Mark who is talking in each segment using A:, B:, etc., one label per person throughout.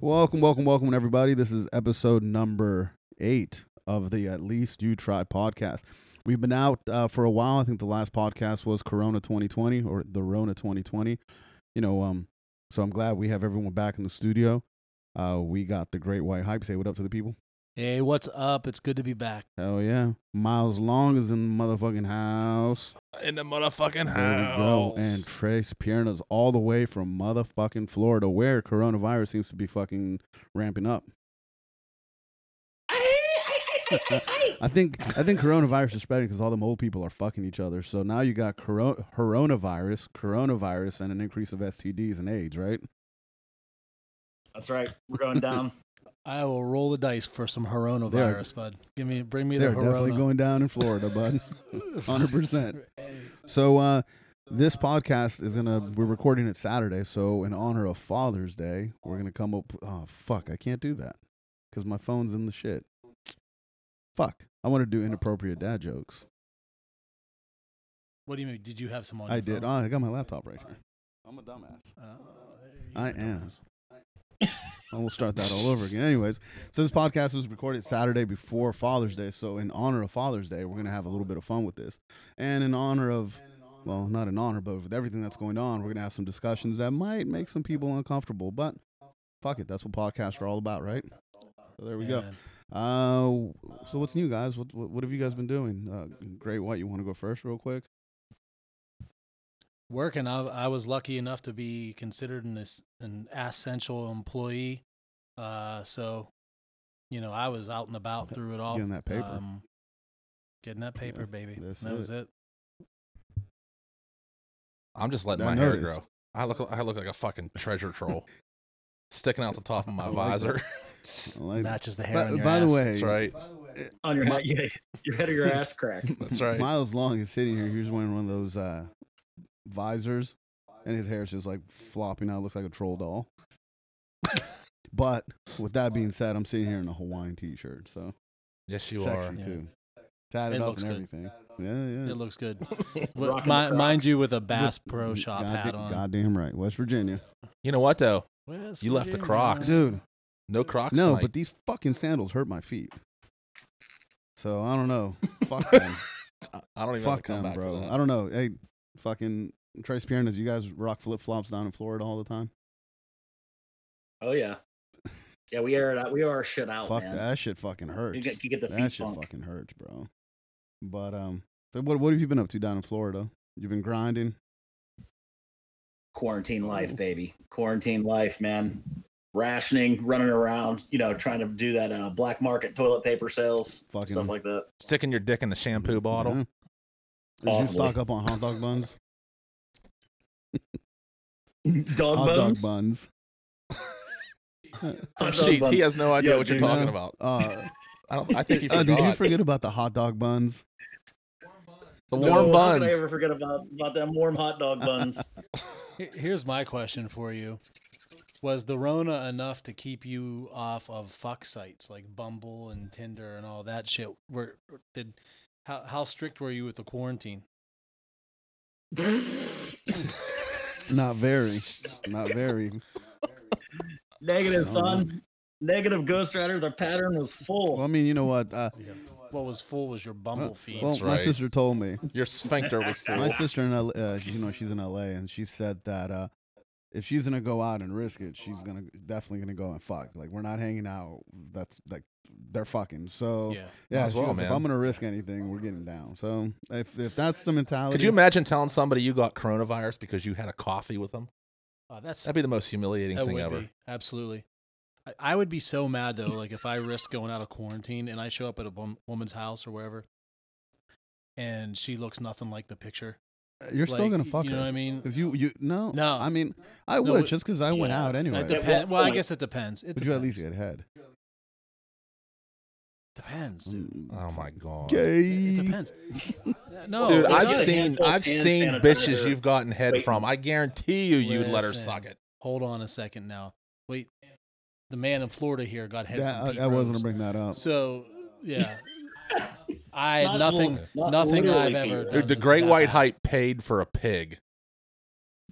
A: Welcome, welcome, welcome, everybody. This is episode number eight of the At Least You Try podcast. We've been out uh, for a while. I think the last podcast was Corona 2020 or the Rona 2020. You know, um, so I'm glad we have everyone back in the studio. Uh, we got the Great White Hype. Say what up to the people.
B: Hey, what's up? It's good to be back.
A: Hell yeah. Miles Long is in the motherfucking house.
C: in the motherfucking
A: There we
C: house.
A: go. And Trace Pierna's all the way from motherfucking Florida, where coronavirus seems to be fucking ramping up. I think I think coronavirus is spreading because all them old people are fucking each other. So now you got coro- coronavirus, coronavirus, and an increase of STDs and AIDS, right?
D: That's right. We're going down.
B: I will roll the dice for some Hironavirus,
A: They are-
B: virus, bud. Give me, bring me
A: They're
B: the
A: definitely
B: Hirona.
A: going down in Florida, bud. 100%.
B: Hey.
A: So uh, this podcast is gonna we're recording it Saturday, so in honor of Father's Day, we're gonna come up. Oh fuck, I can't do that because my phone's in the shit. Fuck, I want to do inappropriate dad jokes.
B: What do you mean? Did you have some on?
A: I
B: your
A: did. Oh,
B: phone?
A: I got my laptop right here. I'm a dumbass.
B: Uh,
A: I am. And we'll start that all over again. Anyways, so this podcast was recorded Saturday before Father's Day. So in honor of Father's Day, we're gonna have a little bit of fun with this, and in honor of, well, not in honor, but with everything that's going on, we're gonna have some discussions that might make some people uncomfortable. But fuck it, that's what podcasts are all about, right? So there we go.
B: Man.
A: Uh, so what's new, guys? What what, what have you guys been doing? Uh, Great White, you want to go first, real quick?
B: Working. I, I was lucky enough to be considered an es- an essential employee. Uh, so, you know, I was out and about through it all.
A: Getting that paper.
B: Um, getting that paper, baby.
A: that's
B: that was it.
C: I'm just letting
A: I
C: my hair
A: noticed.
C: grow. I look I look like a fucking treasure troll. Sticking out the top of
A: I
C: my
A: like
C: visor.
A: I like that.
B: Matches the hair.
A: By,
B: on your
A: by the
B: ass.
A: way, eh,
C: That's right.
D: On your
A: My-
D: head, yeah, your head or your ass crack.
C: That's right.
A: Miles Long is sitting here. He's wearing one of those uh, visors, and his hair is just like flopping out. Looks like a troll doll. but with that being said, I'm sitting here in a Hawaiian t-shirt, so
C: yes, you
A: sexy
B: Yeah.
A: too. Tatted
B: It
A: up
B: looks
A: and
B: good.
A: everything. Yeah, yeah.
B: it looks good.
C: are.
B: Well,
D: Rocking
B: mi-
D: the
B: mind
D: Crocs.
B: you, with a Bass Pro
A: Mm,
B: Shop
A: godda-
B: hat on.
A: Goddamn right, West Virginia,
C: you know what though?
B: West
C: You left the
B: Virginia.
C: Crocs.
A: dude.
C: No Crocs.
A: No,
C: tonight.
A: but these fucking sandals hurt my feet. So I don't know. Fuck them.
C: I don't even
A: Fuck
C: have to come
A: them,
C: back
A: bro.
C: For that.
A: I don't know. Hey, fucking Trace Piernas, you guys rock flip flops down in Florida all the time.
D: Oh yeah, yeah. We air it out. We air our shit out,
A: Fuck
D: man.
A: that shit fucking hurts.
D: You get, you get the
A: that
D: feet
A: shit
D: funk.
A: fucking hurts, bro. But um, so what what have you been up to down in Florida? You've been grinding.
D: Quarantine
A: Oh.
D: life, baby. Quarantine life, man. Rationing, running around, you know, trying to do that uh, black market toilet paper sales,
A: Fucking-
D: stuff like that.
C: Sticking your dick in the shampoo bottle.
A: Mm-hmm. Yeah. Did you
D: Possibly.
A: stock up on hot dog buns?
D: Dog
A: hot dog
D: bones.
A: buns.
D: Hot dog
C: Sheets,
D: buns.
C: Oh, he has no idea
D: Yo,
C: what you're
D: dude,
C: talking
A: no.
C: about.
A: Uh,
C: I, don't, I think he
A: uh,
C: forgot.
A: did you forget about the hot dog buns?
C: the
D: No,
C: warm
D: how could
C: buns.
D: I ever forget about about them warm hot dog buns?
B: Here- Here's my question for you: Was the Rona enough to keep you off of fuck sites like Bumble and Tinder and all that shit? Were did how how strict were you with the quarantine?
A: Not very. Not very.
D: Negative,
A: Oh.
D: son. Negative Ghost Rider. The pattern was full.
A: Well, I mean, you know what? Uh,
B: What was full was your Bumble feed.
A: well,
C: That's
A: my
C: right.
A: sister told me.
C: Your sphincter was full.
A: My sister in L- uh, you know, she's in LA, and she said that uh, if she's gonna go out and risk it, she's gonna definitely gonna go and fuck. Like we're not hanging out. That's like they're fucking. So
B: yeah,
A: yeah,
C: Might as
A: she
C: well,
A: goes, if
C: man.
A: I'm gonna risk anything, we're getting down. So if if that's the mentality,
C: Could you imagine telling somebody you got coronavirus because you had a coffee with them?
B: Uh, that's
C: That'd be the most humiliating
B: that
C: thing
B: would
C: ever.
B: be absolutely. I, I would be so mad though, like if I risk going out of quarantine and I show up at a wom- woman's house or wherever, and she looks nothing like the picture.
A: you're still
B: Like,
A: gonna
B: you
A: fuck
B: know
A: her.
B: what I mean?
A: Because you you no
B: No.
A: I mean I
B: No,
A: would
B: but-
A: just because I went
B: Yeah.
A: out anyway.
B: It
D: At
B: depen-
D: what
B: well, I
D: point?
B: guess it depends. It
A: Would you at least
B: depends.
A: get head?
B: Depends, dude.
A: Mm.
C: Oh my god.
A: Gay.
B: It depends. Uh, No,
C: Dude,
D: Oh,
B: it
C: I've
B: does.
D: yeah.
C: seen
D: Handful of
C: I've
D: hand
C: seen
D: sanitizer.
C: bitches you've gotten head
D: Wait.
C: from. I guarantee you you would let her
B: Listen.
C: suck it.
B: Hold on a second now. Wait, the man in Florida here got hit
A: That,
B: from Pete
A: I, I was gonna
B: Rose.
A: bring that up.
B: So yeah, I
D: Not
B: nothing
D: little- not
B: nothing
D: literally
B: I've ever
D: Pete
B: done.
C: Dude, the
B: is
C: great
B: that
C: white
B: bad.
C: hype paid for a pig.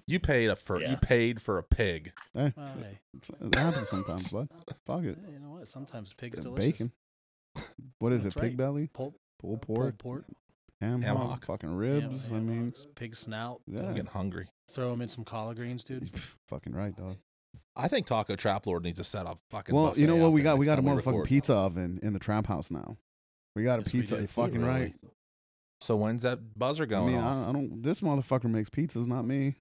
C: You paid a for
D: Yeah.
C: you paid for a pig.
A: Hey,
B: Well, hey,
A: it happens sometimes, bud. Fuck it.
B: you know what? Sometimes pig's
A: Yeah,
B: delicious.
A: Bacon. What is
B: That's
A: it? Pig
B: right.
A: belly,
B: Pulled uh,
A: pulled pork,
B: pulled pork,
A: ham,
C: Ham
A: hock,
C: hock.
A: fucking
B: ham-
A: ribs. I
B: ham
A: mean,
B: hocks, pig snout.
C: I'm
A: yeah,
C: getting hungry.
B: Throw them in some collard greens, dude.
A: fucking right, dog.
C: I think Taco Trap Lord needs to set up fucking.
A: Well, you know
C: buffet
A: what
C: out
A: we
C: there
A: got? We
C: next
A: got a
C: time
A: motherfucking
C: record.
A: pizza oven in the trap house now. We got a
B: Yes, we
A: pizza.
B: do.
A: you fucking
C: Really?
A: right.
C: So when's that buzzer
A: I
C: going
A: mean,
C: off?
A: I, I don't. This motherfucker makes pizzas, not me.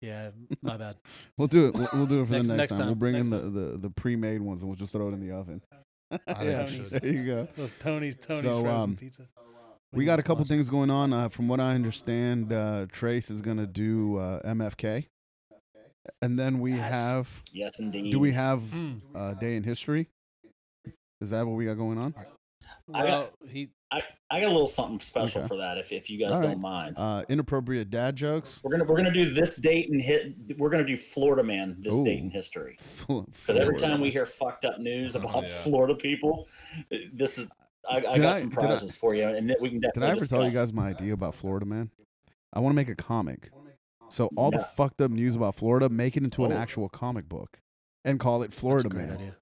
B: Yeah, my bad.
A: We'll do it. We'll, we'll do it for
B: Next-
A: the next,
B: next
A: time.
B: time.
A: We'll bring in the,
B: Next
A: the, the pre-made ones and we'll just throw it in the oven.
C: think
A: yeah,
C: we should.
A: there you go.
B: Well, Tony's Tony's
A: So,
B: frozen
A: um,
B: pizza.
A: We got a couple things going on. Uh, from what I understand, uh, Trace is gonna do uh, MFK, and then we
D: Yes.
A: have.
D: Yes, indeed.
A: Do we have
B: Mm.
A: uh, day in history? Is that what we got going on?
D: I
B: Well,
D: got-
B: he
D: I got a little something special
A: Okay.
D: for that. If, if you guys
A: All
D: don't
A: right.
D: mind,
A: Uh, inappropriate dad jokes.
D: we're gonna we're gonna do this date and hit. We're gonna do Florida man this
A: Ooh.
D: date in history.
A: Because
D: Because every time we hear fucked up news
C: Oh,
D: about
C: yeah.
D: Florida people, this is I, I
A: Did
D: got
A: I-
D: some
A: did I-
D: prizes for you, and that we can
A: Did
D: definitely.
A: I ever tell you
D: discuss.
A: guys my idea about Florida Man? I want to make a comic. So all the
D: No.
A: fucked up news about Florida, make it into an
C: Oh.
A: actual comic book, and call it
B: that's a
A: Florida
B: great
A: Man.
B: idea.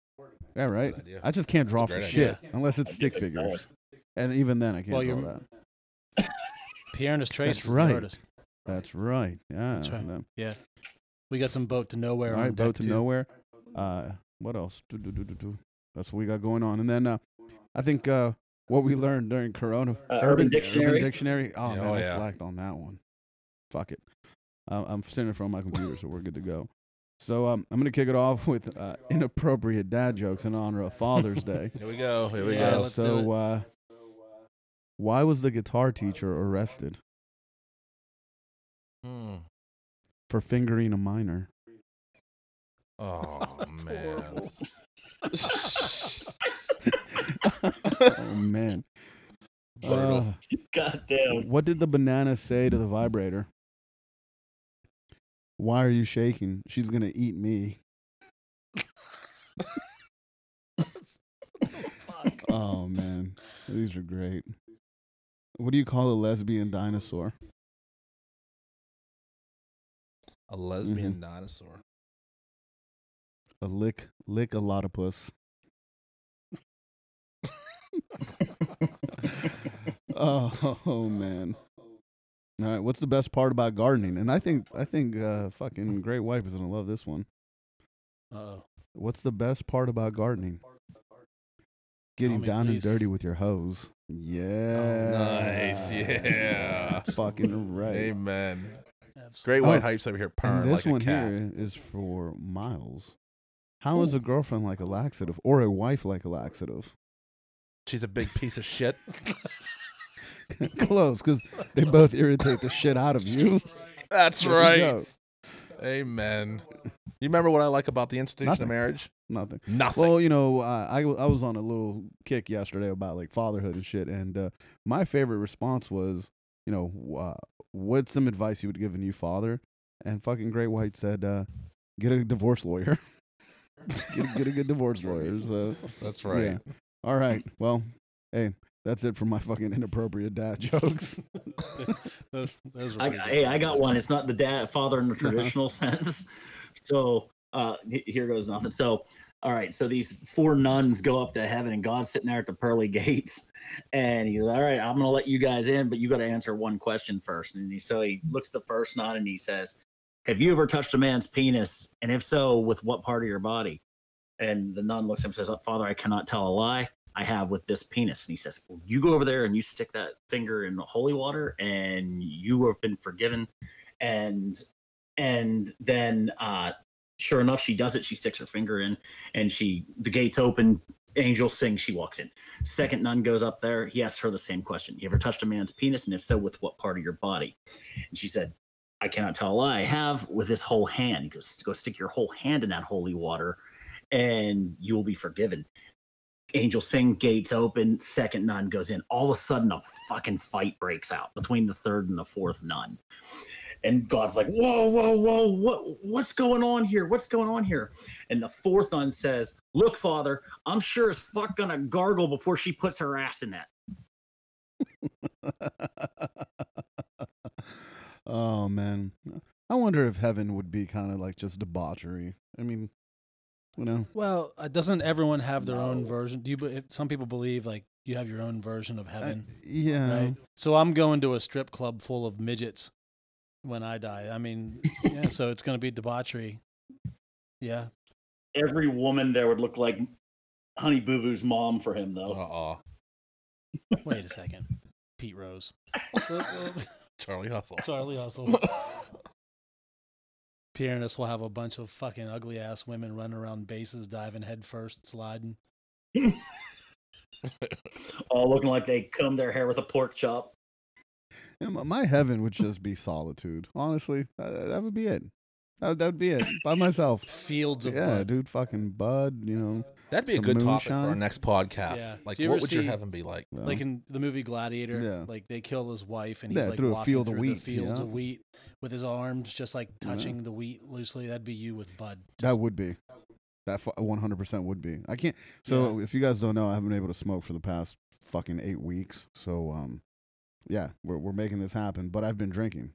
A: Yeah, right.
C: Good idea.
A: I just can't draw
C: a
A: for
C: great
A: shit
C: idea.
A: unless it's
D: I do
A: stick
D: think so.
A: figures, and even then I can't
B: Well,
A: draw
B: you're-
A: that.
B: Piernus Trace
A: That's
B: is
A: right.
B: the artist.
A: That's right. Yeah.
B: That's right.
A: no.
B: We got some boat to nowhere.
A: All
B: on
A: right,
B: deck
A: boat to
B: too.
A: nowhere. Uh, what else? Do, do, do, do, do. That's what we got going on. And then uh, I think uh, what we learned during Corona,
B: Uh,
D: Urban Dictionary.
A: Dictionary. Oh
C: Yeah,
A: man,
C: oh,
A: I
C: yeah.
A: slacked on that one. Fuck it. Uh, I'm sitting in front of my computer, so we're good to go. So um, I'm gonna kick it off with uh, inappropriate dad jokes in honor of Father's Day.
C: Here we go. Here we
B: Yeah,
A: Uh,
C: go.
B: let's do
A: so
B: it.
A: uh, why was the guitar teacher arrested
C: Hmm.
A: for fingering a minor?
C: Oh man.
A: oh man.
C: Brutal.
A: Uh,
D: God damn.
A: What did the banana say to the vibrator? Why are you shaking? She's gonna eat me. Oh man, these are great. What do you call a lesbian dinosaur?
C: a lesbian
A: mm-hmm.
C: dinosaur.
A: A lick, lick a lotopus. oh, man. All right, what's the best part about gardening? And I think I think uh, fucking Great Wife is gonna love this one.
B: Uh-oh.
A: What's the best part about gardening? Getting
B: me,
A: down
B: please.
A: and dirty with your hose.
B: Oh,
A: Yeah.
C: Oh, nice, yeah.
A: Fucking right.
C: Amen.
B: Absolutely.
C: Great white
A: Oh,
C: hypes over here purring
A: And this
C: like
A: one
C: a cat.
A: here is for Miles. How is a girlfriend like a laxative or a wife like a laxative?
C: She's a big piece of shit.
A: Close, because they both irritate the shit out of you.
C: That's
A: There you go.
C: right. Amen. You remember what I like about the institution
A: Nothing.
C: of marriage?
A: Nothing.
C: Nothing.
A: Well, you know, uh, I w- I was on a little kick yesterday about like fatherhood and shit, and uh, my favorite response was, you know, uh, what's some advice you would give a new father? And fucking Great White said, uh, get a divorce lawyer. get, a- get a good divorce lawyer. So.
C: That's
A: Yeah.
C: right.
A: All right. Well, hey, that's it for my fucking inappropriate dad jokes.
B: Those, those were
D: I,
B: pretty good.
D: hey, I got one. It's not the dad, father in the traditional sense. So uh, h- here goes nothing. So, all right. So these four nuns go up to heaven, and God's sitting there at the pearly gates, and he's all right. I'm gonna let you guys in, but you got to answer one question first. And he, so he looks at the first nun and he says, "Have you ever touched a man's penis? And if so, with what part of your body?" And the nun looks at him and says, "Oh, "Father, I cannot tell a lie." I have with this penis. And he says, well, You go over there and you stick that finger in the holy water and you have been forgiven. And and then uh sure enough she does it, she sticks her finger in and she the gates open, angel sings, she walks in. Second nun goes up there, he asks her the same question. You ever touched a man's penis? And if so, with what part of your body? And she said, I cannot tell a lie. I have with this whole hand. He goes, go stick your whole hand in that holy water and you will be forgiven. Angel Singh gates open, second nun goes in. All of a sudden, a fucking fight breaks out between the third and the fourth nun. And God's like, whoa, whoa, whoa, what, what's going on here? What's going on here? And the fourth nun says, Look, Father, I'm sure as fuck gonna gargle before she puts her ass in that.
A: oh man, I wonder if heaven would be kind of like just debauchery. I mean, you know,
B: Well, uh, doesn't everyone have their own version? Do you? be- if- Some people believe like you have your own version of
A: I-
B: heaven,
A: Uh, yeah.
B: right? So I'm going to a strip club full of midgets when I die. I mean, yeah, so it's going to be debauchery. Yeah,
D: Every woman there would look like Honey Boo Boo's mom for him,
C: Uh
D: though.
C: uh
B: Wait a second. Pete Rose.
C: Charlie Hustle.
B: Charlie Hustle. Pianist will have a bunch of fucking ugly ass women running around bases, diving head first, sliding.
D: All looking like they combed their hair with a pork chop.
A: Yeah, my- my heaven would just be solitude. Honestly, Uh, that, that would be it. That would- that would be it by myself.
B: Fields of
A: Yeah,
B: blood.
A: dude, fucking bud. You know,
C: That'd be
A: Some
C: a good topic for our
A: moonshine.
C: next podcast.
B: Yeah.
C: Like,
B: Do you
C: what
B: ever
C: would your
B: see-
C: heaven be like?
A: well,
B: Like in the movie Gladiator,
A: Yeah.
B: like they kill his wife and he's
A: Yeah,
B: like
A: through a
B: walking
A: field of
B: through
A: wheat,
B: the fields
A: yeah.
B: of wheat with his arms just like
A: Yeah.
B: touching the wheat loosely. That'd be you with Bud.
A: that would be. That one hundred percent would be. I can't. So if you guys don't know, I haven't been able to smoke for the past fucking eight weeks. So um, yeah, we're we're making this happen. But I've been drinking.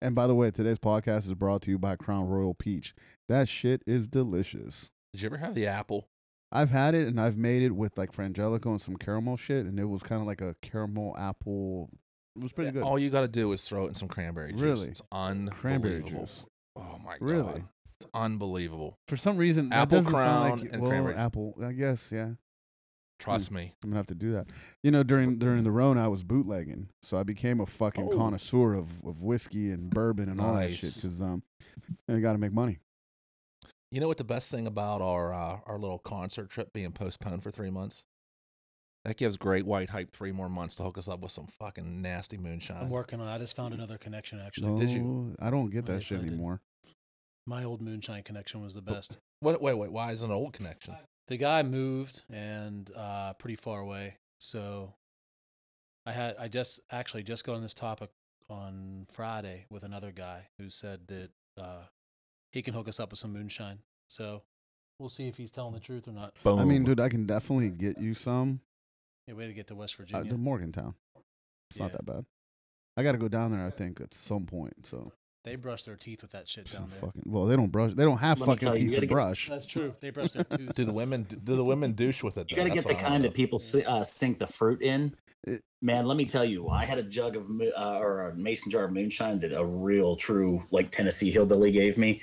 A: And by the way, today's podcast is brought to you by Crown Royal Peach. That shit is delicious.
C: Did you ever have the apple?
A: I've had it and I've made it with like frangelico and some caramel shit, and it was kind of like a caramel apple. It was pretty good.
C: All you got to do is throw it in some cranberry juice.
A: Really?
C: It's unbelievable.
A: cranberry juice.
C: Oh my god.
A: Really?
C: It's unbelievable.
A: For some reason, that
C: Apple
A: doesn't sound
C: Crown
A: like,
C: and
A: well,
C: cranberry.
A: apple. I guess yeah.
C: Trust me.
A: I'm gonna have to do that. You know, during during the Rona, I was bootlegging, so I became a fucking
D: Oh.
A: connoisseur of, of whiskey and bourbon and all that shit
C: Nice.
A: because um, I got to make money.
C: You know what the best thing about our uh, our little concert trip being postponed for 3 months? That gives Great White Hype 3 more months to hook us up with some fucking nasty
B: I'm
C: moonshine.
B: working on it. I just found another connection actually.
C: did you?
A: No, I don't get that
B: Nice,
A: shit
B: I didn't.
A: anymore.
B: My old moonshine connection was the
A: Oh.
B: best.
C: What wait, wait, why is it an old connection?
B: the guy moved and uh pretty far away so i had i just actually just got on this topic on friday with another guy who said that uh he can hook us up with some moonshine so we'll see if he's telling the truth or not
C: Boom.
A: I mean, dude, I can definitely get you some
B: yeah way to get to west
A: uh,
B: virginia
A: to Morgantown. It's not
B: Yeah.
A: that bad. I got to go down there. I think at some point. So
B: they brush their teeth with that shit down there
A: fucking well, they don't brush. They don't have
D: Let me
A: fucking
D: tell you, you
A: teeth to
D: gotta get-
A: brush.
B: that's true they brush their teeth
C: do the women do the women douche with it?
D: You
C: though?
D: got to get
C: That's
D: the
C: what I
D: kind
C: wanna
D: that people si- uh, sink the fruit in.
A: It-
D: Man, let me tell you, I had a jug of mo- uh, or a mason jar of moonshine that a real true like Tennessee hillbilly gave me,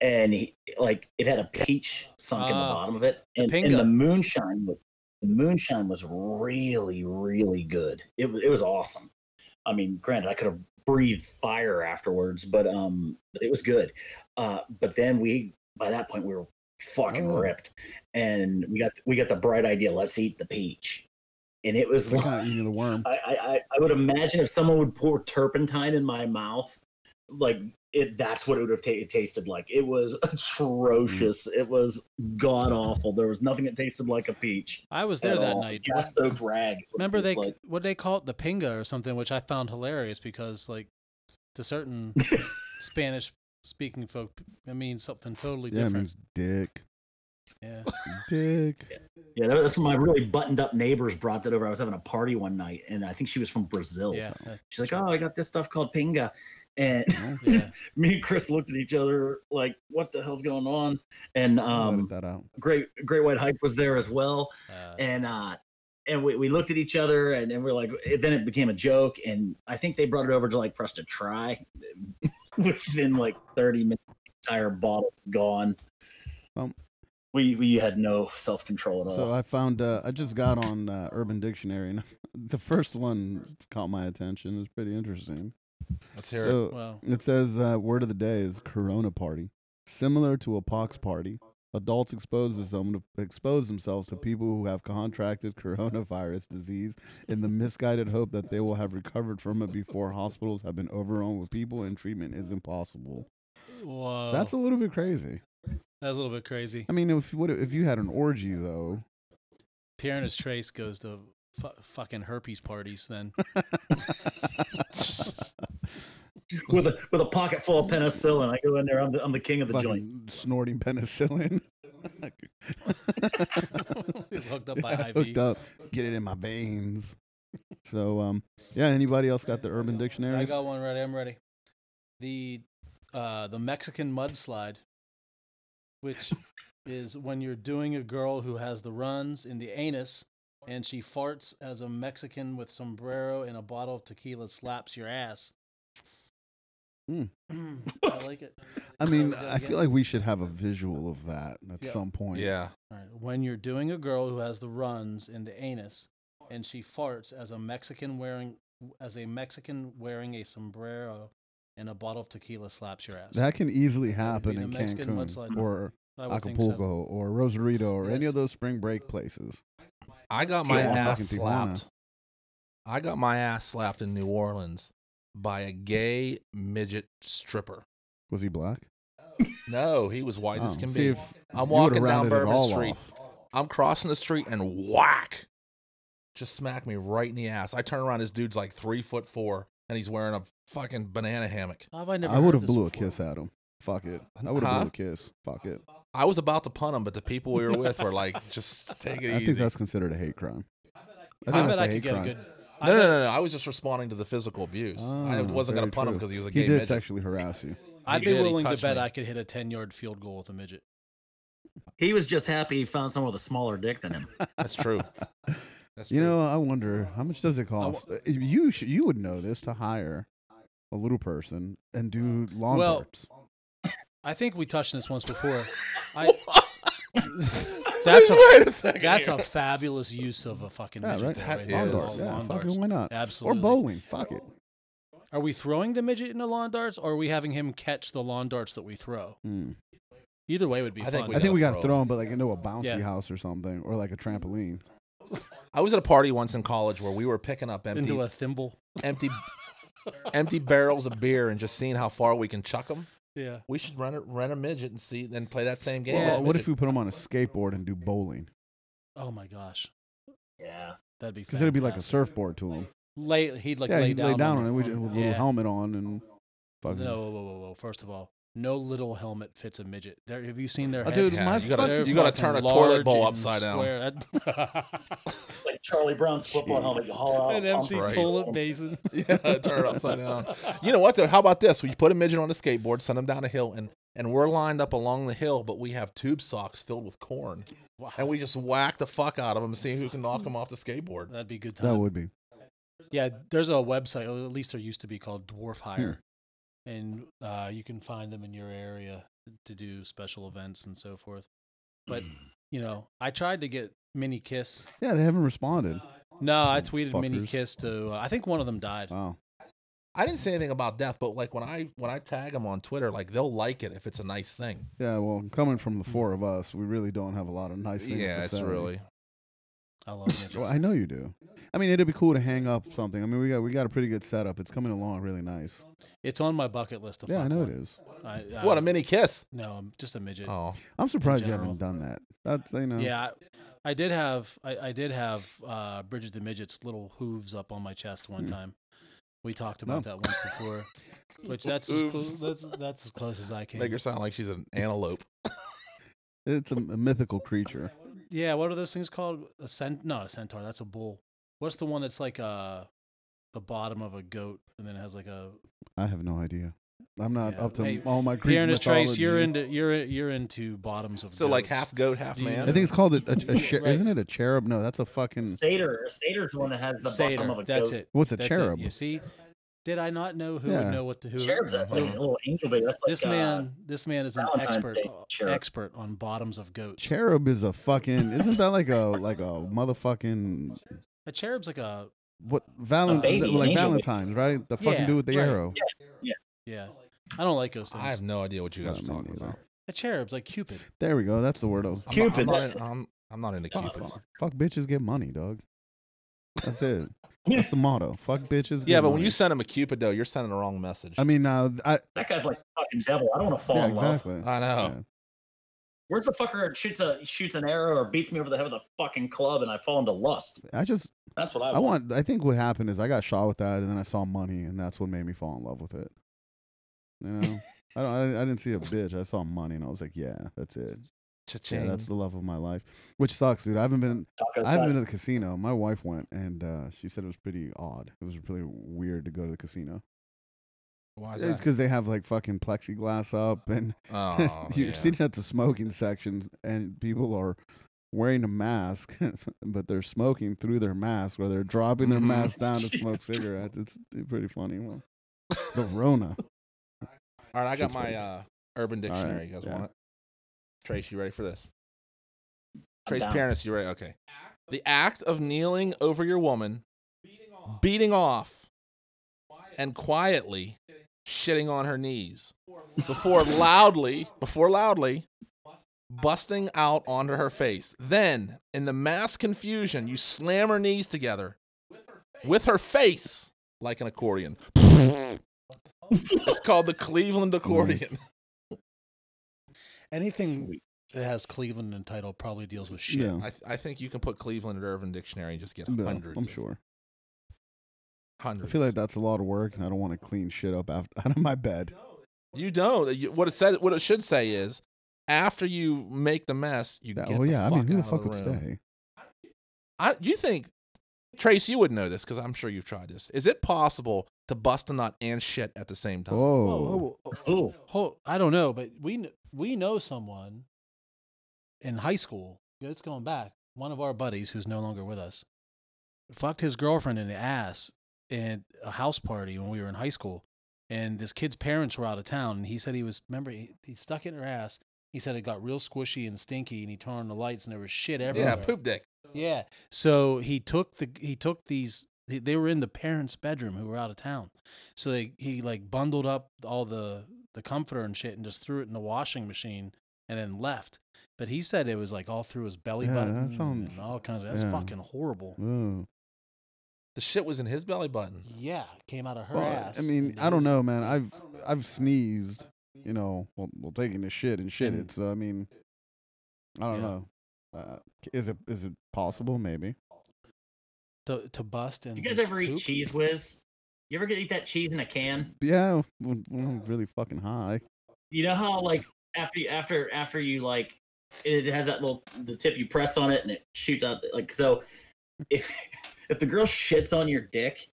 D: and he, like it had a peach sunk in the
B: Ah,
D: bottom of it, and, and
B: pinga.
D: the moonshine was the moonshine was really really good. It wa- it was awesome. I mean, granted, I could have breathed fire afterwards, but um, it was good. Uh, but then we by that point we were fucking
A: Oh.
D: ripped and we got we got the bright idea. Let's eat the peach, and it was
B: Uh-huh.
A: They're kind
D: like
A: of eating the worm.
D: I, I I- I would imagine if someone would pour turpentine in my mouth, like it that's what it would have ta- tasted like. It was
B: Mm-hmm.
D: atrocious. It was god awful. There was nothing that tasted like a peach.
B: i was there
D: at
B: that
D: all.
B: night What-
D: Gas soaked rag. is what it
B: remember they
D: tastes like.
B: what they call it the pinga or something which i found hilarious because like to certain spanish speaking folk it means something totally
A: Yeah, it
B: different
A: means dick,
B: yeah
A: dick.
D: Yeah, that- that's what my really buttoned up neighbors brought that over. I was having a party one night, and I think she was from Brazil.
B: yeah that-
D: She's like, "Oh, I got this stuff called pinga," and
A: Oh,
B: yeah
D: me and Chris looked at each other like, "What the hell's going on?" And
A: edit
D: um,
A: that out.
D: great, great white hype was there as well,
B: uh,
D: and uh, and we, we looked at each other, and, and we're like, it, then it became a joke, and I think they brought it over to like for us to try. Within like thirty minutes, the entire bottle's gone.
A: Um,
D: we we had no self control at all.
A: So I found uh, I just got on uh, Urban Dictionary, and the first one caught my attention. It was pretty interesting.
C: know. Let's hear it.
A: So
B: well
A: it says uh, word of the day is Corona party, similar to a pox party. Adults expose themselves expose themselves to people who have contracted coronavirus disease in the misguided hope that they will have recovered from it before hospitals have been overrun with people and treatment is impossible.
B: whoa
A: That's a little bit crazy.
B: that's a little bit crazy
A: I mean, if what if you had an orgy though?
B: Pierre's trace goes to fu- fucking herpes parties then
D: with a with a pocket full of penicillin, I go in there. I'm the, I'm the king of the joint.
A: fucking snorting penicillin.
B: He's hooked up by
A: Yeah,
B: IV.
A: Hooked up. Get it in my veins. So um yeah, anybody else got the urban
B: i
A: dictionaries?
B: got one ready i'm ready the uh, the Mexican mudslide, which is when you're doing a girl who has the runs in the anus and she farts as a Mexican with sombrero and a bottle of tequila slaps your ass.
A: Hmm.
B: I like it.
A: I mean,
B: Gotta go
A: I
B: again.
A: feel like we should have a visual of that at
B: Yeah.
A: some point.
C: Yeah.
B: All right. When you're doing a girl who has the runs in the anus and she farts as a Mexican wearing as a Mexican wearing a sombrero and a bottle of tequila slaps your ass.
A: That can easily happen
B: the
A: in
B: Mexican
A: Cancun
B: mudslide.
A: or
B: I would think so.
A: Acapulco or Rosarito or any
B: Yes.
A: of those spring break places.
C: I got my
A: Yeah,
C: ass
A: fucking Tijuana.
C: slapped. I got my ass slapped in New Orleans by a gay midget stripper.
A: Was he black?
C: No, he was white as
A: Oh,
C: can
A: see
C: be.
A: if you would've
C: I'm walking down
A: rounded it
C: Bourbon
A: all
C: Street.
A: off.
C: I'm crossing the street and whack, just smacked me right in the ass. I turn around, this dude's like three foot four, and he's wearing a fucking banana hammock.
B: How have I never
A: I
B: heard
A: would have
B: this
A: blew a
B: before?
A: kiss at him. Fuck it. I would have
C: Huh?
A: blew a kiss. Fuck it.
C: I was about to punt him, but the people we were with were like, "Just take it
A: I
C: easy."
A: think that's considered a hate crime.
B: I,
A: think
B: bet
A: that's
B: I
A: a hate
B: could get
A: crime.
B: a good. I
C: no, no,
B: bet-
C: no, no. I was just responding to the physical abuse. I
A: Ah,
C: wasn't going
A: very
C: to punt
A: true.
C: him because he was a
A: He
C: gay
A: did
C: midget.
A: sexually harass you.
B: I'd
C: He
B: be
C: did, he
B: willing to
C: touched
B: bet
C: me.
B: I could hit a ten-yard field goal with a midget.
D: He was just happy he found someone with a smaller dick than him.
C: That's true. That's true.
A: You know, I wonder how much does it cost? Uh, you sh- you would know this to hire a little person and do lawn
B: Well,
A: darts.
B: I think we touched on this once before. I, that's a
C: Wait a second
B: that's
C: here.
B: a fabulous use of a fucking
A: Yeah,
B: midget.
A: right.
B: though,
C: That
B: there.
A: Lawn
C: is.
A: darts.
B: Lawn-
A: Yeah,
B: lawn
A: fucking
B: darts.
A: why not? Or
B: Absolutely.
A: bowling. Fuck it.
B: Are we throwing the midget into lawn darts, or are we having him catch the lawn darts that we throw?
A: Hmm.
B: Either way would be
C: I
B: fun.
C: think We
A: I think
C: gotta
A: we got to
C: throw
A: throw them, but like into a bouncy
B: Yeah.
A: house or something, or like a trampoline.
C: I was at a party once in college where we were picking up empty,
B: into a thimble.
C: empty, empty barrels of beer and just seeing how far we can chuck them.
B: Yeah.
C: We should rent a, rent a midget and see, then play that same game.
A: Well,
C: as
A: what if
C: midget.
A: we put them on a skateboard and do bowling?
B: Oh my gosh,
D: Yeah.
B: that'd be
A: Because it'd be like a
B: fantastic.
A: surfboard to them.
B: lay. He'd like
A: yeah,
B: lay
A: he'd
B: down
A: lay down on it
B: the-
A: with a little
B: Yeah.
A: helmet on and fucking.
B: No, whoa, whoa, whoa, whoa. First of all, no little helmet fits a midget. There, have you seen their
A: Oh,
B: heads?
A: dude,
C: Yeah,
A: my
C: you gotta-
B: They're
C: you gotta
B: fucking
C: turn a toilet
B: large
C: bowl
B: and
C: upside down.
B: square. That-
D: Like Charlie Brown's football helmet. You haul
A: Oh,
D: out.
B: An empty
C: right.
B: toilet basin.
C: yeah, turn it upside down. You know what? Though? How about this? We put a midget on a skateboard, send him down a hill, and and we're lined up along the hill, but we have tube socks filled with corn,
B: Wow.
C: and we just whack the fuck out of him and see who can knock him off the skatboard.
B: That'd be good time.
A: That would be.
B: Yeah, there's a website, or at least there used to be called Dwarf
A: Hmm.
B: Hire, and uh, you can find them in your area to do special events and so forth. But
A: Hmm.
B: you know, I tried to get Mini Kiss.
A: Yeah, they haven't responded.
B: No, I
A: Some
B: tweeted Mini
A: fuckers.
B: Kiss to. Uh, I think one of them died.
A: Wow.
C: I didn't say anything about death, but like when I when I tag them on Twitter, like they'll like it if it's a nice thing.
A: Yeah, well, coming from the four of us, we really don't have a lot of nice things to
C: Yeah, it's
A: say.
C: really.
B: I love midgets.
A: Well, I know you do. I mean, it'd be cool to hang up something. I mean, we got we got a pretty good setup. It's coming along really nice.
B: It's on my bucket list. To
A: yeah, I
B: fuck
A: know
B: one.
A: it is.
B: I, I,
C: What a mini kiss!
B: No, I'm just a midget.
C: Oh,
A: I'm surprised you
B: general.
A: haven't done that. That's you know.
B: Yeah, I, I did have I, I did have uh, Bridget the Midget's little hooves up on my chest one
A: Hmm.
B: time. We
A: Oh.
B: talked about that once before, which that's as clo-
C: Hooves.
B: that's, that's as close as I came.
C: make her sound like she's an antelope.
A: It's a, a mythical creature.
B: Yeah, what are those things called? A cent? No, a centaur. That's a bull. What's the one that's like uh the bottom of a goat and then it has like a
A: I have no idea. I'm not
B: Yeah.
A: up to
B: Hey,
A: all my Greek
B: Piranha's trace?
A: mythology.
B: You're into you're you're into bottoms of
C: So like
B: goats.
C: half goat, half
B: Do you
A: I
C: man.
A: think it's called a, a, a cher-
B: Right.
A: isn't it a cherub? No, that's a fucking
D: Seder. Seder's the one that has the bottom
B: satyr.
D: of a
B: That's
D: goat.
B: it.
A: what's a
B: That's
A: cherub?
B: It. You see, did I not know who
A: Yeah.
B: would know what to who?
D: Cherub's that
A: Uh-huh.
D: like a little angel baby. That's like
B: this
D: uh,
B: man this man is an
D: Valentine's
B: expert
D: Day cherub.
B: expert on bottoms of goats
A: Cherub is a fucking isn't that like a like a motherfucking
B: a cherub's like a
A: what Valentine
D: baby, an
A: like
D: angel baby.
A: Valentine's right? The fucking
B: Yeah,
A: dude with the
B: right.
A: arrow.
B: yeah i don't like those things
C: I have no idea what you guys
A: No,
C: are
A: me
C: talking
A: neither.
C: about.
B: a cherub's like cupid
A: There we go. That's the word. I was-
C: I'm not-
D: Cupid,
C: I'm not,
D: that's
C: in-
D: it.
C: I'm, I'm not into
A: Fuck,
C: Cupid.
A: fuck bitches get money, dog. That's it. That's the motto. Fuck bitches.
C: Yeah,
A: get
C: but when
A: money.
C: you send him a Cupid though, you're sending the wrong message.
A: I mean, now I
D: That guy's like the fucking devil. I don't want to fall
A: yeah,
D: in love.
A: exactly.
C: I know.
A: Yeah.
D: Where's the fucker that shoots a shoots an arrow or beats me over the head with a fucking club and I fall into lust?
A: I just
D: That's what I,
A: I want. I think what happened is I got shot with that, and then I saw money, and that's what made me fall in love with it. You know, I don't. I, I didn't see a bitch. I saw money, and I was like, yeah, that's it. Yeah,
C: Cha-ching.
A: that's the love of my life. Which sucks, dude. I haven't been.
D: Taco
A: I haven't
D: Bell.
A: been to the casino. My wife went, and uh, she said it was pretty odd. It was really weird to go to the casino.
C: Why is
A: It's
C: that?
A: because they have like fucking plexiglass up, and
C: Oh,
A: you're
C: yeah.
A: sitting at the smoking sections, and people are wearing a mask, but they're smoking through their mask, or they're dropping their
C: Mhm.
A: mask down to smoke cigarettes. It's pretty funny. Well, the Rona.
C: Oh, All right, I got
A: Shit's
C: my
A: funny.
C: uh, Urban
A: right,
C: Dictionary. you guys
A: yeah.
C: want it? Trace, you ready for this?
D: I'm
C: Trace
D: down.
C: Paris, you ready? Okay. The act of kneeling over your woman, beating off, and quietly shitting on her knees before loudly, before loudly busting out onto her face. Then, in the mass confusion, you slam her knees together with her face like an accordion. it's called the Cleveland accordion.
B: Anything
D: Sweet.
B: that has Cleveland in the title probably deals with shit.
A: Yeah,
C: I, th- I think you can put Cleveland at Urban Dictionary and just get
A: no,
C: hundreds.
A: I'm
C: of-
A: sure. I
C: Hundreds.
A: feel like that's a lot of work, and I don't want to clean shit up after, out of my bed.
C: You don't. You- What it said, what it should say is, after you make the mess, you
A: That-
C: get
A: oh
C: the
A: yeah, I
C: fuck
A: mean, who the
C: out
A: fuck
C: of
A: would
C: room.
A: stay?
C: I, you think, Trace, you would know this because I'm sure you've tried this. Is it possible to bust a nut and shit at the same time?
A: Whoa,
B: Whoa, whoa, whow-
D: Oh,
B: Hold, I don't know, but we kn- we know someone in high school. It's going back. One of our buddies who's no longer with us fucked his girlfriend in the ass at a house party when we were in high school, and this kid's parents were out of town. And he said he was remember he, he stuck it in her ass. He said it got real squishy and stinky, and he turned on the lights, and there was shit everywhere.
C: yeah, poop dick.
B: Yeah. So he took the he took these. They they were in the parents' bedroom who were out of town, so they he like bundled up all the the comforter and shit and just threw it in the washing machine and then left. But he said it was like all through his belly
A: Yeah,
B: button
A: that sounds-
B: and all kinds of that's
A: yeah.
B: fucking horrible.
A: Ooh.
C: The shit was in his belly button.
B: Yeah, came out of her
A: Well,
B: ass.
A: I mean,
B: into
A: I don't
B: his-
A: know, man. I've I've sneezed, you know, while, while taking a shit and shit.
B: And-
A: It's uh, I mean, I don't
B: Yeah.
A: know. Uh, is it is it possible? Maybe.
B: to to bust and
D: you guys
B: just
D: ever eat
B: poop?
D: cheese whiz? You ever get eat that cheese in a can?
A: Yeah, when, when I'm really fucking high.
D: You know how like after you after after you like it has that little the tip you press on it and it shoots out like so if if the girl shits on your dick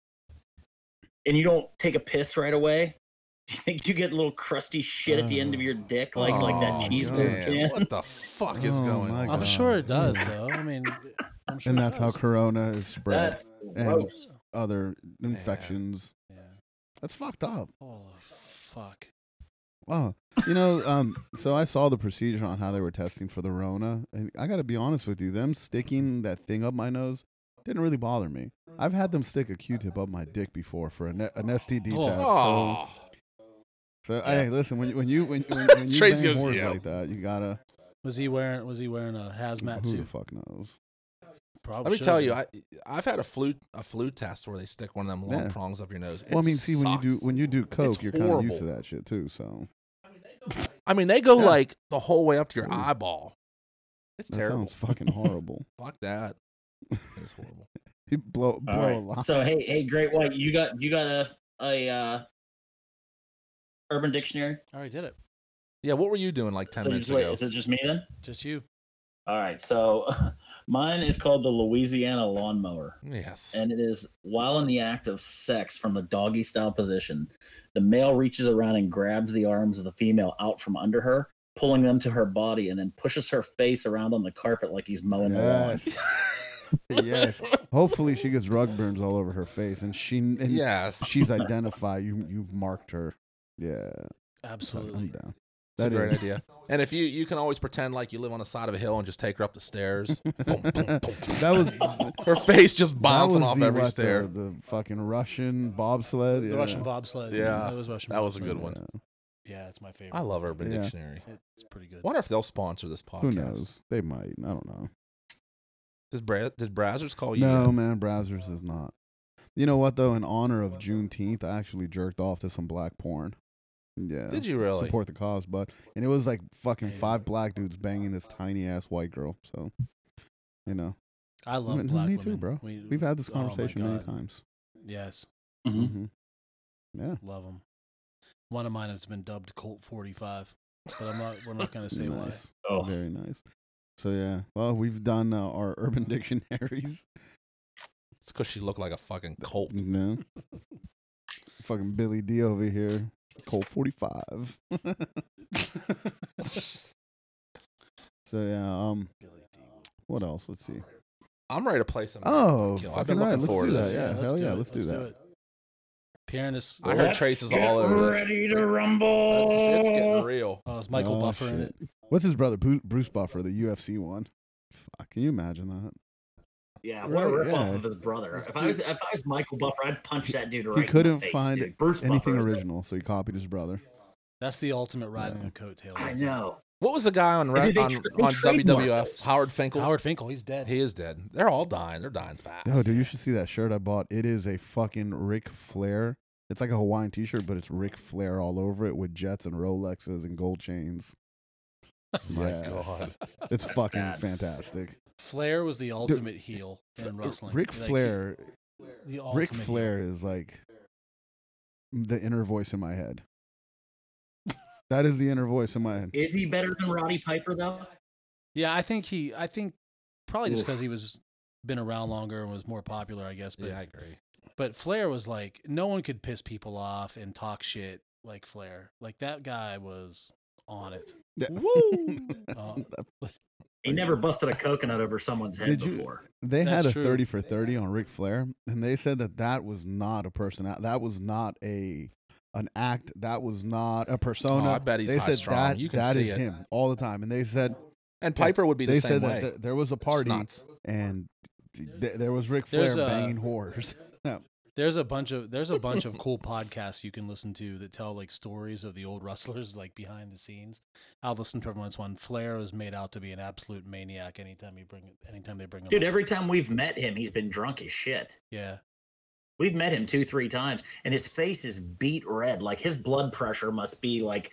D: and you don't take a piss right away, do you think you get a little crusty shit at the end of your dick like like
C: Oh,
D: that cheese whiz
C: man,
D: can?
C: What the fuck is
A: Oh,
C: going
A: my
C: on?
B: I'm
A: God.
B: sure it does though. I mean, I'm sure
A: And
B: it
A: that's how
B: does.
A: corona is spread.
D: That's
A: And
D: gross.
A: other infections.
B: Yeah.
A: That's fucked up.
B: Oh fuck.
A: Wow. You know, um, so I saw the procedure on how they were testing for the Rona, and I got to be honest with you, them sticking that thing up my nose didn't really bother me. I've had them stick a Q-tip up my dick before for an, an STD
B: Oh.
A: test. So,
C: Oh,
A: so hey, listen, when you when you when, when, when you
C: Trace
A: bang
C: goes,
A: horns
C: "Yeah."
A: like that, you gotta
B: Was he wearing was he wearing a hazmat
A: who the
B: suit?
A: fuck knows?
B: Probably
C: let me
B: should
C: tell
B: have
C: you,
B: been.
C: I I've had a flu a flu test where they stick one of them long
A: Yeah.
C: prongs up your nose. It
A: well, I mean, see when you do
C: sucks.
A: when you do coke, you're kind of used to
C: horrible.
A: that shit too. So
C: I mean, they go
A: Yeah.
C: like the whole way up to your
A: Ooh.
C: eyeball. It's
A: that
C: terrible.
A: sounds fucking horrible.
C: Fuck that. It's horrible.
A: You blow blow
D: All
A: a
D: right.
A: lot.
D: So hey, hey, great white, you got you got a a uh, Urban Dictionary.
B: I already did it.
C: Yeah, what were you doing like ten
D: So you
C: minutes
D: just wait,
C: ago?
D: is it just me then?
B: Just you.
D: All right, so mine is called the Louisiana lawnmower,
C: yes.
D: and it is while in the act of sex from the doggy style position, the male reaches around and grabs the arms of the female out from under her, pulling them to her body, and then pushes her face around on the carpet like he's mowing the lawn.
A: Yes. yes. Hopefully she gets rug burns all over her face and she and
C: yes.
A: she's identified. You you marked her. Yeah. fuck, I'm
B: Absolutely.
A: down.
C: That's a
A: That
C: great
A: is-
C: idea. And if you you can always pretend like you live on the side of a hill and just take her up the stairs. Boom, boom, boom.
A: That was that
C: her face just bouncing
A: was
C: off
A: the,
C: every
A: what,
C: stair.
A: The, the fucking Russian bobsled.
B: The
A: yeah.
B: Russian bobsled.
C: Yeah,
B: That was Russian
C: that was a
B: bobsled.
C: good one.
A: Yeah.
B: Yeah, it's my favorite.
C: I love Urban
A: Yeah.
C: Dictionary.
B: It's pretty good.
C: Wonder if they'll sponsor this podcast.
A: Who knows? They might. I don't know.
C: Does Bra- did Brazzers call you?
A: No, man, browsers is not. You know what though? In honor of Juneteenth, I actually jerked off to some black porn. Yeah.
C: Did you really?
A: Support the cause, bud. And it was like fucking
B: Yeah.
A: five black dudes banging this tiny ass white girl. So, you know,
B: I love
A: Me
B: black
A: too,
B: women.
A: bro.
B: We,
A: we've had this
B: oh my
A: conversation many
B: God. Mm-hmm.
A: times.
B: Yes,
D: Mhm.
A: hmm Yeah.
B: love them. One of mine has been dubbed Colt 45, but I'm not. We're not going to say why.
A: nice.
D: Oh,
A: Very nice. So, yeah. Well, we've done uh, our urban dictionaries. mm.
C: It's because she looked like a fucking colt.
A: No. fucking Billy D over here. Cold 45. so yeah, um what else? Let's see.
C: I'm ready to play some.
A: Oh,
C: Kill. I've
A: fucking
C: been
A: right.
C: looking
A: Let's
C: forward
A: do
C: to
A: that.
C: this.
A: Yeah, hell yeah, let's do that.
B: it. Pierre and his-
C: I heard Trace is all over this.
D: Ready to rumble.
C: This shit's getting real.
B: Oh, is Michael
A: Oh,
B: Buffer in
A: shit.
B: it?
A: What's his brother? Bru- Bruce Buffer, the UFC one. Fuck, can you imagine that?
D: Yeah, what a
A: Right,
D: rip off
A: yeah.
D: of his brother. If I, was, if I was Michael Buffer, I'd punch that dude right in the
A: couldn't
D: face,
A: find
D: dude. Bruce
A: Anything
D: Buffer is-
A: original, so he copied his brother.
B: That's the ultimate riding the coattails.
D: I know.
C: What was the guy on
D: I
C: re-
D: mean, they
C: on,
D: tra- they
C: on
D: trademarked
C: WWF?
D: those.
C: Howard Finkel.
B: Howard Finkel, he's dead.
C: He is dead. They're all dying. They're dying fast.
A: No, Oh, dude, you should see that shirt I bought. It is a fucking Ric Flair. It's like a Hawaiian T-shirt, but it's Ric Flair all over it with jets and Rolexes and gold chains.
C: My
A: Yes.
C: God.
A: it's fucking
D: bad.
A: fantastic.
B: Flair was the ultimate heel in wrestling.
A: Ric
B: Like, he-
A: Flair,
B: the
A: Ric
B: ultimate heel.
A: Flair is like the inner voice in my head. that is the inner voice in my head.
D: Is he better than Roddy Piper though?
B: Yeah, I think he. I think probably just
D: Oof.
B: because he was been around longer and was more popular, I guess. But
C: Yeah, I agree.
B: but Flair was like no one could piss people off and talk shit like Flair. Like that guy was on it.
A: Yeah.
B: Uh,
D: He never busted a coconut over someone's head
A: Did you-
D: before.
A: they had
B: That's
A: a
B: true.
A: 30 for 30 on Ric Flair and they said that that was not a person that was not a an act that was not a persona
C: Oh, I bet he's
A: they
C: high
A: said
C: strung.
A: that
C: You can
A: that
C: see
A: is
C: it.
A: him all the time and they said
C: And Piper would be the
A: they said
C: same
A: that
C: way.
A: th- there was a party
C: Snuts.
A: and th- th- there was Ric Flair
B: There's a-
A: banging whores
B: there's a bunch of there's a bunch of cool podcasts you can listen to that tell like stories of the old wrestlers like behind the scenes. I'll listen to everyone's one. Flair was made out to be an absolute maniac anytime you bring anytime they bring him.
D: Dude,
B: up.
D: every time we've met him, he's been drunk as shit.
B: yeah,
D: We've met him two, three times, and his face is beat red. Like his blood pressure must be like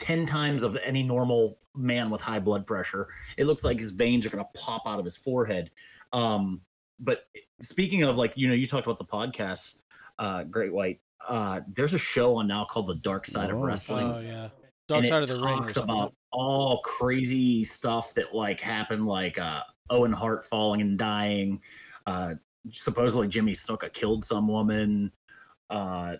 D: ten times of any normal man with high blood pressure. It looks like his veins are gonna pop out of his forehead. Um, but speaking of like, you know, you talked about the podcast, uh, Great White. Uh, there's a show on now called The Dark Side of
A: Oh,
D: Wrestling.
B: oh yeah, Dark Side of the Ring. Or
D: talks
B: something.
D: about all crazy stuff that like happened, like uh, Owen Hart falling and dying. Uh, supposedly Jimmy Snuka killed some woman. Uh,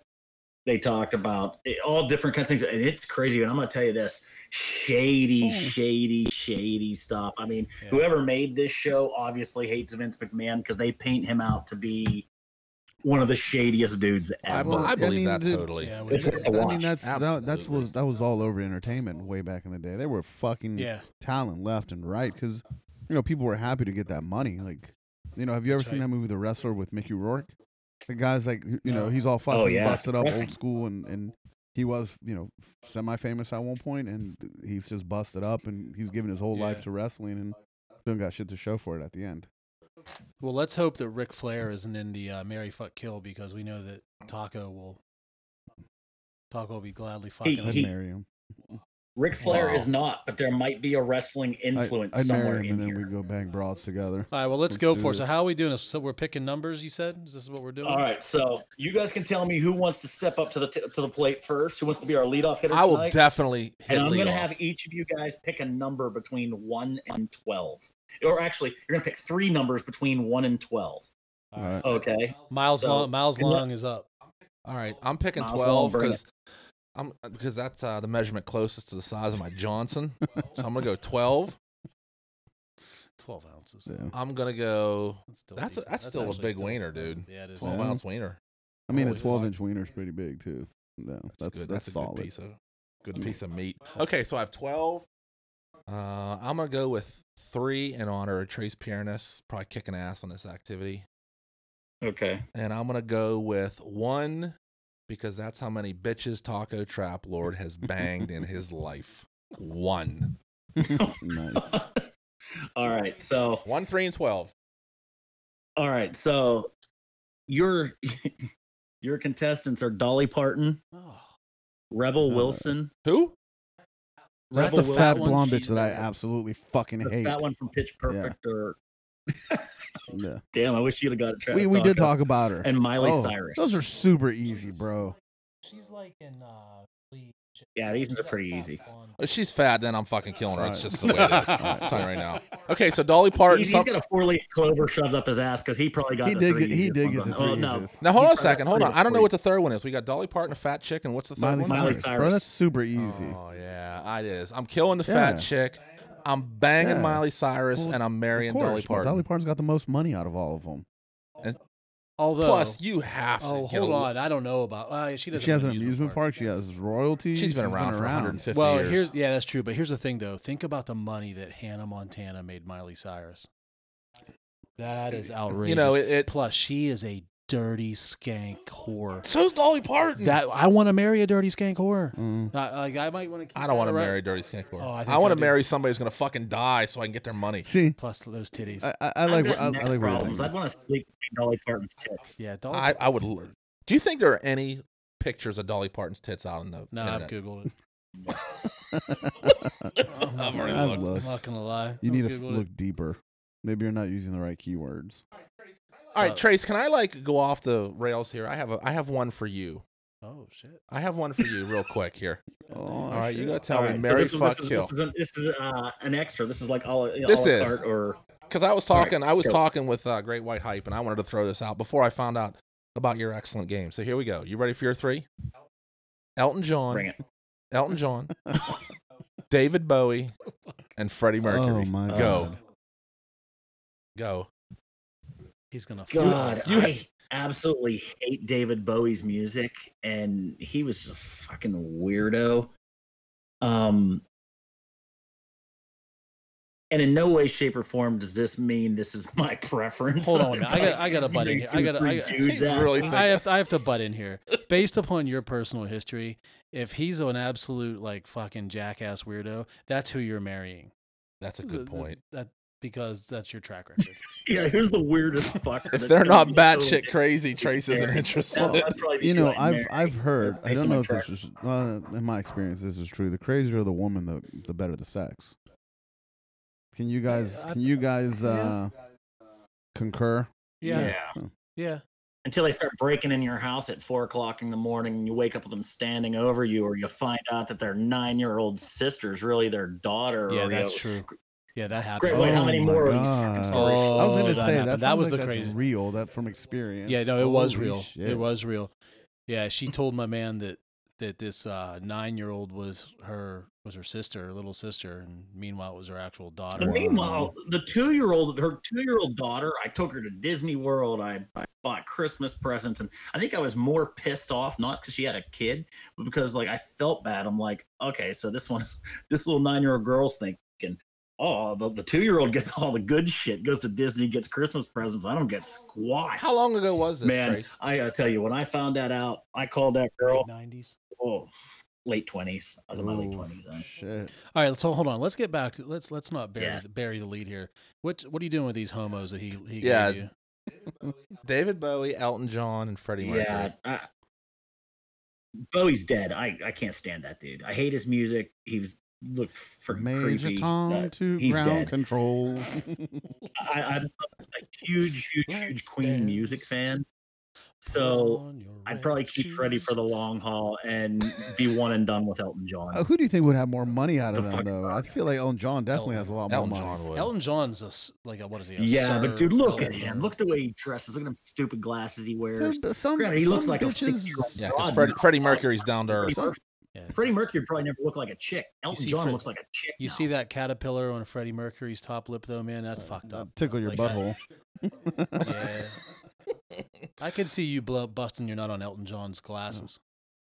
D: they talked about it- all different kinds of things, and it's crazy. And I'm gonna tell you this: shady, shady, shady stuff. I mean,
B: Hmm. Yeah.
D: whoever made this show obviously hates Vince McMahon because they paint him out to be one of the shadiest dudes
C: I,
D: ever.
C: be- I believe
A: mean,
C: that
A: dude,
C: totally.
B: Yeah, we-
D: It's worth the
A: I
D: watch.
A: mean that's that, that's
C: Absolutely.
A: was that was all over entertainment way back in the day they were fucking
C: Mm.
B: yeah.
A: talent left and right because you know people were happy to get that money. Like, you know, have you ever
B: That's
A: seen
B: right.
A: that movie The Wrestler with Mickey Rourke? The guy's like, you know,
B: No.
A: he's all fucking
D: Oh, yeah.
A: busted up,
D: Wrestling.
A: old school, and and he was, you know, semi-famous at one point, and he's just busted up, and he's given his whole life
B: Yeah.
A: to wrestling, and still got shit to show for it at the end.
B: Well, let's hope that Ric Flair isn't in the uh, Mary Fuck Kill because we know that Taco will Taco will be gladly fucking.
A: I'd
D: He-
A: marry him.
D: Ric Flair
C: Wow.
D: is not, but there might be a wrestling
A: I,
D: influence
A: I'd
D: somewhere
A: marry him,
D: in
A: and then
D: here.
A: we go bang broads together.
B: All right, well, let's,
A: Let's
B: go
A: do
B: for it. So,
A: this.
B: how are we doing? this? So, we're picking numbers. You said is this what we're doing?
D: All right, so you guys can tell me who wants to step up to the t- to the plate first. Who wants to be our leadoff hitter?
C: I will
D: tonight.
C: definitely hit
D: And I'm
C: lead
D: gonna
C: off.
D: have each of you guys pick a number between one and twelve, or actually, you're gonna pick three numbers between one and twelve.
A: All right.
D: Okay.
B: Miles
D: So-
B: Long, Miles
D: and what-
B: Long is up.
C: All right, I'm picking
D: Miles
C: twelve
D: Wahlberg.
C: because I'm because that's uh, the measurement closest to the size of my Johnson. so I'm gonna go twelve.
B: Twelve ounces.
A: Yeah.
C: I'm gonna go.
B: That's still
C: That's a-
B: decent.
C: that's still a
B: actually
C: big wiener, dude.
B: Yeah, it is.
C: Twelve
A: Yeah.
C: ounce wiener.
A: I mean, a
C: Holy fuck.
A: 12-inch wiener's pretty big too. No, that's that's,
C: good. a
A: solid.
C: good piece of good piece of meat. Okay, so I have twelve. Uh, I'm gonna go with three in honor of Trace Piernas, probably kicking ass on this activity,
D: Okay.
C: and I'm gonna go with one because that's how many bitches Taco Trap Lord has banged in his life. One,
A: nice.
D: all right. So
C: one, three, and twelve.
D: all right. So your your contestants are Dolly Parton,
B: Oh,
D: Rebel
A: Uh,
D: Wilson,
C: Who?
A: That's
D: Rebel
A: the fat
D: Wilson,
A: blonde
D: she's
A: bitch that I
D: the-
A: absolutely fucking
D: the
A: hate.
D: fat one from Pitch Perfect, or
A: Yeah.
D: damn, I wish you'd have got it.
A: we, we did talk about her.
D: and Miley
A: Oh,
D: Cyrus.
A: Those are super easy, bro.
B: she's like in uh, Glee.
D: Yeah, these are pretty easy.
C: If she's fat, then I'm fucking killing her. It's
A: Alright.
C: just the way it is. I'm telling you right now. Okay, so Dolly Parton.
D: He's,
C: some-
D: he's got a four leaf clover shoved up his ass because he probably got
A: He
D: the
A: did
D: three
A: get- he
D: easiest
A: did
D: ones
A: get
D: on
A: the
D: that.
A: three
D: Oh, no.
A: easiest.
C: now hold on a
D: he's got
C: second. Hold
D: three
C: on.
D: to
C: I don't know
D: three.
C: what the third one is. We got Dolly Parton, a fat chick, and what's the third
A: Miley
C: one?
D: Miley
A: Cyrus. Bro,
D: Cyrus.
A: that's super easy.
C: Oh yeah, I is. I'm killing the
A: Yeah.
C: fat chick. I'm banging
A: Yeah.
C: Miley Cyrus,
A: Well,
C: and I'm
A: of
C: marrying
A: course,
C: Dolly
A: but
C: Parton.
A: Dolly Parton's got the most money out of all of them.
B: Although,
C: Plus, you have to.
B: oh,
C: get a
B: hold
C: lo-
B: on, I don't know about. Uh, she doesn't.
A: She has
B: have
A: an amusement park. She has royalties.
C: she's been around for 150
B: Well,
C: years.
B: here's yeah, that's true. But here's the thing, though. Think about the money that Hannah Montana made Miley Cyrus. That is outrageous.
C: you know it. it
B: plus she is a dirty skank whore.
C: so's Dolly Parton.
B: That I want to marry a dirty skank whore.
A: Mm.
B: I, like I might want to.
C: I don't want to marry Dirty Skank Whore.
B: Oh, I
C: I,
B: think
C: want
B: I
C: to
B: do.
C: marry somebody who's gonna fucking die so I can get their money.
A: See,
B: Plus those titties.
A: I, I, I
D: I've
A: like
D: got
A: I, I like
D: neck
A: what you're
D: problems. I'd
A: thinking.
D: want to sleep between Dolly Parton's tits.
B: yeah, Dolly.
C: I, I would. l- Do you think there are any pictures of Dolly Parton's tits out on the?
B: no, I've
C: internet?
B: googled it.
C: I've already
A: I've
C: looked.
B: I'm
A: looked.
B: not gonna lie.
A: You
B: I've
A: need to f-
B: Googled it.
A: look deeper. Maybe you're not using the right keywords.
C: All right,
B: Uh,
C: Trace, can I like go off the rails here? I have a I have one for you.
B: Oh shit.
C: I have one for you, real quick here.
A: Oh,
C: All right, you
A: shit.
C: gotta tell
D: All
C: me,
D: right, so
C: marry,
D: this is-
C: fuck,
D: this is,
C: kill.
D: This is, an, this is uh, an extra. This is like all. You know,
C: This
D: a la
C: is.
D: carte or
C: Because I was
D: All right,
C: talking, I was
D: go.
C: talking with uh, Great White Hype, and I wanted to throw this out before I found out about your excellent game. So here we go. You ready for your three? Elton John,
D: bring it.
C: Elton John, David Bowie, and Freddie Mercury.
A: Oh my
C: go,
D: uh,
A: God.
C: go.
B: He's gonna. fuck
D: God,
C: You-
D: I absolutely hate David Bowie's music, and he was just a fucking weirdo. Um, and in no way, shape, or form does this mean this is my preference.
B: Hold on a minute. I got- I got a
D: You
B: buddy
D: bring
B: here. I
D: two or
B: got a-
D: three
B: I got-
D: dudes
C: He's
D: out.
C: really
B: I have to, I have to butt in here. Based upon your personal history, if he's an absolute like fucking jackass weirdo, that's who you're marrying.
C: That's a
B: Th-
C: good
B: th-
C: point.
B: That because that's your track record.
D: Yeah, who's the weirdest fucker?
C: If
D: that's
C: they're
D: gonna
C: not
D: be
C: batshit
D: so-
C: crazy, Trace isn't
D: That-
C: interested.
D: that'd probably be
A: You know,
D: like
A: I've
D: Mary.
A: I've heard. I
D: based
A: don't
D: on
A: know
D: my
A: if this is. Well, in my experience, this is true. The crazier the woman, the the better the sex. Can you guys?
B: I-
A: Can you guys
B: yeah.
A: uh, concur?
B: Yeah, yeah.
D: yeah. until they start breaking in your house at four o'clock in the morning and you wake up with them standing over you or you find out that their nine year old sister's really their daughter
B: Yeah,
D: or,
B: that's
D: you
B: true. Yeah, that
D: know,
B: happened.
D: great white
A: Oh
D: how many
A: my
D: more of these
A: God.
D: fucking
A: I
D: stories
A: was gonna
B: Oh, that
A: say
B: happened.
A: that.
B: That
A: sounds like
B: was the
A: that's
B: crazy-
A: real. That from experience.
B: Yeah, no, it was
A: Holy
B: real.
A: shit.
B: It was real. Yeah, she told my man that that this uh, nine year old was her was her sister, her little sister, and meanwhile it was her actual daughter.
D: And meanwhile, the two year old, her two year old daughter, I took her to Disney World. I, I bought Christmas presents. And I think I was more pissed off, not because she had a kid, but because like I felt bad. I'm like, okay, so this one's, this little nine year old girl's thinking, oh, the, the two year old gets all the good shit, goes to Disney, gets Christmas presents. I don't get squat.
C: How long ago was this,
D: Man,
C: Trace?
D: I gotta tell you, when I found that out, I called that girl.
B: nineties.
D: Oh, late twenties. I was in my late
A: Oh,
D: twenties.
A: Shit.
B: All right, let's hold hold on. Let's get back to let's let's not bury
D: Yeah.
B: bury the lead here. What what are you doing with these homos that he he
C: Yeah.
B: gave you?
C: David Bowie, Elton John, and Freddie Mercury.
D: Yeah. Oh, I, Bowie's dead. I, I can't stand that dude. I hate his music. He was looked for
A: Major
D: creepy.
A: Tom
D: Uh,
A: to
D: he's
A: ground
D: dead.
A: control.
D: I, I'm a huge, huge,
B: Let's
D: huge Queen music
B: dance.
D: fan. So
B: On your
D: I'd
B: red
D: probably keep Freddie for
B: shoes.
D: the long haul and be one and done with Elton John.
A: Uh, who do you think would have more money out of
D: The
A: them,
D: fuck-
A: though? I feel like Elton John definitely has a lot more
C: Elton
A: money.
C: John would.
B: Elton John's a s- like a, what is he? A
D: Yeah,
B: sir
D: but dude, look at
B: Elton
D: him.
B: John.
D: Look at the way he dresses. Look at them stupid glasses he wears.
A: Dude, but some,
D: Granted, he looks
A: some
D: like a
A: bitches-
D: six-year-old.
C: Yeah, because
D: God,
C: Fred,
D: no.
C: Freddie Mercury's down to earth.
D: Freddie Mercury,
B: Yeah.
D: Freddie Mercury probably never looked like a chick. Elton
B: see
D: John
B: Fred-
D: looks like a chick.
B: You
D: now. Uh,
B: see that caterpillar on Freddie Mercury's top lip though, man? That's fucked up.
A: That'd Tickle your
B: Like that.
A: butthole.
B: Yeah. I could see you blow, busting your nut on Elton John's glasses.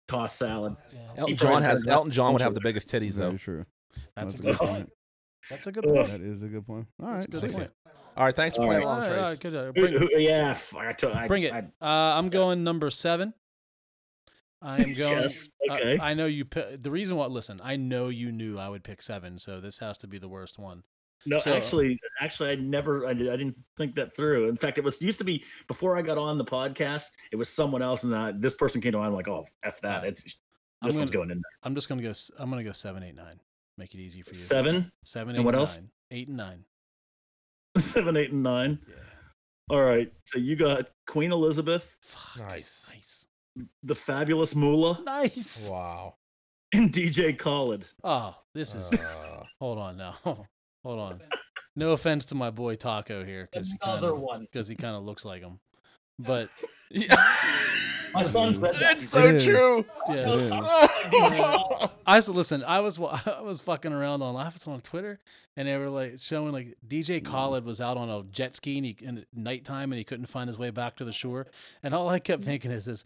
D: toss salad.
C: Elton
D: He
C: John
D: probably
C: has
D: has
C: Elton John would have the
D: culture.
C: biggest titties
A: Very
C: though.
A: true.
B: That's, a
A: That's
B: good
D: good.
B: point. That's a good
D: Ugh.
B: point.
A: That is a good point. All right.
B: That's a good
A: sweet.
B: point.
C: All right, thanks for
D: All
C: playing
D: right.
B: All right,
C: along, Trace.
B: all right, good. uh,
D: Who-
B: Bring,
D: who- yeah, fuck, I took- I-
B: bring it.
D: I-
B: Uh, I'm going number seven. I am going.
D: Yes,
B: uh,
D: okay.
B: I know you. Pi- the reason why, listen, I know you knew I would pick seven, so this has to be the worst one.
D: no,
B: so-
D: actually, actually, I never, I, did, I didn't think that through. In fact, it was used to be before I got on the podcast. It was someone else, and I, this person came to mind. I'm like, oh, f that. It's this
B: I'm
D: one's
B: gonna-
D: going in
B: I'm just gonna go. s- I'm gonna go seven, eight, nine. Make it easy for
D: there.
B: you.
D: seven,
B: Seven,
D: And
B: eight,
D: what else?
B: nine. Eight and nine.
D: seven, eight, and nine. All right, so you got Queen Elizabeth,
B: Fuck.
C: Nice.
B: Nice.
D: the fabulous Moolah,
B: Nice.
C: Wow.
D: and DJ Khaled.
B: Oh, this is.
C: Uh,
B: hold on now. Hold on. No offense to my boy Taco here, because he kind
D: Another
B: of
D: one.
B: because he kind of looks like him. But
D: My son said that.
C: it's so
A: It is.
C: true.
B: yeah,
A: It is.
B: I s- listen. I was wa- I was fucking around on I was on Twitter, and they were like showing like DJ
A: Mm-hmm.
B: Khaled was out on a jet ski and he in the nighttime and he couldn't find his way back to the shore, and all I
A: Mm-hmm.
B: kept thinking is this,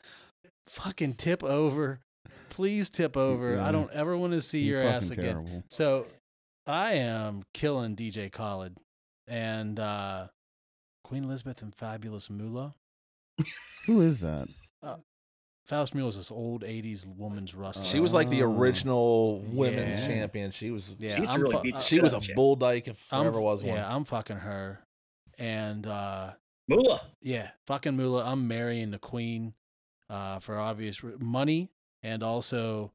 B: fucking tip over, please tip over. I
A: Yeah.
B: don't ever want to see
A: He's
B: your ass
A: fucking
B: again.
A: terrible.
B: So I am killing DJ Khaled and uh, Queen Elizabeth and Fabulous Moolah.
A: Who is that?
B: Fabulous Moolah is this old '80s woman's rust.
C: She was like the
A: Oh.
C: original women's
B: Uh, Yeah.
C: champion. She was.
B: Yeah,
D: She used to
B: I'm
D: really
B: fu- uh,
D: beat the
C: She
D: shit
C: was
D: out
C: a
D: of you.
C: bull dyke if there
B: I'm
C: ever
B: f-
C: was one.
B: Yeah, I'm fucking her, and uh,
D: Moolah.
B: yeah, fucking Moolah. I'm marrying the queen uh, for obvious re- money and also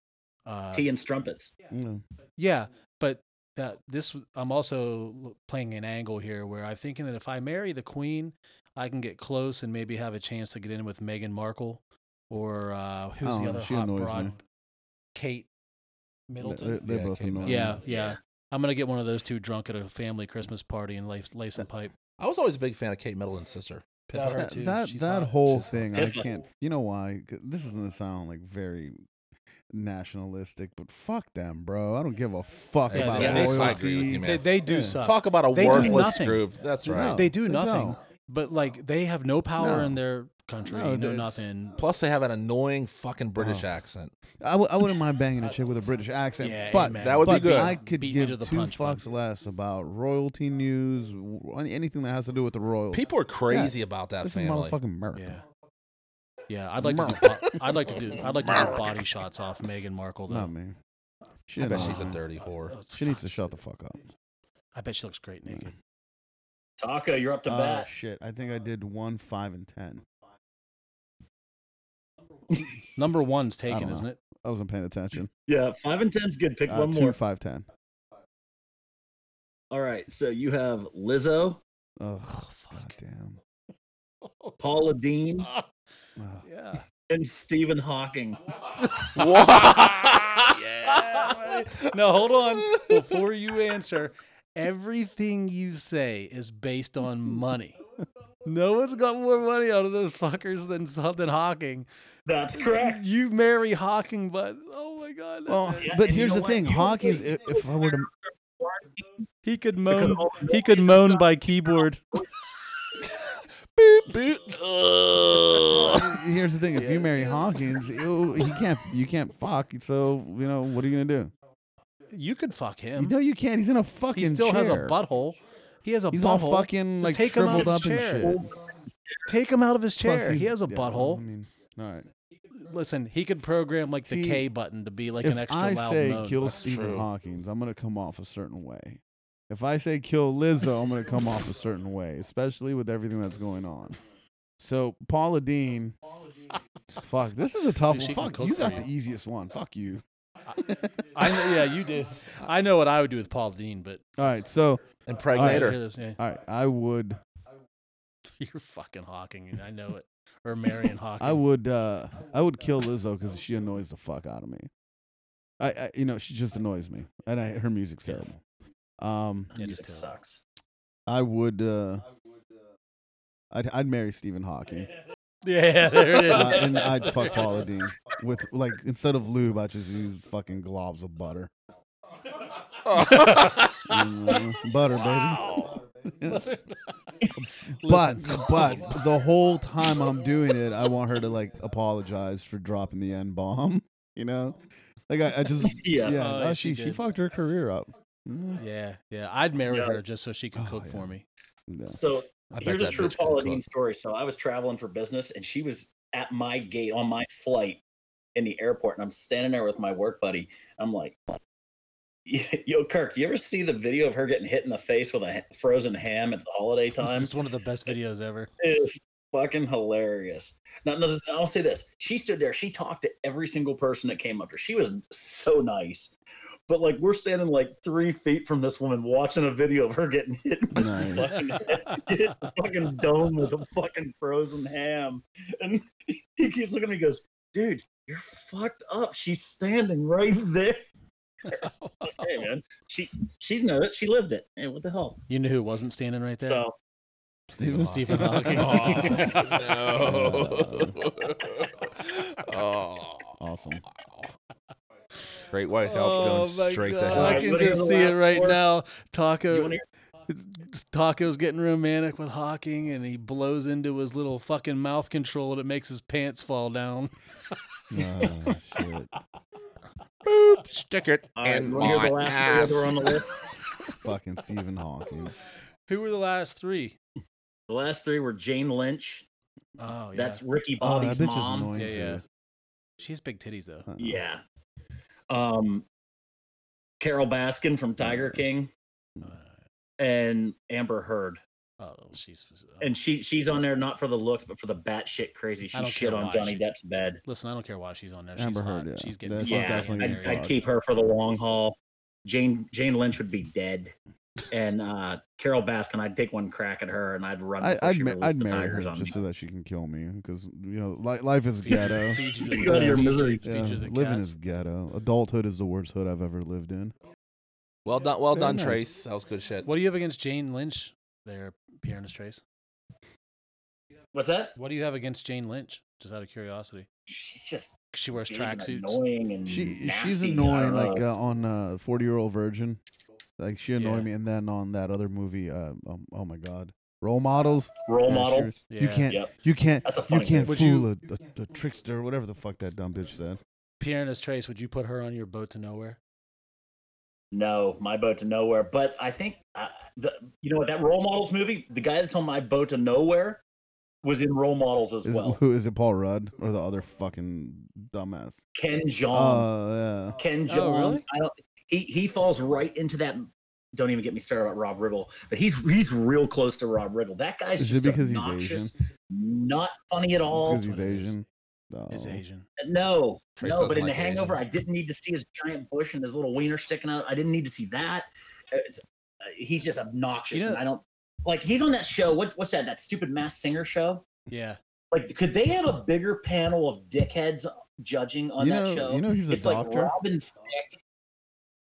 B: uh,
D: Tea and strumpets.
A: Mm.
B: yeah, but that this w- I'm also l- playing an angle here where I'm thinking that if I marry the Queen, I can get close and maybe have a chance to get in with Meghan Markle or uh,
A: I
B: who's
A: don't
B: the
A: know,
B: other
A: she
B: hot
A: annoys me.
B: broad? Kate
A: They're,
B: Middleton.
A: they're
C: Yeah,
A: both
C: Kate
A: annoying.
C: Middleton.
B: yeah, yeah,
D: Yeah.
B: I'm gonna get one of those two drunk at a family Christmas party and lace, lace some pipe.
C: I was always a big fan of Kate Middleton's sister.
B: That
C: Pippa.
B: her
A: That
B: too.
A: that,
B: She's
A: that
B: hot.
A: whole
B: She's hot.
A: thing, I
D: Pippa.
A: can't. You know why? 'Cause This is gonna sound like very nationalistic, but fuck them, bro. I don't give a fuck
B: Yeah,
A: about
B: yeah, they
A: loyalty.
B: suck. I
C: agree with you, man.
B: They, they do
A: Yeah.
B: suck.
C: Talk about a
B: They do
C: worthless
B: nothing.
C: group. That's
A: No.
C: right.
B: They do
A: They
B: nothing,
A: don't.
B: but like they have no power
A: No.
B: in their country,
A: No,
B: no,
A: they-
B: nothing.
C: Plus, they have an annoying
B: Oh.
C: fucking British accent.
A: I, w- I wouldn't mind banging a chick with a British accent,
B: Yeah,
A: but
B: amen.
C: That would be
A: but
C: good.
A: I could
B: Beat me
A: give
B: to the
A: two
B: punch, bud.
A: fucks less about royalty news, w- anything that has to do with the royals.
C: People are crazy about that
A: this is
C: family.
A: motherfucking America.
B: Yeah. Yeah, I'd like to do bo- I'd like to do I'd like to do body shots off Meghan Markle though.
A: Not me. She,
C: I bet
A: annoys
C: she's a
A: me.
C: dirty whore.
B: Oh,
A: she
B: fuck.
A: needs to shut the fuck up.
B: I bet she looks great naked.
D: Taco, you're up to
B: uh,
A: Oh
D: bat.
A: shit! I think I did one, five, and ten.
B: Number one's taken,
A: know.
B: isn't it?
A: I wasn't paying attention.
D: Yeah, five and ten's good. Pick
A: Uh,
D: one
A: two,
D: more.
A: five, ten.
D: All right, so you have Lizzo,
A: Ugh,
B: Oh, fuck.
A: God damn.
D: Paula Dean,
A: Ugh.
B: Yeah.
D: and Stephen Hawking.
B: No, hold on. Before you answer, everything you say is based on money. No one's got more money out of those fuckers than than Hawking.
D: That's correct.
B: You marry Hawking, but oh my god, that's
A: Well,
B: it.
D: Yeah,
A: but
D: and you
A: here's
D: know
A: the
D: what?
A: thing,
D: You
A: Hawkins.
D: would-
A: If, if I were to,
B: he could
D: Because
B: moan.
D: all the
B: He could
D: noise
B: moan
D: and
B: by keyboard.
C: Boop, boop. Ugh.
A: here's the thing. If you marry Hawkins, you, he can't. You can't fuck. So you know what are you gonna do?
B: You could fuck him.
A: You know you can't. He's in a fucking.
B: He still has a
A: chair.
B: butthole. He has a
A: He's all
B: butthole.
A: fucking
B: Just
A: like
B: take him out
A: shriveled
B: of
A: up
B: his
A: and
B: chair.
A: shit.
B: Take him out of his
A: Plus,
B: chair. He
A: he's-
B: has a
A: yeah, well, I
B: butthole.
A: mean, all right.
B: Listen, he could program like the
A: See,
B: K button to be like
A: if
B: an extra
A: I
B: loud
A: say
B: moan.
A: kill
C: That's
A: Stephen
C: true.
A: Hawkins, I'm gonna come off a certain way. If I say kill Lizzo, I'm gonna come off a certain way, especially with everything that's going on. So Paula Dean, fuck, this is a tough
B: Dude, she
A: one.
B: can
A: Fuck,
B: cook
A: you
B: for
A: got
B: you.
A: the easiest one. Fuck you.
B: I know, yeah, you did. I know what I would do with Paul Dean, but
A: All right, so All right,
C: Impregnate
B: Here
C: her.
B: it is, yeah.
A: all right, I would,
B: you're fucking Hawking, and I know it. Or Marion Hawking.
A: I would, uh I would kill Lizzo because she annoys the fuck out of me. I, I, you know, she just annoys me, and I, her music's terrible. Um,
B: Yeah,
D: Music
B: just tell.
D: sucks.
A: I would, uh I'd, I'd marry Stephen Hawking.
B: Yeah, there it is.
A: Uh, and I'd fuck Paula Dean with like instead of lube, I just use fucking globs of butter. Mm, butter, baby. but but the whole time I'm doing it, I want her to like apologize for dropping the n bomb. You know, like I, I just yeah,
D: Yeah.
B: Oh,
A: oh,
B: yeah,
A: she
B: she
A: she
B: did.
A: fucked her career up. Mm,
B: yeah, yeah. I'd marry
D: Yeah.
B: her just so she could
A: Oh,
B: cook
A: yeah.
B: for me.
A: yeah.
D: So
C: I bet
D: here's a
C: that
D: true
C: bitch can
D: Paula
C: cook.
D: Dean story. So I was traveling for business, and she was at my gate on my flight in the airport, and I'm standing there with my work buddy. I'm like, "Yo, Kirk, you ever see the video of her getting hit in the face with a ha- frozen ham at the holiday time?
B: It's one of the best videos ever.
D: It's fucking hilarious." Now, no, this- I'll say this: she stood there. She talked to every single person that came up to her. She was so nice. But like we're standing like three feet from this woman, watching a video of her getting hit in the
A: Nice.
D: fucking hit the fucking dome with a fucking frozen ham. And he keeps looking at me and goes, dude, You're fucked up. She's standing right there. hey man, she she's known it. She lived it. Hey, what the hell?
B: You knew who wasn't standing right there?
D: So
A: Stephen
B: Stephen Hawking.
C: no. oh.
A: Awesome.
C: Great white health
B: Oh
C: going straight to hell.
B: I
D: Alright,
B: can
D: what are
B: just
D: the
B: see it
D: last
B: right
D: four?
B: now.
D: you
B: Taco,
D: want to
B: Taco's getting romantic with Hawking, and he blows into his little fucking mouth control that makes his pants fall down.
A: Oh, shit.
C: Boop, stick it
D: all right,
C: in
D: you wanna hear
C: my
D: the last
C: ass.
D: three that are on the list?
A: Fucking Stephen Hawking.
B: Who were the last three?
D: The last three were Jane Lynch.
B: Oh, yeah.
D: That's Ricky
A: Oh,
D: Bobby's
A: that bitch is
D: mom.
A: annoying.
B: Yeah, yeah.
A: too.
B: She has big titties though.
A: Uh-uh.
D: Yeah. Um, Carol Baskin from Tiger King and Amber Heard,
B: oh, she's.
D: and she she's on there not for the looks but for the batshit crazy.
B: I
D: She
B: don't
D: shit
B: care
D: on
B: why
D: Johnny
B: she-
D: Depp's bed.
B: listen, I don't care why she's on there.
A: Amber
B: she's
A: Heard,
B: hot.
A: yeah.
B: She's getting
A: That's-
B: fucking
A: she's
D: yeah,
A: definitely
D: I'd,
A: getting
D: I'd
A: fucked.
D: keep her for the long haul. Jane Jane Lynch would be dead, and uh, Carol Baskin, I'd take one crack at her and I'd run.
A: I,
D: before
A: I'd,
D: she
A: ma-
D: released
A: I'd
D: the
A: marry her
D: tigers on
A: just
D: me.
A: so that she can kill me because you know li- life is
B: Feed-
A: ghetto.
B: feed you to
D: You
B: the-
D: out of your
B: feed you-
D: misery.
B: feed
A: Yeah,
B: you to the
A: living
B: cats.
A: is ghetto. Adulthood is the worst hood I've ever lived in.
C: Well done, well
A: Very
C: done,
A: nice.
C: Trace. That was good shit.
B: What do you have against Jane Lynch? There, Piernus Trace.
D: What's that?
B: What do you have against Jane Lynch? Just out of curiosity,
D: She's just
B: 'Cause she wears
D: big and
B: tracksuits.
D: Annoying and
A: She she's
D: nasty, I don't
A: annoying,
D: know.
A: like uh, on uh, Forty Year Old Virgin, like she annoyed
B: Yeah.
A: me. And then on that other movie, uh, um, oh my god, Role Models.
D: role
A: Yeah, she
D: model.
A: was- You
B: Yeah.
A: can't
D: Yep.
A: you can't
D: That's a
A: you
D: funny
A: can't
B: one. Would
A: fool a, a, a trickster, whatever the fuck that dumb bitch said.
B: Piernus Trace, would you put her on your boat to nowhere?
D: No, my boat to nowhere. But I think uh, the you know what that role models movie, the guy that's on my boat to nowhere, was in role models as
A: Is,
D: well.
A: Who is it? Paul Rudd or the other fucking dumbass?
D: Ken Jeong.
A: Oh
D: Ken
B: Oh,
D: Jeong.
B: really?
D: I don't. He he falls right into that. Don't even get me started about Rob Riggle, but he's he's real close to Rob Riggle. That guy's
A: Is it
D: just
A: because he's
D: obnoxious, not funny at
A: yeah,
D: all.
A: because he's
B: what it is.
A: Asian. Oh. No.
B: It's Asian.
D: No,
C: Trace
D: no, but
C: doesn't
D: in The
C: like
D: Hangover, I
C: Asians.
D: didn't need to see his giant bush and his little wiener sticking out. I didn't need to see that. It's, uh, he's just obnoxious,
B: You know-
D: and I don't like. He's on that show. What, what's that? That stupid Mass Singer show.
B: Yeah.
D: Like, could they have a bigger panel of dickheads judging on
A: you
D: that
A: know,
D: show?
A: you know he's a
D: it's like
A: doctor.
D: Robin Thicke.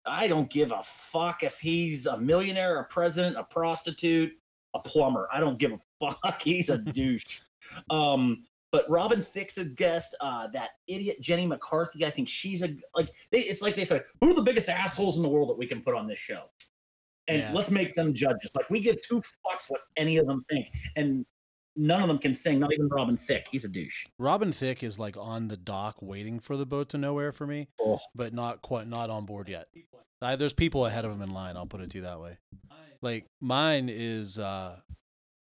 D: I don't give a fuck if he's a millionaire, a president, a prostitute, a plumber. I don't give a fuck. He's a douche. Um, but Robin Thicke's a guest. Uh, that idiot Jenny McCarthy. I think she's a like. They, it's like they said, who are the biggest assholes in the world that we can put on this show, and
B: Yeah.
D: let's make them judges. Like we give two fucks what any of them think, and none of them can sing. Not even Robin Thicke. He's a douche.
B: Robin Thicke is like on the dock waiting for the boat to nowhere for me,
D: Oh.
B: but not quite not on board yet. I, there's people ahead of him in line. I'll put it to you that way. Like mine is, uh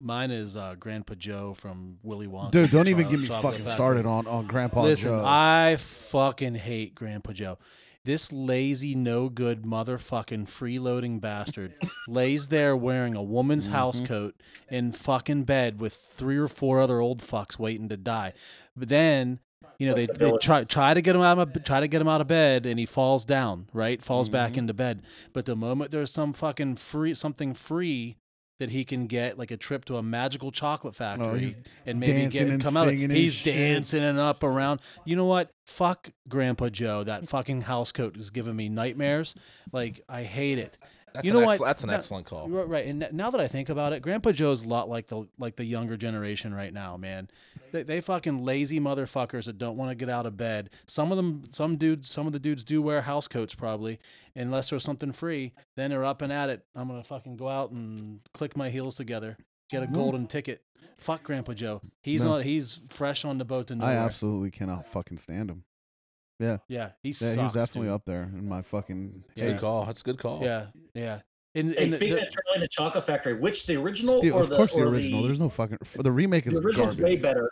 B: mine is uh Grandpa Joe from Willy Wonka.
A: Dude, don't
B: and
A: even
B: Chocolate-
A: get me
B: Chocolate
A: fucking
B: Factory.
A: started on on Grandpa
B: Listen,
A: Joe.
B: I fucking hate Grandpa Joe. This lazy, no good motherfucking freeloading bastard lays there wearing a woman's
A: Mhm.
B: house coat in fucking bed with three or four other old fucks waiting to die. But then, you know, they,
D: the
B: they
D: villains.
B: try try to get him out of try to get him out of bed, and he falls down. Right, falls
A: Mm-hmm.
B: back into bed. But the moment there's some fucking free something free that he can get, like a trip to a magical chocolate factory,
A: Oh, he's
B: and maybe
A: dancing
B: get
A: and
B: come out. of it.
A: singing and
B: He's
A: shit.
B: dancing and up around. You know what? Fuck Grandpa Joe. That fucking house coat is giving me nightmares. Like I hate it.
C: That's
B: you
C: an
B: know
C: ex-
B: what?
C: That's an
B: No,
C: excellent call.
B: You're right. And now that I think about it, Grandpa Joe's a lot like the like the younger generation right now, man. They, they fucking lazy motherfuckers that don't want to get out of bed. Some of them, some dudes, some of the dudes do wear house coats probably, unless there's something free. Then they're up and at it. I'm gonna fucking go out and click my heels together, get a golden ticket. Fuck Grandpa Joe. He's
A: Mm-hmm. No.
B: on. He's fresh on the boat to
A: I
B: nowhere.
A: absolutely cannot fucking stand him. Yeah,
B: yeah, he
A: yeah
B: sucks.
A: he's definitely
B: dude.
A: up there in my fucking.
C: That's a good
A: hate.
C: call. That's a good call.
B: Yeah, yeah. And,
D: Hey,
B: and the-
D: speaking
B: the-
D: of Charlie and the Chocolate Factory, which the original
A: The-
D: or
A: of course, the
D: or
A: original.
D: the,
A: There's no fucking. The remake is
D: the original's
A: garbage.
D: way better.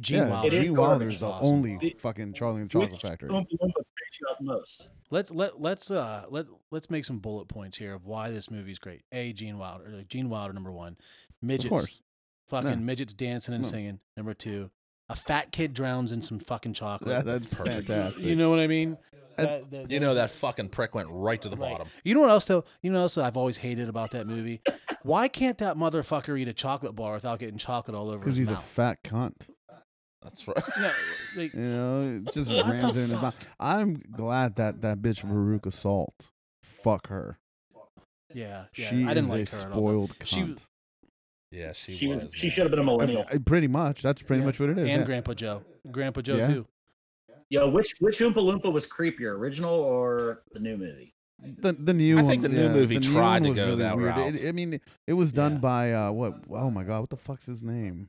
B: Gene
A: yeah,
B: Wilder.
D: It is
A: Gene Wilder
D: garbage.
A: is the
B: Awesome.
A: only
D: The-
A: fucking Charlie and the Chocolate
D: Which
A: Factory.
D: Oompa Loompa picks you up most.
B: let's let let's uh let let's make some bullet points here of why this movie's great. A Gene Wilder, uh, Gene Wilder number one, midgets,
A: Of course,
B: fucking
A: Yeah.
B: midgets dancing and
A: No.
B: singing. Number two, a fat kid drowns in some fucking chocolate.
A: that, that's
C: perfect.
A: fantastic.
B: you know what I mean?
A: And-
B: That- that-
C: You know that fucking prick went right to the
B: Right.
C: bottom.
B: You know what else though? You know what else that I've always hated about that movie? Why can't that motherfucker eat a chocolate bar without getting chocolate all over
A: because he's
B: his
A: a
B: mouth?
A: fat cunt.
C: That's right.
B: No, like,
A: You know, it's just
B: What the
A: rams in his
B: fuck?
A: mouth. I'm glad that that bitch Veruca Salt. Fuck her.
B: yeah, yeah.
A: she
B: I didn't
A: is
B: like
A: a
B: her at all.
A: spoiled cunt.
B: She was-
C: Yeah, she,
D: she
C: was.
D: was, she
C: man.
D: should have been a
A: I-
D: millennial.
A: I- pretty much. That's pretty
B: Yeah.
A: much what it is.
B: and
A: yeah.
B: Grandpa Joe, Grandpa Joe
A: Yeah.
B: too.
D: Yo, which which Oompa Loompa was creepier, original or the new movie?
A: the, the new
C: I
A: one.
C: think the new
A: yeah,
C: movie
A: new
C: tried
B: to
A: one was
C: go that
A: weird.
C: route.
A: It, I mean, it was done
B: Yeah.
A: by uh, what? Oh my god, what the fuck's his name?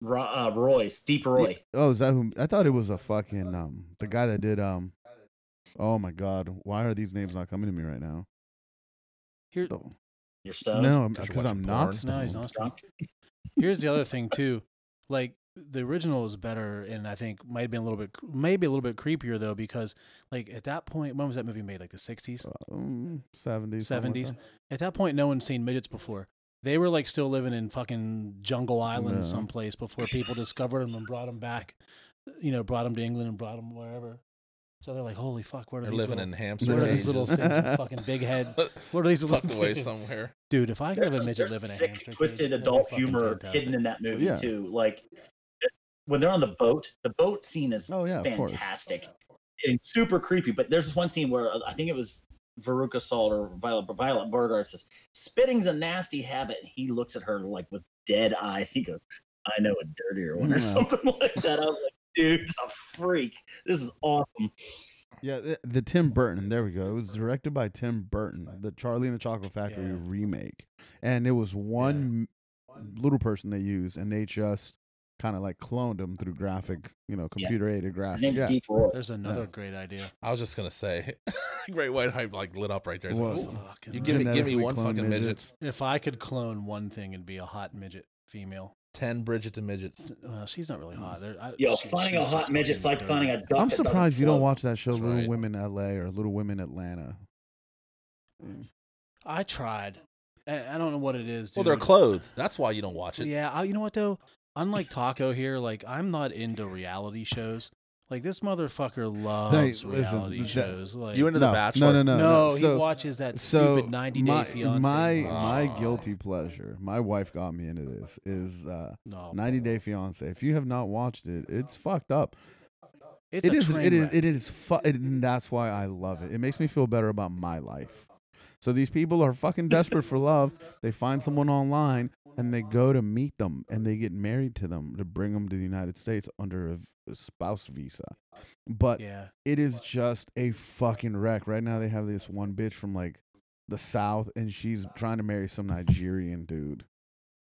D: Ro- uh, Royce, Deep Roy.
A: Oh, is that who? I thought it was a fucking um the guy that did um. Oh my god, why are these names not coming to me right now?
B: Here,
A: The-
D: You're stoned.
A: no,
C: Because you're
A: because I'm
C: watching
A: not.
B: no, he's
A: stoned.
B: not.
D: Drunk.
B: Here's the other thing too, like the original is better, and I think might have been a little bit, maybe a little bit creepier though, because like at that point, when was that movie made? Like the
C: Uh.
B: '60s,
A: Um, 70s. something like
B: '70s.
A: that.
B: At that point, no one's seen midgets before. They were like still living in fucking Jungle Island
A: No.
B: someplace before people discovered them and brought them back. You know, brought them to England and brought them wherever. So they're like, holy fuck, what are
C: They're
B: these
C: living
B: little,
C: in hamster.
B: what are these
A: cages.
B: little things? with fucking big head. What are these little
C: tucked away
B: things?
C: somewhere.
B: Dude, if I could
D: There's
B: have a
D: some-
B: midget
D: there's
B: living in a
D: sick,
B: hamster cage,
D: twisted
B: that'd be
D: adult
B: fucking
D: humor
B: fantastic.
D: hidden in that movie
A: Yeah.
D: too. Like when they're on the boat, the boat scene is
A: Oh yeah, of course.
D: fantastic and super creepy. But there's this one scene where uh, I think it was Veruca Salt or Violet Violet Berger says, "Spitting's a nasty habit." And he looks at her like with dead eyes. He goes, "I know a dirtier one," or
A: Yeah.
D: something like that. I was like, "Dude, a freak! This is awesome."
A: Yeah, the, the Tim Burton. There we go. It was directed by Tim Burton, the Charlie and the Chocolate Factory
B: Yeah.
A: remake, and it was one m- little person they used, and they just kind of like cloned him through graphic, you know,
D: Yeah.
A: computer aided
D: His
A: graphic.
D: name's
A: Yeah.
D: Deep Roy.
B: There's another great idea.
C: I was just gonna say, Great White Hype like lit up right there. It's like,
A: Whoa.
C: "Ooh,
B: Fucking
C: you
B: hell.
C: give me give me
A: Genetically
C: one
A: cloned
C: fucking midget.
A: midgets.
B: If I could clone one thing, it'd be a hot midget female.
C: Ten Bridget the midgets.
B: Well, she's not really
A: Hmm.
B: hot. There, I,
D: Yo,
B: she-
D: finding a
B: she's
D: hot
B: just
D: midget's
B: fucking
D: like finding a
B: dirty.
D: duck.
A: I'm
D: that doesn't
A: surprised you don't
D: float.
A: watch that show,
C: That's
A: Little
C: right.
A: Women L.A. or Little Women Atlanta.
B: I tried. I, I don't know what it is. Dude.
C: Well, they're clothed. That's why you don't watch it.
B: Yeah, I, you know what though? Unlike Taco here, like I'm not into reality shows. Like this motherfucker loves
A: listen,
B: reality
A: that-
B: shows. like
C: You into
A: No,
C: the
A: no,
C: Bachelor?
A: no,
B: no,
A: no, no.
B: he
A: So-
B: watches that
A: so
B: stupid 90 Day
A: my
B: Fiance.
A: my
B: bullshit.
A: my
C: Ah.
A: guilty pleasure. My wife got me into this. Is uh,
B: no,
A: 90 Day Fiance. If you have not watched it, it's fucked up.
B: It's
A: It
B: a
A: is.
B: Train
A: It is.
B: wreck.
A: It is. Fu- it- and that's why I love it. It makes me feel better about my life. So these people are fucking desperate for love. They find someone online and they go to meet them and they get married to them to bring them to the United States under a v- a spouse visa. But
B: Yeah.
A: it is just a fucking wreck. Right now they have this one bitch from like the south and she's trying to marry some Nigerian dude.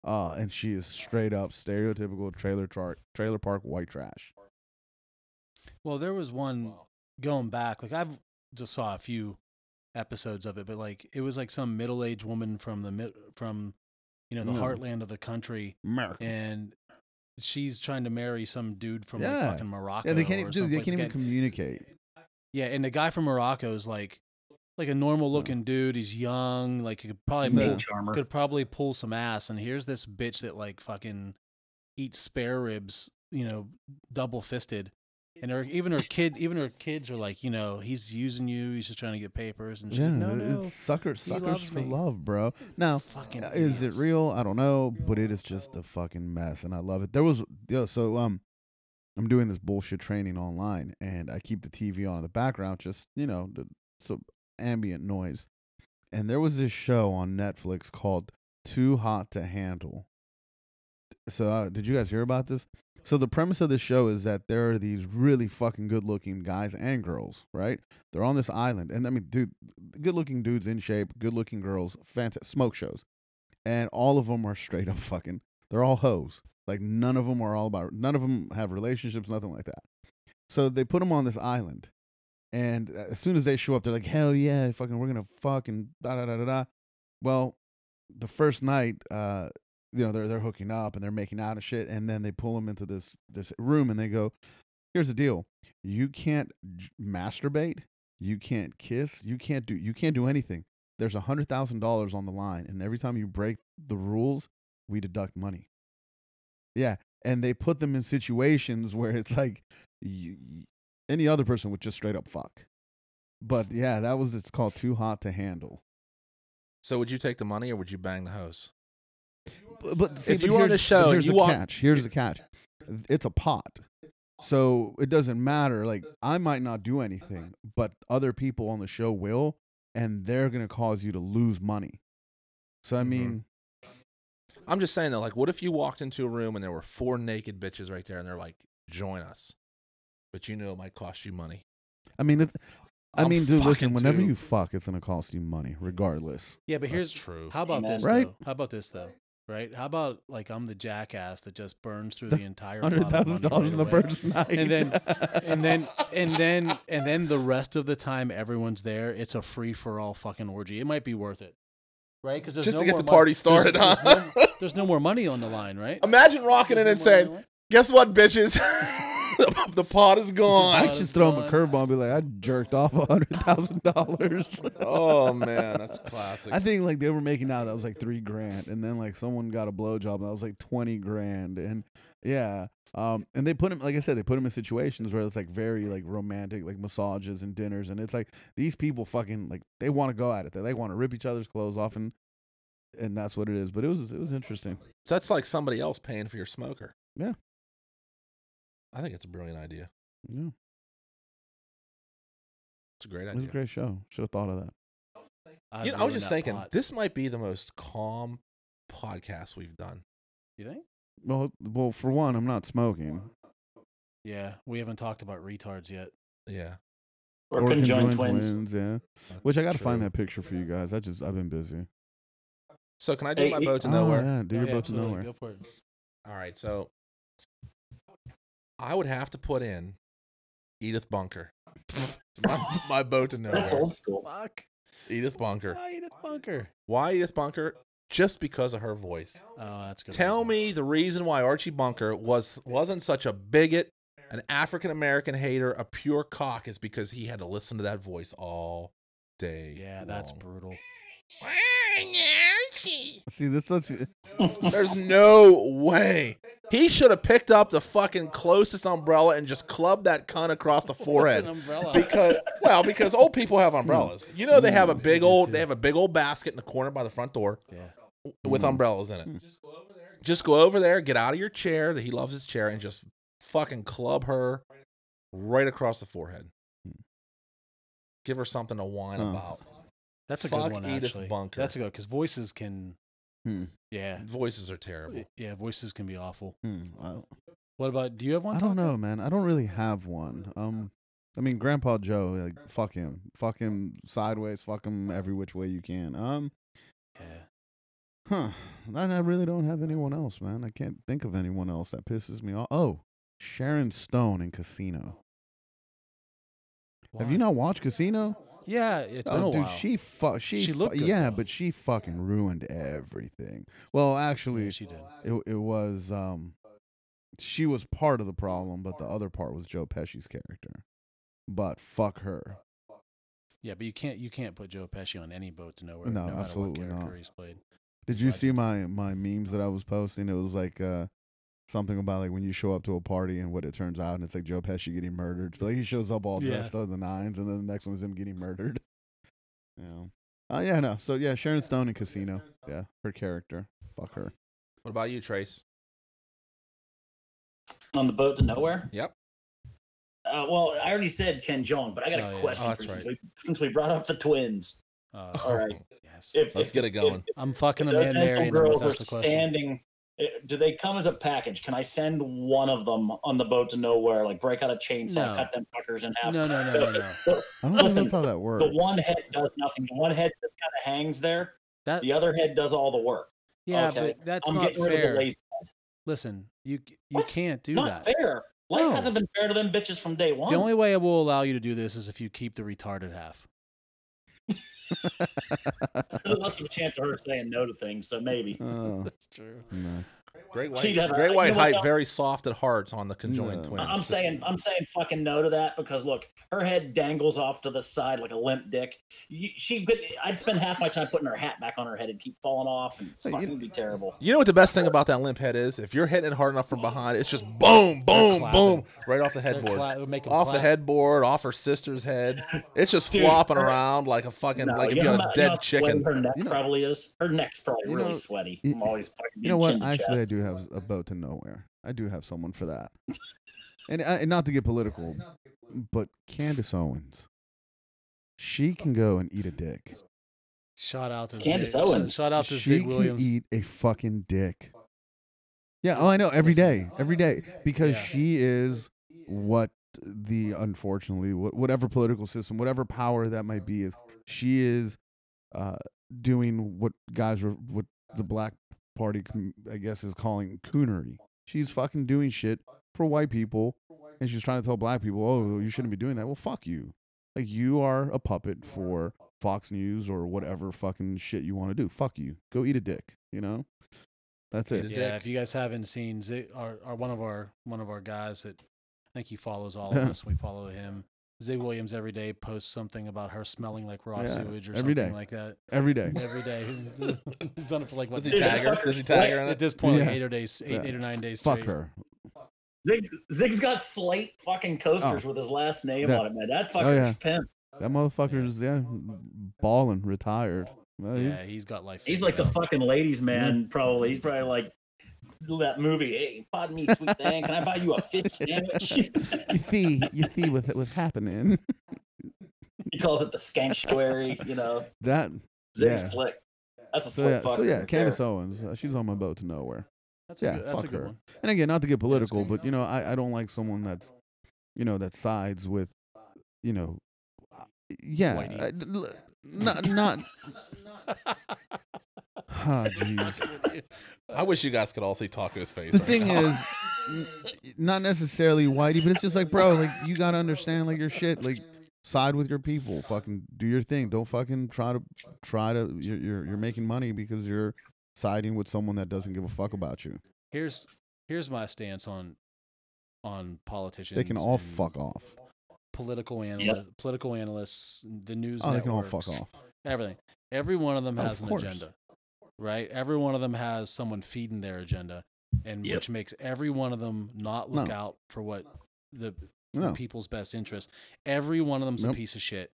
A: Uh and she is straight up stereotypical trailer chart trailer park white trash.
B: Well, there was one going back. Like I've just saw a few episodes of it, but like it was like some middle-aged woman from the mid from you know the
A: No.
B: heartland of the country,
A: America.
B: and she's trying to marry some dude from like
A: Yeah.
B: fucking Morocco.
A: Yeah, they can't
B: or
A: even dude, they
B: someplace.
A: can't even
B: Again,
A: communicate.
B: Yeah, and the guy from Morocco is like like a normal-looking dude. He's young. Like he could probably
A: It's
B: make
A: no.
D: Snake charmer.
B: Oh, could probably pull some ass. And here's this bitch that like fucking eats spare ribs, you know, double fisted. And her, even her kid, even her kids are like, you know, he's using you. He's just trying to get papers. And she's
A: Yeah,
B: like, no, no,
A: it's sucker suckers
B: loves
A: for
B: me.
A: love, bro. Now, uh,
B: fucking.
A: is it
B: idiots.
A: real? I don't know, but it is just a fucking mess, and I love it. There was yeah, so um, I'm doing this bullshit training online, and I keep the TV on in the background, just you know, the, some ambient noise. And there was this show on Netflix called Too Hot to Handle. So uh, did you guys hear about this? So the premise of the show is that there are these really fucking good-looking guys and girls, right? They're on this island, and I mean, dude, good-looking dudes in shape, good-looking girls, fantastic smoke shows and all of them are straight up fucking. They're all hoes. Like none of them are all about. None of them have relationships. Nothing like that. So they put them on this island, and uh, as soon as they show up, they're like, "Hell yeah, fucking, we're gonna fucking da da da da da." Well, the first night, uh, you know, they're they're hooking up and they're making out and shit, and then they pull them into this this room and they go, "Here's the deal: you can't j- masturbate, you can't kiss, you can't do you can't do anything." there's a hundred thousand dollars on the line, and every time you break the rules, we deduct money. Yeah, and they put them in situations where it's like y y- any other person would just straight up fuck. But yeah, that was it's called too hot to handle.
C: So would you take the money or would you bang the hose?
A: But, but see,
C: If
A: but
C: you were on
A: here's-
C: the show
A: but
C: and
A: here's
C: you
A: the
C: walk-
A: catch. Here's the catch. it's a pot. So it doesn't matter. Like I might not do anything, but other people on the show will, and they're gonna cause you to lose money. So I
C: Mhm.
A: mean,
C: I'm just saying though, like, what if you walked into a room and there were four naked bitches right there, and they're like, "Join us," but you know it might cost you money.
A: I mean, it's, I
C: I'm
A: mean, dude, listen.
C: fucking
A: Whenever
C: too.
A: you fuck, it's gonna cost you money, regardless.
B: Yeah, but here's
C: That's true.
B: how about
D: Amen.
B: this
A: Right?
B: though? How about this though? Right? How about like I'm the jackass that just burns through
A: The
B: the, entire
A: Hundred
B: pot of
A: thousand
B: money
A: dollars
B: right
A: in the
B: away?
A: first night,
B: And then- and then and then and then the rest of the time everyone's there it's a free for all fucking orgy it might be worth it right because
C: Just to get the party started,
B: there's,
C: huh?
B: there's no, there's no more money on the line right
C: Imagine rocking
B: There's
C: in
B: no more
C: and
B: money on
C: saying,
B: the line.
C: "Guess what, bitches? the pot is
A: I
C: gone."
A: could just throw him a curveball and be like, "I jerked off a hundred thousand dollars."
C: oh man, that's classic.
A: I think like they were making out that was like three grand, and then like someone got a blowjob and that was like twenty grand, and yeah, um, and they put him like I said, they put him in situations where it's like very like romantic, like massages and dinners, and it's like these people fucking like they want to go at it, they, they want to rip each other's clothes off, and and that's what it is. But it was it was interesting.
C: so that's like somebody else paying for your smoker.
A: Yeah.
C: I think it's a brilliant idea.
A: Yeah,
C: It's a great
A: it
C: idea.
A: was a great show. Should have thought of that.
B: I'd
C: You know, I was
B: ruin
C: just
B: that
C: thinking
B: pot.
C: this might be the most calm podcast we've done.
B: you think
A: Well, well, for one, I'm not smoking.
B: yeah we haven't talked about retards yet
C: Yeah,
D: Or, conjoined, twins.
A: yeah. Which I got to find
C: True.
A: that picture for you guys. I just I've been busy.
C: So can I do
D: Hey,
C: my
D: hey-
C: boat to nowhere?
A: Oh, yeah, do your
B: Yeah,
A: boat to
B: absolutely.
A: nowhere.
B: go for it
C: All right, so I would have to put in Edith Bunker. my, my boat to
D: That's
C: nowhere.
D: old school.
B: fuck
C: Edith Bunker.
B: why Edith bunker
C: Why Edith Bunker? Just because of her voice.
B: oh that's a good
C: Tell
B: reason.
C: me the reason why Archie Bunker was wasn't such a bigot, an African American hater, a pure cock is because he had to listen to that voice all day.
B: yeah that's
C: long.
B: brutal
A: See, this lets you.
C: There's no way. He should have picked up the fucking closest umbrella and just clubbed that cunt across the
B: An
C: forehead.
B: umbrella
C: Because well, because old people have umbrellas. You know they have a big old they have a big old basket in the corner by the front door
B: yeah
C: with umbrellas in it. Just go over there, get out of your chair that he loves his chair, and just fucking club her right across the forehead. Give her something to whine
A: Huh.
C: about.
B: that's a
C: Fuck
B: good one
C: Edith
B: actually
C: Bunker.
B: that's a good because voices can
A: Hmm.
B: yeah
C: Voices are terrible.
B: Y- Yeah, voices can be awful.
A: Hmm, I don't,
B: What about? Do you have one?
A: I don't
B: Taco?
A: know, man. I don't really have one. Um, I mean, Grandpa Joe, like, fuck him, fuck him sideways, fuck him every which way you can. Um,
B: Yeah.
A: huh? I, I really don't have anyone else, man. I can't think of anyone else that pisses me off. Oh, Sharon Stone in Casino. Have you not watched Casino?
B: Yeah, it's been
A: Oh,
B: a
A: dude,
B: while.
A: she fuck. She,
B: She
A: fu-
B: looked good,
A: yeah,
B: though.
A: but she fucking ruined everything. Well, actually,
B: Yeah, she did.
A: it it was um she was part of the problem, but the other part was Joe Pesci's character. But fuck her.
B: Yeah, but you can't you can't put Joe Pesci on any boat to nowhere.
A: No,
B: matter
A: absolutely
B: what character
A: not.
B: He's played.
A: Did you see my my memes that I was posting? It was like uh something about like when you show up to a party and what it turns out and it's like Joe Pesci getting murdered. Like he shows up all
B: Yeah.
A: dressed up in the nines and then the next one was him getting murdered. Yeah. Oh yeah, no. So yeah, Sharon Stone in Casino. Yeah, her character. Fuck her.
C: What about you, Trace?
D: On the boat to nowhere?
C: Yep.
D: Uh, well, I already said Ken Jong, but I got
B: Oh,
D: a
B: yeah.
D: question
C: Oh,
D: for
C: that's
D: you
C: right.
D: since, we, since we brought up the twins.
B: Uh,
D: All right.
B: yes.
D: If,
C: Let's
D: if-
C: get it
D: if-
C: going.
D: if
B: I'm fucking a man
D: those
B: there.
D: handsome
B: And I'm
D: girls are
B: that's the question.
D: standing. eh, Do they come as a package? Can I send one of them on the boat to nowhere? Like break out a chainsaw,
B: No.
D: cut them fuckers in
B: No,
D: half.
B: no, no, no, no.
A: I don't think
D: Listen,
A: that's how that works.
D: The one head does nothing. The one head just kind of hangs there.
B: That
D: The other head does all the work.
B: yeah,
D: okay.
B: but that's
D: I'm
B: not
D: getting rid of
B: fair.
D: the lazy.
B: Listen, you c- you
D: What?
B: can't do
D: Not
B: that.
D: fair. Life
B: No.
D: hasn't been fair to them bitches from day one.
B: The only way I will allow you to do this is if you keep the retarded half.
D: There's a less of a chance of her saying no to things, so maybe.
A: Oh,
B: That's true.
A: no.
C: Great
D: She'd
C: white,
D: have a-
C: great
D: you
C: white
D: know what,
C: height,
D: though?
C: very soft at heart on the
A: No.
C: conjoined twins.
D: I'm saying I'm saying fucking no to that because look, her head dangles off to the side like a limp dick. You, she could I'd spend half my time putting her hat back on her head and keep falling off and
A: Hey, you-
D: fucking be terrible.
C: You know what the best thing about that limp head is? If you're hitting it hard enough from behind, it's just boom, boom, boom,
B: clapping.
C: right off the
B: They're
C: headboard.
B: cla- they'll make 'em
C: off the
B: clap.
C: headboard, off her sister's head. It's just
D: Dude,
C: flopping
D: her-
C: around like a fucking
D: No,
C: like if
D: you
C: you
D: know
C: got
D: how-
C: a
D: you know how
C: dead
D: sweaty
C: chicken.
D: Her neck
A: You know-
D: probably is. Her neck's probably
A: you
D: really
A: know-
D: sweaty.
A: you-
D: I'm always fucking
A: You know what?
D: chin to
A: Actually, I
D: chest.
A: do have a boat to nowhere. I do have someone for that. and, uh, and not to get political, but Candace Owens, she can go and eat a dick.
B: Shout out to
D: Candace
B: Zig.
D: Owens.
B: Shout out to
A: she
B: Zig
A: can
B: Williams.
A: eat a fucking dick. Yeah, oh, I know every day, every day, because
B: Yeah.
A: she is what the unfortunately wha- whatever political system, whatever power that might be, is she is uh, doing what guys are what the black party com- I guess is calling coonery. She's fucking doing shit for white people, and she's trying to tell black people, oh, you shouldn't be doing that. Well, fuck you. Like you are a puppet for Fox News or whatever fucking shit you want to do. Fuck you. Go eat a dick. You know, that's
B: yeah,
A: it.
B: if you guys haven't seen Zig, our, our one of our one of our guys that I think he follows all of us. We follow him. Zig Williams every day posts something about her smelling like raw
A: Yeah,
B: sewage or
A: every
B: something
A: day.
B: like that
A: Every day.
B: every day. He's done it for like what
C: Does he
D: Dude,
C: tag her?
D: fuck-
C: Does he tag her in
B: at
C: it?
B: this point, like,
A: Yeah.
B: eight or days, eight,
A: Yeah.
B: eight or nine days.
A: Fuck
B: straight.
A: her.
D: Zig, Zig's got slate fucking coasters
A: Oh.
D: with his last name
A: That- Oh,
D: on it, man. That fucker's
A: yeah.
D: pimp.
A: That motherfucker's yeah, balling, retired. Well, he's-
B: Yeah, he's got life.
D: He's
B: figured
D: like the
B: out.
D: fucking ladies' man, probably. He's probably like that movie. Hey, pardon me, sweet thing. Can I buy you a fish sandwich?
A: you see, you see what what's happening.
D: he calls it the sanctuary. You know,
A: That
D: Zig's
A: Yeah.
D: slick. That's a
A: so yeah,
D: slick fucker.
A: so yeah,
D: right
A: Candace
D: there.
A: Owens, uh, she's on my boat to nowhere.
B: That's a
A: yeah,
B: good, that's a
A: fuck
B: good
A: her.
B: one.
A: And again, not to get
B: that's
A: political, but you know, I, I don't like someone that's, you know, that sides with, you know, uh, yeah,
B: Whitey.
A: I- d- l- not not. Ah, jeez.
C: I wish you guys could all see Taco's face.
A: The
C: right
A: thing
C: now.
A: is, n- not necessarily whitey, but it's just like, bro, like you gotta understand, like your shit, like side with your people, fucking do your thing. Don't fucking try to try to. You're you're, you're making money because you're siding with someone that doesn't give a fuck about you.
B: Here's here's my stance on on politicians.
A: They can all
B: and
A: fuck off.
B: Political analysts, political analysts, the news.
A: Oh, they
B: networks,
A: can all fuck off.
B: Everything. Every one of them
A: Of
B: has an
A: course.
B: agenda, right? Every one of them has someone feeding their agenda, and
D: Yep.
B: which makes every one of them not look
A: No.
B: out for what the the
A: No,
B: people's best interest. Every one of them's
A: Nope.
B: a piece of shit.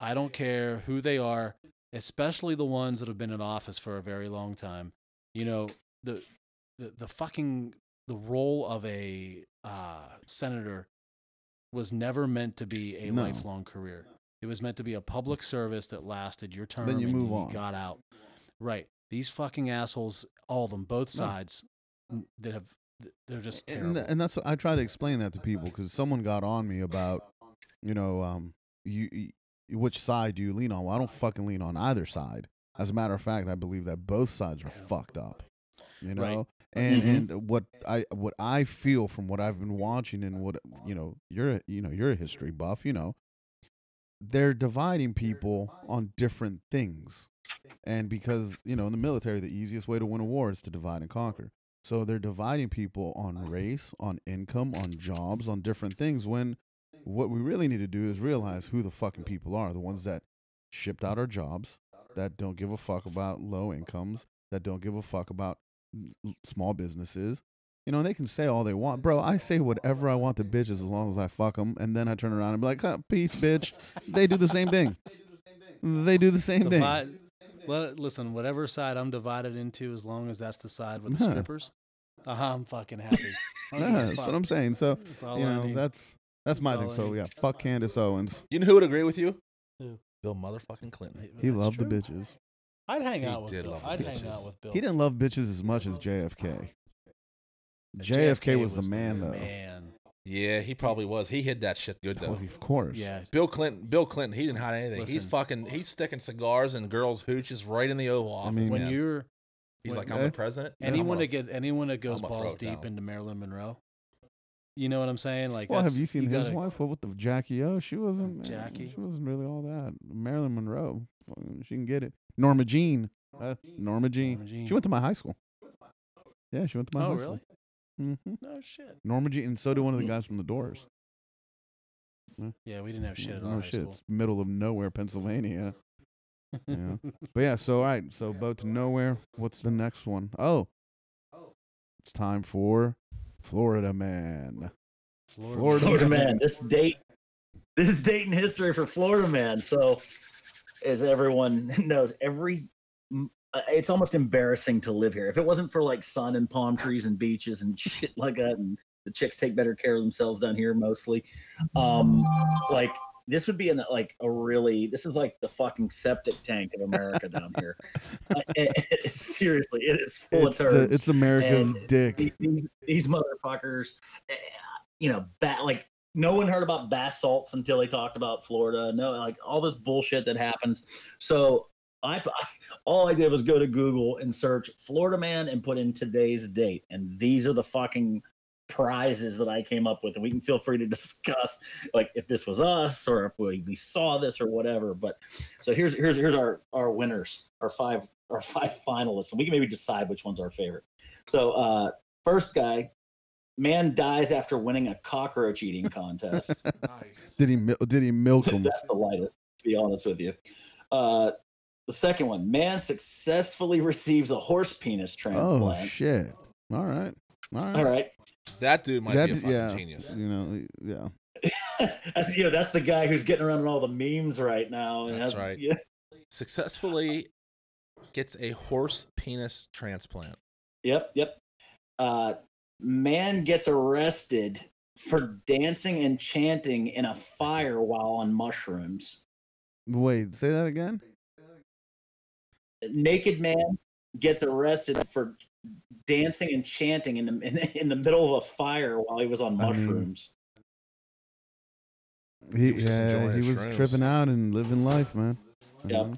B: I don't care who they are, especially the ones that have been in office for a very long time. You know, the the, the fucking the role of a uh, senator was never meant to be a
A: No.
B: lifelong career. It was meant to be a public service that lasted your term
A: you
B: and
A: move on.
B: got out. Right. These fucking assholes, all of them, both sides, n- that have th- they're just terrible.
A: and, tha- and that's what I try to explain that to people because someone got on me about, you know, um, you, you- which side do you lean on? Well, I don't fucking lean on either side. As a matter of fact, I believe that both sides are fucked up. You know,
B: Right.
A: and
D: Mhm.
A: and what I what I feel from what I've been watching and what you know, you're a- you know you're a history buff. You know, they're dividing people on different things, and because you know in the military, the easiest way to win a war is to divide and conquer. So they're dividing people on race, on income, on jobs, on different things. When what we really need to do is realize who the fucking people are the ones that shipped out our jobs, that don't give a fuck about low incomes, that don't give a fuck about l- small businesses. You know, and they can say all they want. Bro, I say whatever I want to bitches as long as I fuck them. And then I turn around and be like, huh, peace, bitch. They do the same thing. They do the same thing.
B: Divi- Well, listen, whatever side I'm divided into, as long as that's the side with the
A: Yeah.
B: strippers, uh, I'm fucking happy. I don't
A: Yeah,
B: give a
A: that's what
B: fuck.
A: I'm saying. So,
B: That's all
A: you
B: I
A: know,
B: need.
A: that's that's my
B: That's
A: thing.
B: all I
A: So,
B: need.
A: yeah, fuck Candace Owens.
C: you know who would agree with you?
B: Who?
C: Bill motherfucking Clinton.
A: He
B: That's
A: loved the
B: true.
A: bitches.
B: I'd hang
C: He
B: out with
C: did
B: Bill.
C: love the
B: I'd hang
C: bitches.
B: out with Bill.
A: He didn't love bitches as much as JFK. JFK, was, the man, though.
B: Man.
C: Yeah, he probably was. He hid that shit good
A: Well,
C: though.
A: of course.
B: Yeah.
C: Bill Clinton, Bill Clinton, he didn't hide anything. he's
B: Listen.
C: fucking, he's sticking cigars and girls' hooches right in the Oval
A: I
C: Office.
A: mean-
B: When
C: man.
B: you're
C: he's
B: when-
C: like, I'm
A: eh?
C: the president. and I'm
B: anyone
C: gonna
B: that gets anyone that goes
C: I'ma throw
B: balls
C: it
B: deep
C: down.
B: into Marilyn Monroe, you know what I'm saying? Like,
A: Well, have
B: that's-
A: you seen his
B: gotta-
A: wife? What with the Jackie O? She wasn't. eh,
B: Jackie.
A: She wasn't really all that. Marilyn Monroe. fucking, She can get it. Norma Jean. uh, Norma Jean.
B: Norma Jean.
A: She went to my high school. Yeah, she went to my
B: Oh,
A: high
B: really?
A: school. Mm-hmm.
B: No shit.
A: Norma Jean, and so did one of the guys from the Doors.
B: Yeah, we didn't have shit at
A: no
B: our high
A: shit.
B: school.
A: It's middle of nowhere, Pennsylvania. Yeah. But yeah, so all right, so boat to nowhere. What's the next one? Oh, it's time for Florida Man. Florida
D: Florida
A: man.
D: man. This date, this date in history for Florida man. So, as everyone knows, every m- uh, it's almost embarrassing to live here. If it wasn't for like sun and palm trees and beaches and shit like that, and the chicks take better care of themselves down here mostly, um, like this would be an like a really this is like the fucking septic tank of America down here. Uh, it- it is- seriously, it is full
A: it's,
D: of
A: the-
D: turds.
A: it's America's
D: and-
A: dick.
D: The- these, these motherfuckers, eh, you know, bat like no one heard about basalts until they talked about Florida. No, like all this bullshit that happens. So I, all I did was go to Google and search Florida man and put in today's date, and these are the fucking prizes that I came up with, and we can feel free to discuss like if this was us or if we, we saw this or whatever. But so here's here's here's our our winners, our five our five finalists, and we can maybe decide which one's our favorite. So uh first guy, man dies after winning a cockroach eating contest.
C: Nice.
A: Did he mil- did he milk him?
D: That's the lightest, to be honest with you. Uh, the second one, man successfully receives a horse penis
A: Oh
D: transplant.
A: shit! All right, all right.
D: All right,
C: That dude might
A: That-
C: be a fucking
A: yeah.
C: genius.
A: You know, yeah.
D: that's you know that's the guy who's getting around in all the memes right now. and
C: That's
D: has-
C: right.
D: Yeah,
C: Successfully gets a horse penis transplant.
D: yep, yep. Uh, man gets arrested for dancing and chanting in a fire while on mushrooms.
A: Wait, say that again.
D: naked man gets arrested for dancing and chanting in the in, in the middle of a fire while he was on
A: I mean-
D: mushrooms.
A: He,
C: was just
A: yeah,
C: enjoying
A: he
C: his
A: was
C: shrooms.
A: tripping out and living life, man. You
D: Yep.
A: know?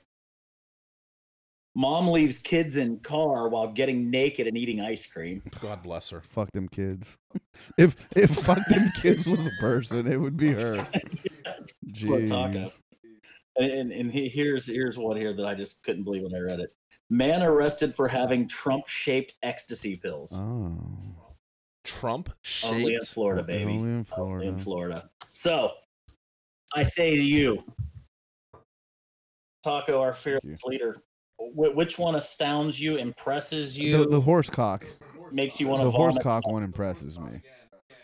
D: Mom leaves kids in car while getting naked and eating ice cream.
C: God bless her.
A: Fuck them kids. If if fuck them kids was a person, it would be her.
D: Poor Taka.
A: Jeez.
D: And, and, and he, here's here's one here that I just couldn't believe when I read it. Man arrested for having Trump-shaped ecstasy pills.
A: Oh,
C: Trump
D: only in
C: shaped.
D: Florida,
A: Only
D: baby.
A: in
D: Only
A: Florida.
D: in Florida. So I say to you, Taco, our fearless leader, wh- which one astounds you, impresses you,
A: The, the horse cock.
D: makes you want to
A: The
D: vomit?
A: horse cock one impresses me.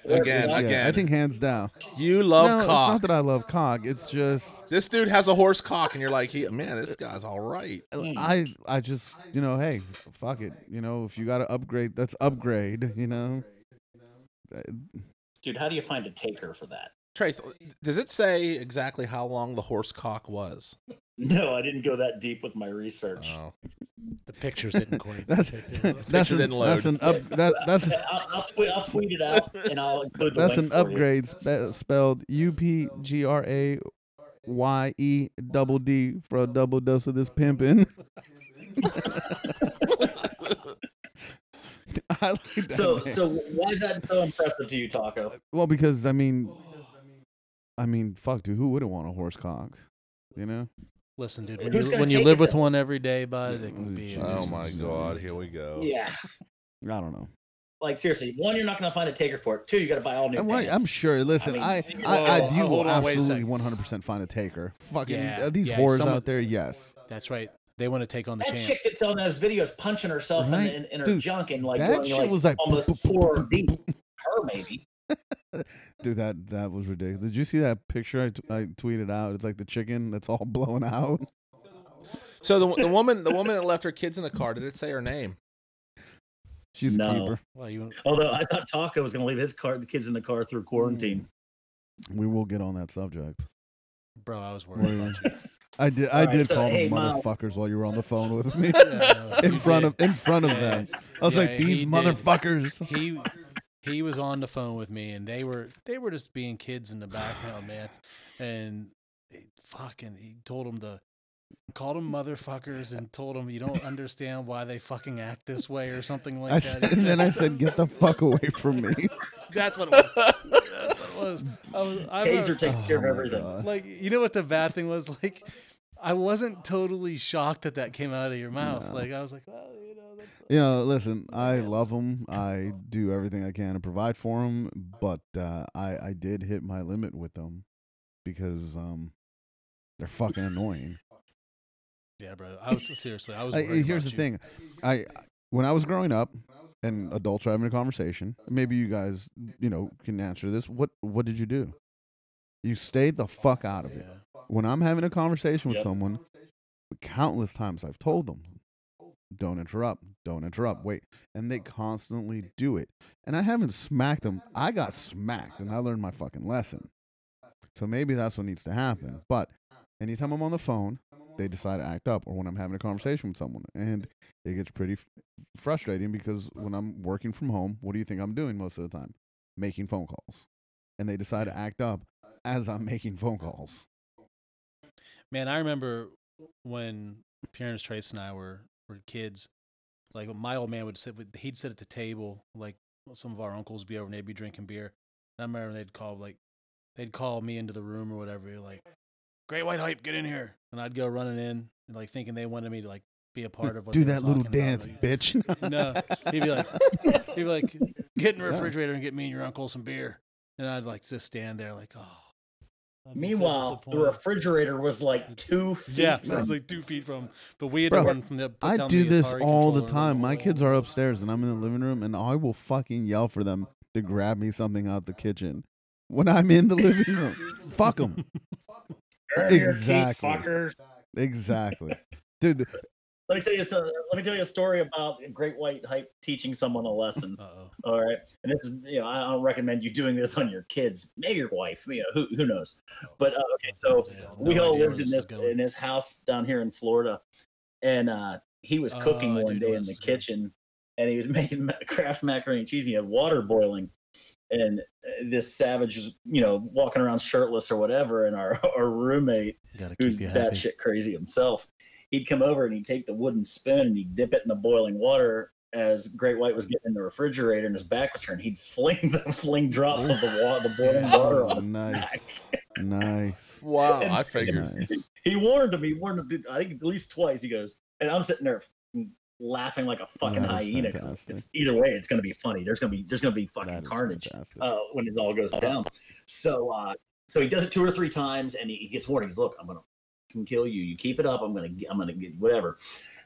C: Again,
A: Yeah,
C: again.
A: I think hands down.
C: You love
A: no, it's
C: cock.
A: not that I love cock. It's just
C: this dude has a horse cock, and you're like, he, man, this guy's all right.
D: Hmm.
A: I I just you know hey fuck it you know if you got to upgrade that's upgrade you know.
D: Dude, how do you find a taker for that?
C: Trace, does it say exactly how long the horse cock was?
D: No, I didn't go that deep with my research.
C: Oh.
B: The pictures didn't coordinate.
A: That's that's an,
C: didn't load.
A: that's an up that that's
D: Yeah, I'll, I'll, tweet, I'll tweet it out and I'll include the
A: that's an
D: link for you.
A: upgrade spe- spelled U P G R A Y E double D for a double dose of this pimping. I like that
D: So,
A: name.
D: so why is that so impressive to you, Taco?
A: well because I mean I mean fuck dude who wouldn't want a horse cock you know
B: Listen, dude, when
D: Who's
B: you
D: gonna
B: when you
D: take
B: live
D: it
B: with
D: then?
B: one every day, bud, it can be. a
A: Oh my
B: nuisance.
A: God,
C: here we go.
D: Yeah,
A: I don't know
D: like seriously, one, you're not going to find a taker for it. Two, you got to buy all new.
A: I'm, right, I'm
D: pants.
A: sure. Listen,
D: mean,
A: I,
D: you
A: I,
C: know-
A: I,
C: Hold
A: you
C: on,
A: will
C: hold on, wait a
A: absolutely
C: second.
A: 100% find a taker. Fucking
B: Yeah,
A: uh, these
B: yeah,
A: whores
B: someone-
A: out there, yes.
B: That's right. They want to take on the
D: That
B: champ.
D: chick that's on those videos punching herself
A: Right?
D: in, in, in her
A: Dude,
D: junk and like,
A: that
D: going,
A: shit
D: like,
A: was like,
D: almost
A: boop, boop, boop,
D: four
A: boop,
D: deep. Her maybe.
A: Dude, that that was ridiculous. Did you see that picture I, t- I tweeted out? It's like the chicken that's all blown out.
C: So the, the woman the woman that left her kids in the car, did it say her name?
A: She's
D: No.
A: a keeper.
B: Well, you
D: Although I thought Taco was going to leave his car, the kids in the car through quarantine.
A: We will get on that subject.
B: bro, I was worried
A: We're-
B: about you.
A: I did. I
D: All right,
A: did
D: so,
A: call
D: hey,
A: them
D: Miles.
A: motherfuckers while you were on the phone with me
B: Yeah,
A: in
B: you
A: front
B: did.
A: of in front of them. I was
B: Yeah,
A: like,
B: he
A: these
B: did.
A: motherfuckers.
B: he he was on the phone with me and they were they were just being kids in the background man and it fucking he told him to called them motherfuckers and told him you don't understand why they fucking act this way or something like
A: I
B: that
A: said, and then I said, "Get the fuck away from me."
B: that's what it was that's what it was i was Mm. I was-
D: Taser takes care of
A: Oh my
D: everything.
A: God.
B: like you know what the bad thing was like i wasn't totally shocked that that came out of your mouth
A: No.
B: like i was like oh you know that's
A: You know, listen, I love them. I do everything I can to provide for them, but uh, I I did hit my limit with them because um they're fucking annoying.
B: yeah bro i was seriously i was
A: I,
B: worried
A: here's the
B: about you.
A: thing, I when I was growing up and adults were having a conversation, maybe you guys you know can answer this. What what did you do? You stayed the fuck out of it.
B: yeah
A: When I'm having a conversation with
D: Yep.
A: someone, countless times I've told them, don't interrupt, don't interrupt, wait. And they constantly do it. And I haven't smacked them. I got smacked and I learned my fucking lesson. So maybe that's what needs to happen. But anytime I'm on the phone, they decide to act up or when I'm having a conversation with someone. And it gets pretty f- frustrating because when I'm working from home, what do you think I'm doing most of the time? Making phone calls. And they decide to act up as I'm making phone calls.
B: Man, I remember when parents Trace and I were were kids, like my old man would sit with he'd sit at the table, like some of our uncles would be over and they'd be drinking beer. And I remember they'd call like they'd call me into the room or whatever, like, Great white hype, get in here. And I'd go running in and like thinking they wanted me to like be a part of what
A: do
B: they were
A: that little
B: talking about,
A: dance,
B: like-
A: bitch.
B: No, he'd be like, he'd be like, get in the refrigerator and get me and your uncle some beer. And I'd like just stand there like, oh. I'd be so
D: Meanwhile, the
B: disappointed.
D: refrigerator was like two feet.
B: yeah, I
D: from-
B: was like two feet from, but we had
A: Bro,
B: to run from the. put
A: I
B: down
A: do
B: the
A: this
B: Atari
A: all the
B: controller.
A: time. My kids are upstairs and I'm in the living room and I will fucking yell for them to grab me something out the kitchen when I'm in the living room. Fuck them.
D: "Earn your keep,
A: Exactly.
D: fuckers.
A: Exactly. Dude,
D: Let me tell you. A, let me tell you a story about Great White Hype teaching someone a lesson.
B: Uh-oh.
D: All right, and this is you know I I don't recommend you doing this on your kids, maybe your wife. You know who who knows. But uh, okay, so we
B: No
D: all
B: idea where
D: lived in
B: is
D: this
B: going.
D: in this house down here in Florida, and uh, he was cooking
B: Oh, I do
D: one
B: know
D: day
B: where
D: in
B: this
D: the
B: is going.
D: kitchen, and he was making ma- Kraft macaroni and cheese. And he had water boiling, and uh, this savage was you know walking around shirtless or whatever. And our our roommate,
B: Gotta
D: who's
B: keep you happy.
D: batshit crazy himself, he'd come over and he'd take the wooden spoon and he'd dip it in the boiling water. As Great White was getting in the refrigerator and his back was turned, he'd fling the fling drops of the water, the boiling water on his
A: nice.
D: back.
A: Nice.
C: Wow, I figured.
A: Nice.
D: he warned him. He warned him. dude, I think at least twice. He goes, and I'm sitting there f- laughing like a fucking
A: That is
D: hyena. 'cause
A: fantastic.
D: It's either way, it's gonna be funny. There's gonna be there's gonna be
A: That
D: fucking
A: is
D: carnage
A: fantastic.
D: uh, when it all goes down. So uh, so he does it two or three times, and he, he gets warned. He's look, I'm gonna fucking kill you. You keep it up. I'm gonna g- I'm gonna get whatever.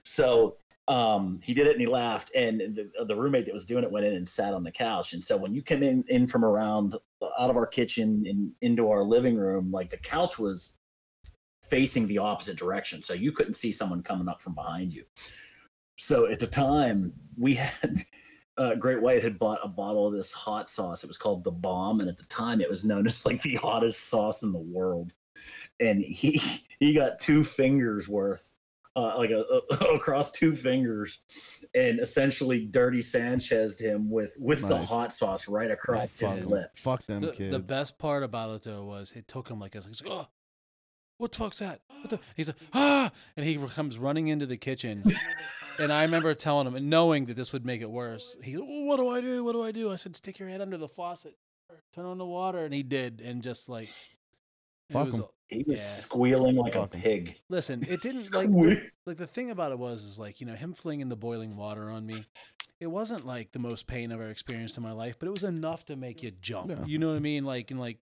D: So um, he did it and he laughed. And the, the roommate that was doing it went in and sat on the couch. And so when you came in in from around uh, out of our kitchen and into our living room, like the couch was facing the opposite direction, so you couldn't see someone coming up from behind you. So at the time, we had uh, Great White had bought a bottle of this hot sauce. It was called the Bomb, and at the time, it was known as like the hottest sauce in the world. And he he got two fingers worth, uh, like a, a- across two fingers, and essentially dirty Sanchez him with with the
A: Nice.
D: hot sauce right across
A: fuck,
D: his
A: them.
D: lips.
A: fuck them
B: The,
A: kids.
B: the best part about it though was it took him like it's like oh, what the fuck's that? What the? He's like ah, and he comes running into the kitchen, and I remember telling him and knowing that this would make it worse. He, "Well, what do I do? What do I do? I said, stick your head under the faucet, turn on the water, and he did, and just like, it
A: Fuck
B: was
A: him.
B: a-
D: He was
B: Yeah.
D: squealing like
A: Fuck
D: a
A: 'em.
D: pig.
B: Listen, it didn't like
D: Squeal.
B: like the thing about it was is like you know him flinging the boiling water on me it wasn't like the most pain i've ever experienced in my life but it was enough to make you jump
A: Yeah.
B: you know what i mean like and like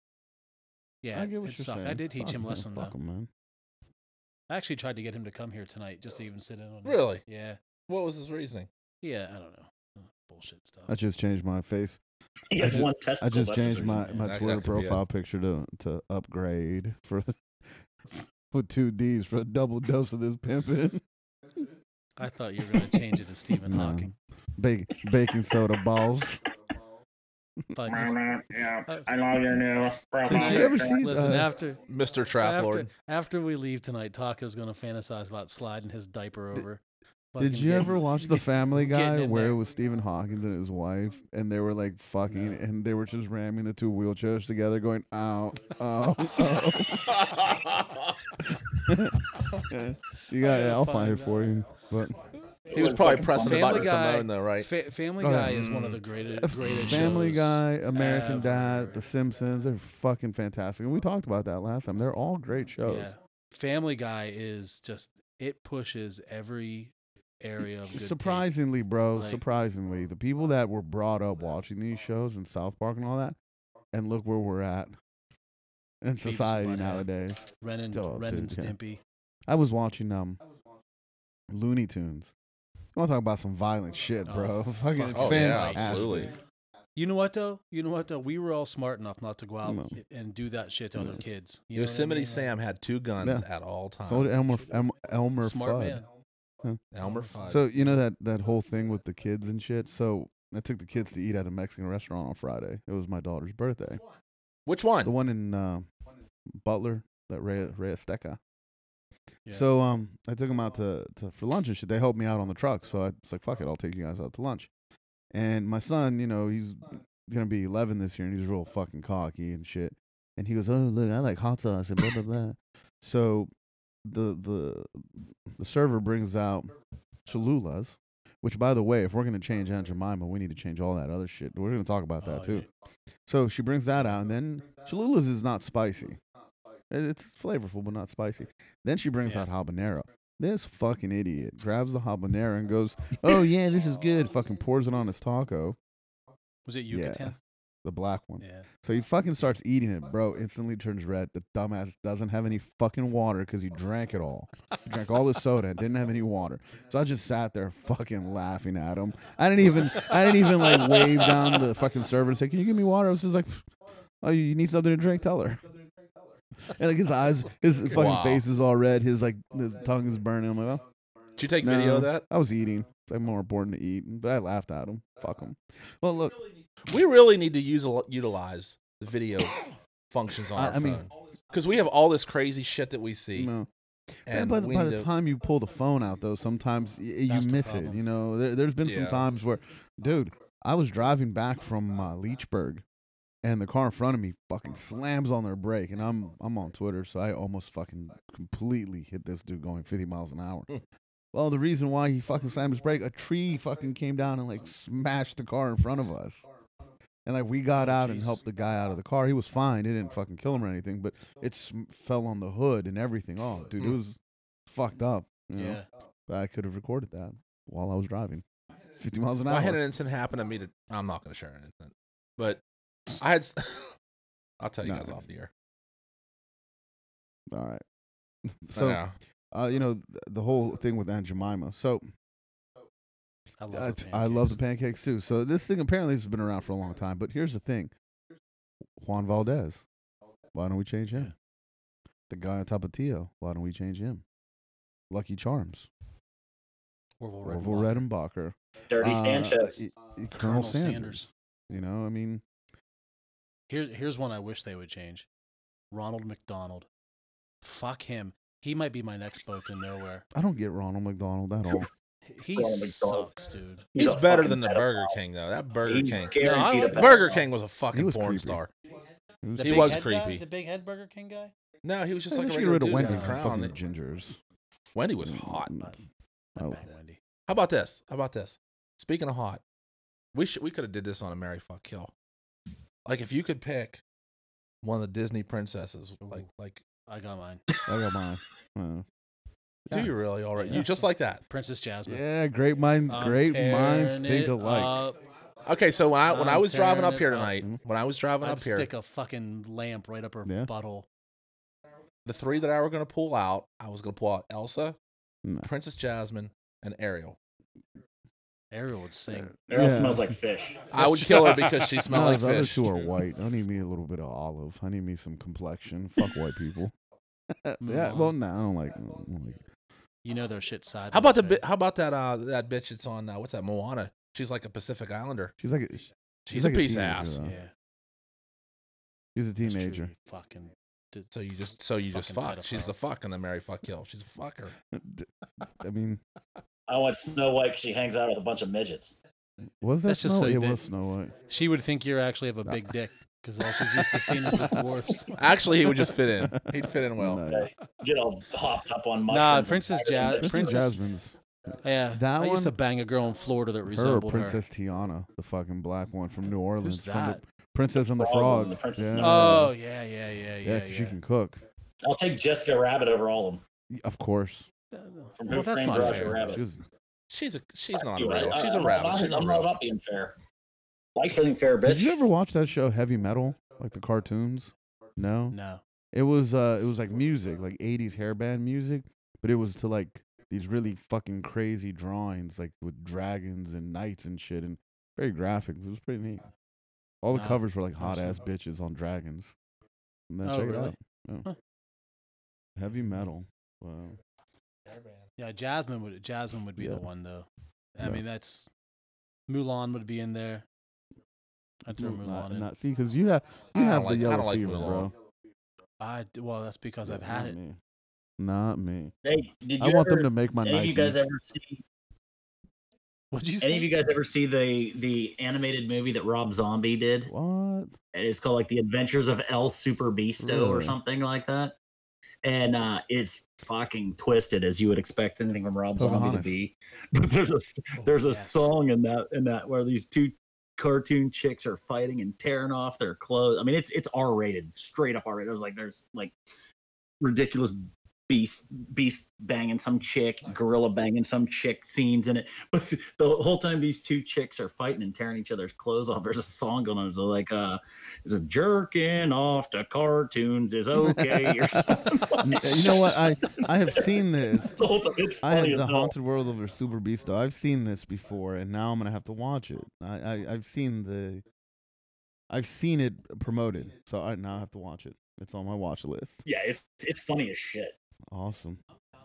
B: yeah
A: I get what
B: it
A: you're
B: sucked
A: saying.
B: i did teach
A: Fuck
B: him a
A: them,
B: lesson
A: fuck
B: though
A: 'em, man.
B: i actually tried to get him to come here tonight just to even sit in on it.
C: Really?
B: yeah
C: What was his reasoning?
B: yeah i don't know Uh, bullshit stuff
A: I just changed my face.
D: He
A: I
D: has
A: just-
D: one testicle.
A: I just
D: that's his
A: changed my,
D: reason.
A: my
C: That- that
A: Twitter
C: could be it.
A: profile picture to to upgrade for with two D's for a double dose of this pimpin.
B: i thought you were going to change it to stephen
A: No.
B: hawking
A: Big baking soda balls.
B: Fuck.
D: yeah, I love your new
A: Did you ever see
B: listen
A: uh,
B: after
C: Mr. Trap
B: after,
C: Lord.
B: after we leave tonight taco's going to fantasize about sliding his diaper over
A: Did
B: Fucking
A: you
B: get-
A: ever watch The Family
B: getting
A: Guy
B: in
A: where it
B: there.
A: was Stephen Hawking and his wife, and they were like fucking,
B: No.
A: and they were just ramming the two wheelchairs together, going ow, ow, ow. you got,
B: gotta
A: yeah, I'll find
B: find
A: it for
B: that.
A: you. But
C: He was probably pressing the
B: Family
C: buttons to
B: Guy-
C: moan, though, right? Mm.
B: Fa- Family
A: Go ahead.
B: Guy is one of the greatest, greatest
A: Family
B: shows.
A: Guy, American
B: ever.
A: Dad, The Simpsons, they're fucking fantastic, and we talked about that last time. They're all great shows.
B: Yeah. Family Guy is just it pushes every area of good taste.
A: surprisingly, bro,
B: Like-
A: surprisingly, the people that were brought up watching these shows in South Park and all that, and look where we're at in
B: Beavis and
A: society
B: Butthead.
A: nowadays.
B: Ren and
A: Oh,
B: Ren and
A: dude, yeah.
B: Stimpy.
A: I was watching um Looney Tunes. You want to talk about some violent shit,
B: Oh,
A: bro?
B: fuck.
A: Fucking
C: Oh, yeah,
A: fantastic.
C: absolutely.
B: You know what though? You know what though? We were all smart enough not to go out
A: No.
B: and do that shit to other
A: No.
B: kids. You know what I
C: Yosemite
B: mean? Like,
C: Sam had two guns at all times.
A: So did Elmer Elmer, Elmer
B: smart
A: Fudd.
B: man.
C: Elmer Fudd.
A: So you know that that whole thing with the kids and shit. So I took the kids to eat at a Mexican restaurant on Friday. It was my daughter's birthday.
C: Which
A: The
C: one?
A: one in uh, Butler, that Rea Rea Steca.
B: Yeah.
A: So um, I took them out to, to for lunch and shit. They helped me out on the truck, so I was like, "Fuck it, I'll take you guys out to lunch." And my son, you know, he's gonna be 11 this year, and he's real fucking cocky and shit. And he goes, "Oh look, I like hot sauce and blah blah blah." So the the the server brings out Cholulas, which by the way, if we're gonna change Aunt Jemima, we need to change all that other shit. We're gonna talk about that
B: Oh,
A: too.
B: yeah.
A: So she brings that out, and then Cholula's is not spicy. It- It's flavorful, but not spicy. Then she brings
B: Yeah.
A: out habanero. This fucking idiot grabs the habanero and goes, "Oh yeah, this is good." Fucking pours it on his taco,
B: Was it
A: Yeah.
B: Yucatan?
A: the black one.
B: Yeah.
A: So he fucking starts eating it, bro. Instantly turns red. The dumbass doesn't have any fucking water because he drank it all. He drank all the soda and didn't have any water. So I just sat there fucking laughing at him. I didn't even, I didn't even like wave down the fucking server and say, "Can you give me water?" I was just like, "Oh, you need something to drink? Tell her." And like his eyes, his fucking
C: Wow.
A: face is all red. His like the tongue is burning. I'm like, oh.
C: Did you take video of
A: No.
C: that?
A: I was eating. It's like more important to eat, but I laughed at him. Fuck him. Well, look,
C: We really need to use utilize the video functions on
A: I-
C: our
A: I mean-
C: phone because we have all this crazy shit that we see.
A: you know,
C: And
A: by the,
C: we
A: by
C: need
A: the
C: to-
A: time you pull the phone out, though, sometimes y- you
B: That's the
A: miss it.
B: problem.
A: You know, there, there's been some
C: Yeah.
A: times where, dude, I was driving back from uh, Leechburg, and the car in front of me fucking slams on their brake, and I'm I'm on Twitter, so I almost fucking completely hit this dude going 50 miles an hour.
C: Hmm.
A: Well, the reason why he fucking slammed his brake, a tree fucking came down and like smashed the car in front of us. And like we got out and
B: jeez.
A: helped the guy out of the car. He was fine. It didn't fucking kill him or anything, but it sm- fell on the hood and everything. Oh, dude, it
C: Hmm.
A: was fucked up. You know?
B: Yeah.
A: But I could have recorded that while I was driving. 50 miles an
C: I had an
A: hour.
C: incident happen to me. To, I'm not going to share an incident, but I had. s- I'll tell you
A: No.
C: guys off the air.
A: All right.
C: I
A: So,
C: know.
A: uh, you know, th- the whole thing with Aunt Jemima. So,
B: I love
A: I,
B: the
A: I love the pancakes
B: pancakes.
A: too. So, this thing apparently has been around for a long time. But here's the thing Juan Valdez. Why don't we change him?
B: Yeah.
A: The guy on top of Tio. Why don't we change him? Lucky Charms.
B: Orville
A: Orville
B: Redenbacher.
A: Redenbacher.
D: Dirty
A: uh,
D: Sanchez.
A: y- y- Colonel,
B: Colonel
A: Sanders.
B: Sanders.
A: You know, I mean,
B: Here, here's one I wish they would change. Ronald McDonald. Fuck him. He might be my next boat to nowhere.
A: I don't get Ronald McDonald at all.
B: He
D: Ronald McDonald.
B: sucks, dude.
C: He's,
D: a
C: better
D: fucking
C: than the
D: pedophile.
C: Burger King though. That Burger
D: He's
C: King.
D: guaranteed
C: No, I
D: a
C: like-
D: pedophile.
C: Burger King was a fucking
A: was
C: porn
A: creepy.
C: star.
A: It was
B: The
C: He
B: big
C: was
B: head guy?
C: creepy.
B: The big head Burger King guy.
C: No, he was just
A: I
C: like
A: wish
C: a
A: you get rid
C: regular
A: of
C: dude
A: Wendy's
C: with a
A: and fucking
C: crown.
A: gingers.
C: Wendy was hot.
A: Mm.
B: but-
A: Oh.
B: Bang Wendy.
C: How about this? How about this? Speaking of hot, we should we could have did this on a Mary Fuck Kill. Like if you could pick one of the Disney princesses, like
B: Ooh.
C: like
B: I got mine.
A: I got mine. Uh, Yeah.
C: do you really all right?
B: Yeah.
C: You just like that.
B: Princess Jasmine.
A: yeah, great minds,
B: I'm
A: great
B: tearing
A: minds think
B: it
A: alike.
B: up.
C: Okay, so when I when i
B: I'm
C: was driving
B: tearing
C: up
B: it
C: here
B: up.
C: tonight,
A: Mhm.
C: when I was driving
B: I'd
C: up here,
B: stick a fucking lamp right up her
A: Yeah.
B: butthole.
C: the three that I were gonna pull out, I was gonna pull out Elsa,
A: No.
C: Princess Jasmine, and Ariel.
B: Ariel would sing.
D: It all
A: Yeah.
D: smells like fish.
C: I would kill her because she
A: No,
C: smelled like
A: the
C: fish.
A: other two are white. I need me a little bit of olive. I need me some complexion. Fuck white people. yeah, well, no, I don't like. I don't like-
B: You know their shit side.
C: How about the
B: by
C: bi- how about that uh that bitch? It's on uh, what's that Moana? She's like a Pacific Islander.
A: She's like, a, she's,
C: She's, a
A: like
C: piece of
A: teenager,
C: ass.
A: though.
B: Yeah.
A: She's a
B: that's true,
A: Uh, teenager.
B: you Fucking. d-
C: So you just so you just
B: fucking
C: fuck. She's
B: pedophile.
C: the fuck and the Mary fuck kill. She's a fucker.
A: D- I mean,
D: I want Snow White 'cause she hangs out with a bunch of midgets.
A: was that
B: That's
A: Snow?
B: just so
A: it
B: that-
A: was Snow White.
B: She would think you're actually have a big dick because all she's used to seeing is the dwarfs.
C: Actually, he would just fit in. He'd fit in well.
A: No.
D: Okay. Get all hopped up on mushrooms.
B: Nah,
D: and
B: Princess
D: spider
B: Ja-
D: midgets.
A: Princess Jasmine's
B: Yeah,
A: That
B: I used to
A: one-
B: bang a girl in Florida that
A: her or
B: resembled her.
A: Princess Tiana, the fucking black one from New Orleans,
B: Who's
A: from the
B: that?
A: Princess and the
D: Frog
A: Frog.
D: and the Princess and the
B: Oh yeah, yeah, yeah,
A: yeah,
B: yeah,
A: 'cause
B: yeah.
A: she can cook.
D: I'll take Jessica Rabbit over all of them.
A: Y- Of course.
D: From
B: Well,
D: Who
B: that's
D: Framed
B: not
D: Roger
B: fair.
D: Rabbit.
A: She was
C: She's a she's
D: I
C: not
D: see
C: a
D: why-
C: rabbit.
D: I-
C: She's a
D: I'm
C: rabbit.
D: not-
C: She's not
D: Uh, I'm
C: a
D: not
C: rabbit.
D: up being fair. Life isn't fair, bitch.
A: Did you ever watch that show Heavy Metal? Like the cartoons? No.
B: No.
A: It was uh it was like music, like 80s hair band music, but it was to like these really fucking crazy drawings like with dragons and knights and shit and very graphic. It was pretty neat. All the
B: No,
A: covers were like
B: I've
A: hot
B: seen
A: ass bitches on dragons. And then
B: Oh,
A: check it
B: really?
A: out. Yeah.
B: Huh.
A: Heavy metal. Wow.
B: Yeah, Jasmine would Jasmine would be
A: Yeah.
B: the one though. I
A: Yeah.
B: mean, that's Mulan would be in there. I'd throw Mulan
A: not,
B: in.
A: not, see, because you have you
C: I don't
A: have
C: like- I
A: the yellow
C: don't like
A: fever,
C: Mulan.
A: bro.
B: I d- well, that's because I've had
A: not
B: it.
A: Me. Not me.
D: Hey, did you
A: I want
D: ever,
A: them to make my
D: any of
A: knife.
D: you guys ever see
B: What'd you
D: any of
B: say?
D: you guys ever see the the animated movie that Rob Zombie did?
A: What?
D: and it's called like the adventures of el super bisto or
A: Really?
D: something like that and uh it's fucking twisted as you would expect anything from rob zombie
A: Pocahontas.
D: to be but there's a s-
B: Oh,
D: there's a
B: yes.
D: song in that in that where these two cartoon chicks are fighting and tearing off their clothes i mean it's it's r-rated straight up r-rated there's like there's like ridiculous beast beast banging some chick gorilla banging some chick scenes in it but the whole time these two chicks are fighting and tearing each other's clothes off there's a song going on it's like uh it's a jerking off to cartoons is okay or something
A: Yeah, you know what? I I have seen this.
D: it's, all, it's
A: I had
D: funny as
A: the
D: hell.
A: haunted world of Super Beasto. I've seen this before, and now I'm gonna have to watch it. I, I I've seen the, I've seen it promoted, so I now I have to watch it. It's on my watch list.
D: yeah it's it's funny as shit
A: Awesome.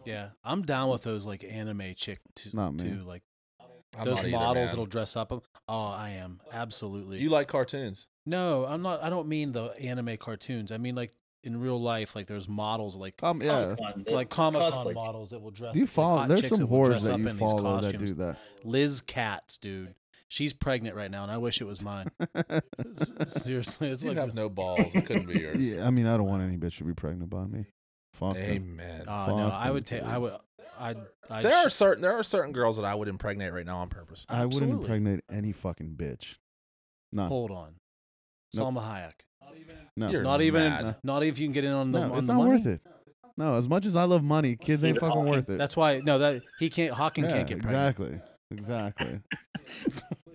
B: Yeah, I'm down with those like anime chick t-
A: Not me.
B: too. Like
C: I'm
B: those
C: not either,
B: models
C: man.
B: that'll dress up. Oh, I am absolutely.
C: You like cartoons?
B: no, I'm not. I don't mean the anime cartoons. I mean like in real life. Like there's models like
A: Um, yeah.
D: Comic-Con, the
B: like Comic Con
D: cosplay.
B: models that will dress.
A: You
B: like,
A: follow?
B: hot
A: There's
B: chicks
A: some
B: that will
A: whores
B: dress
A: that
B: up
A: you
B: in these
A: follow that
B: costumes.
A: do that.
B: Liz Katz, dude. She's pregnant right now, and I wish it was mine. S- Seriously, it's
C: you
B: like
C: have no balls. It couldn't be yours.
A: yeah, I mean, I don't want any bitch to be pregnant by me. Fuck. them.
C: Amen.
B: Oh no, I
A: Fucking
B: would take. I would. I. I
C: there are certain there are certain girls that I would impregnate right now on purpose.
A: I wouldn't
B: Absolutely.
A: impregnate any fucking bitch. No,
B: Hold on,
A: Nope.
B: Salma Hayek.
A: no,
C: You're
B: Not even.
C: mad.
B: Not if you can get in on the.
A: no.
B: on
A: It's
B: the
A: not
B: money.
A: worth it. No, as much as I love money, kids ain't fucking worth it.
B: That's why. No, that he can't. Hawking
A: Yeah,
B: can't get
A: exactly,
B: pregnant.
A: exactly.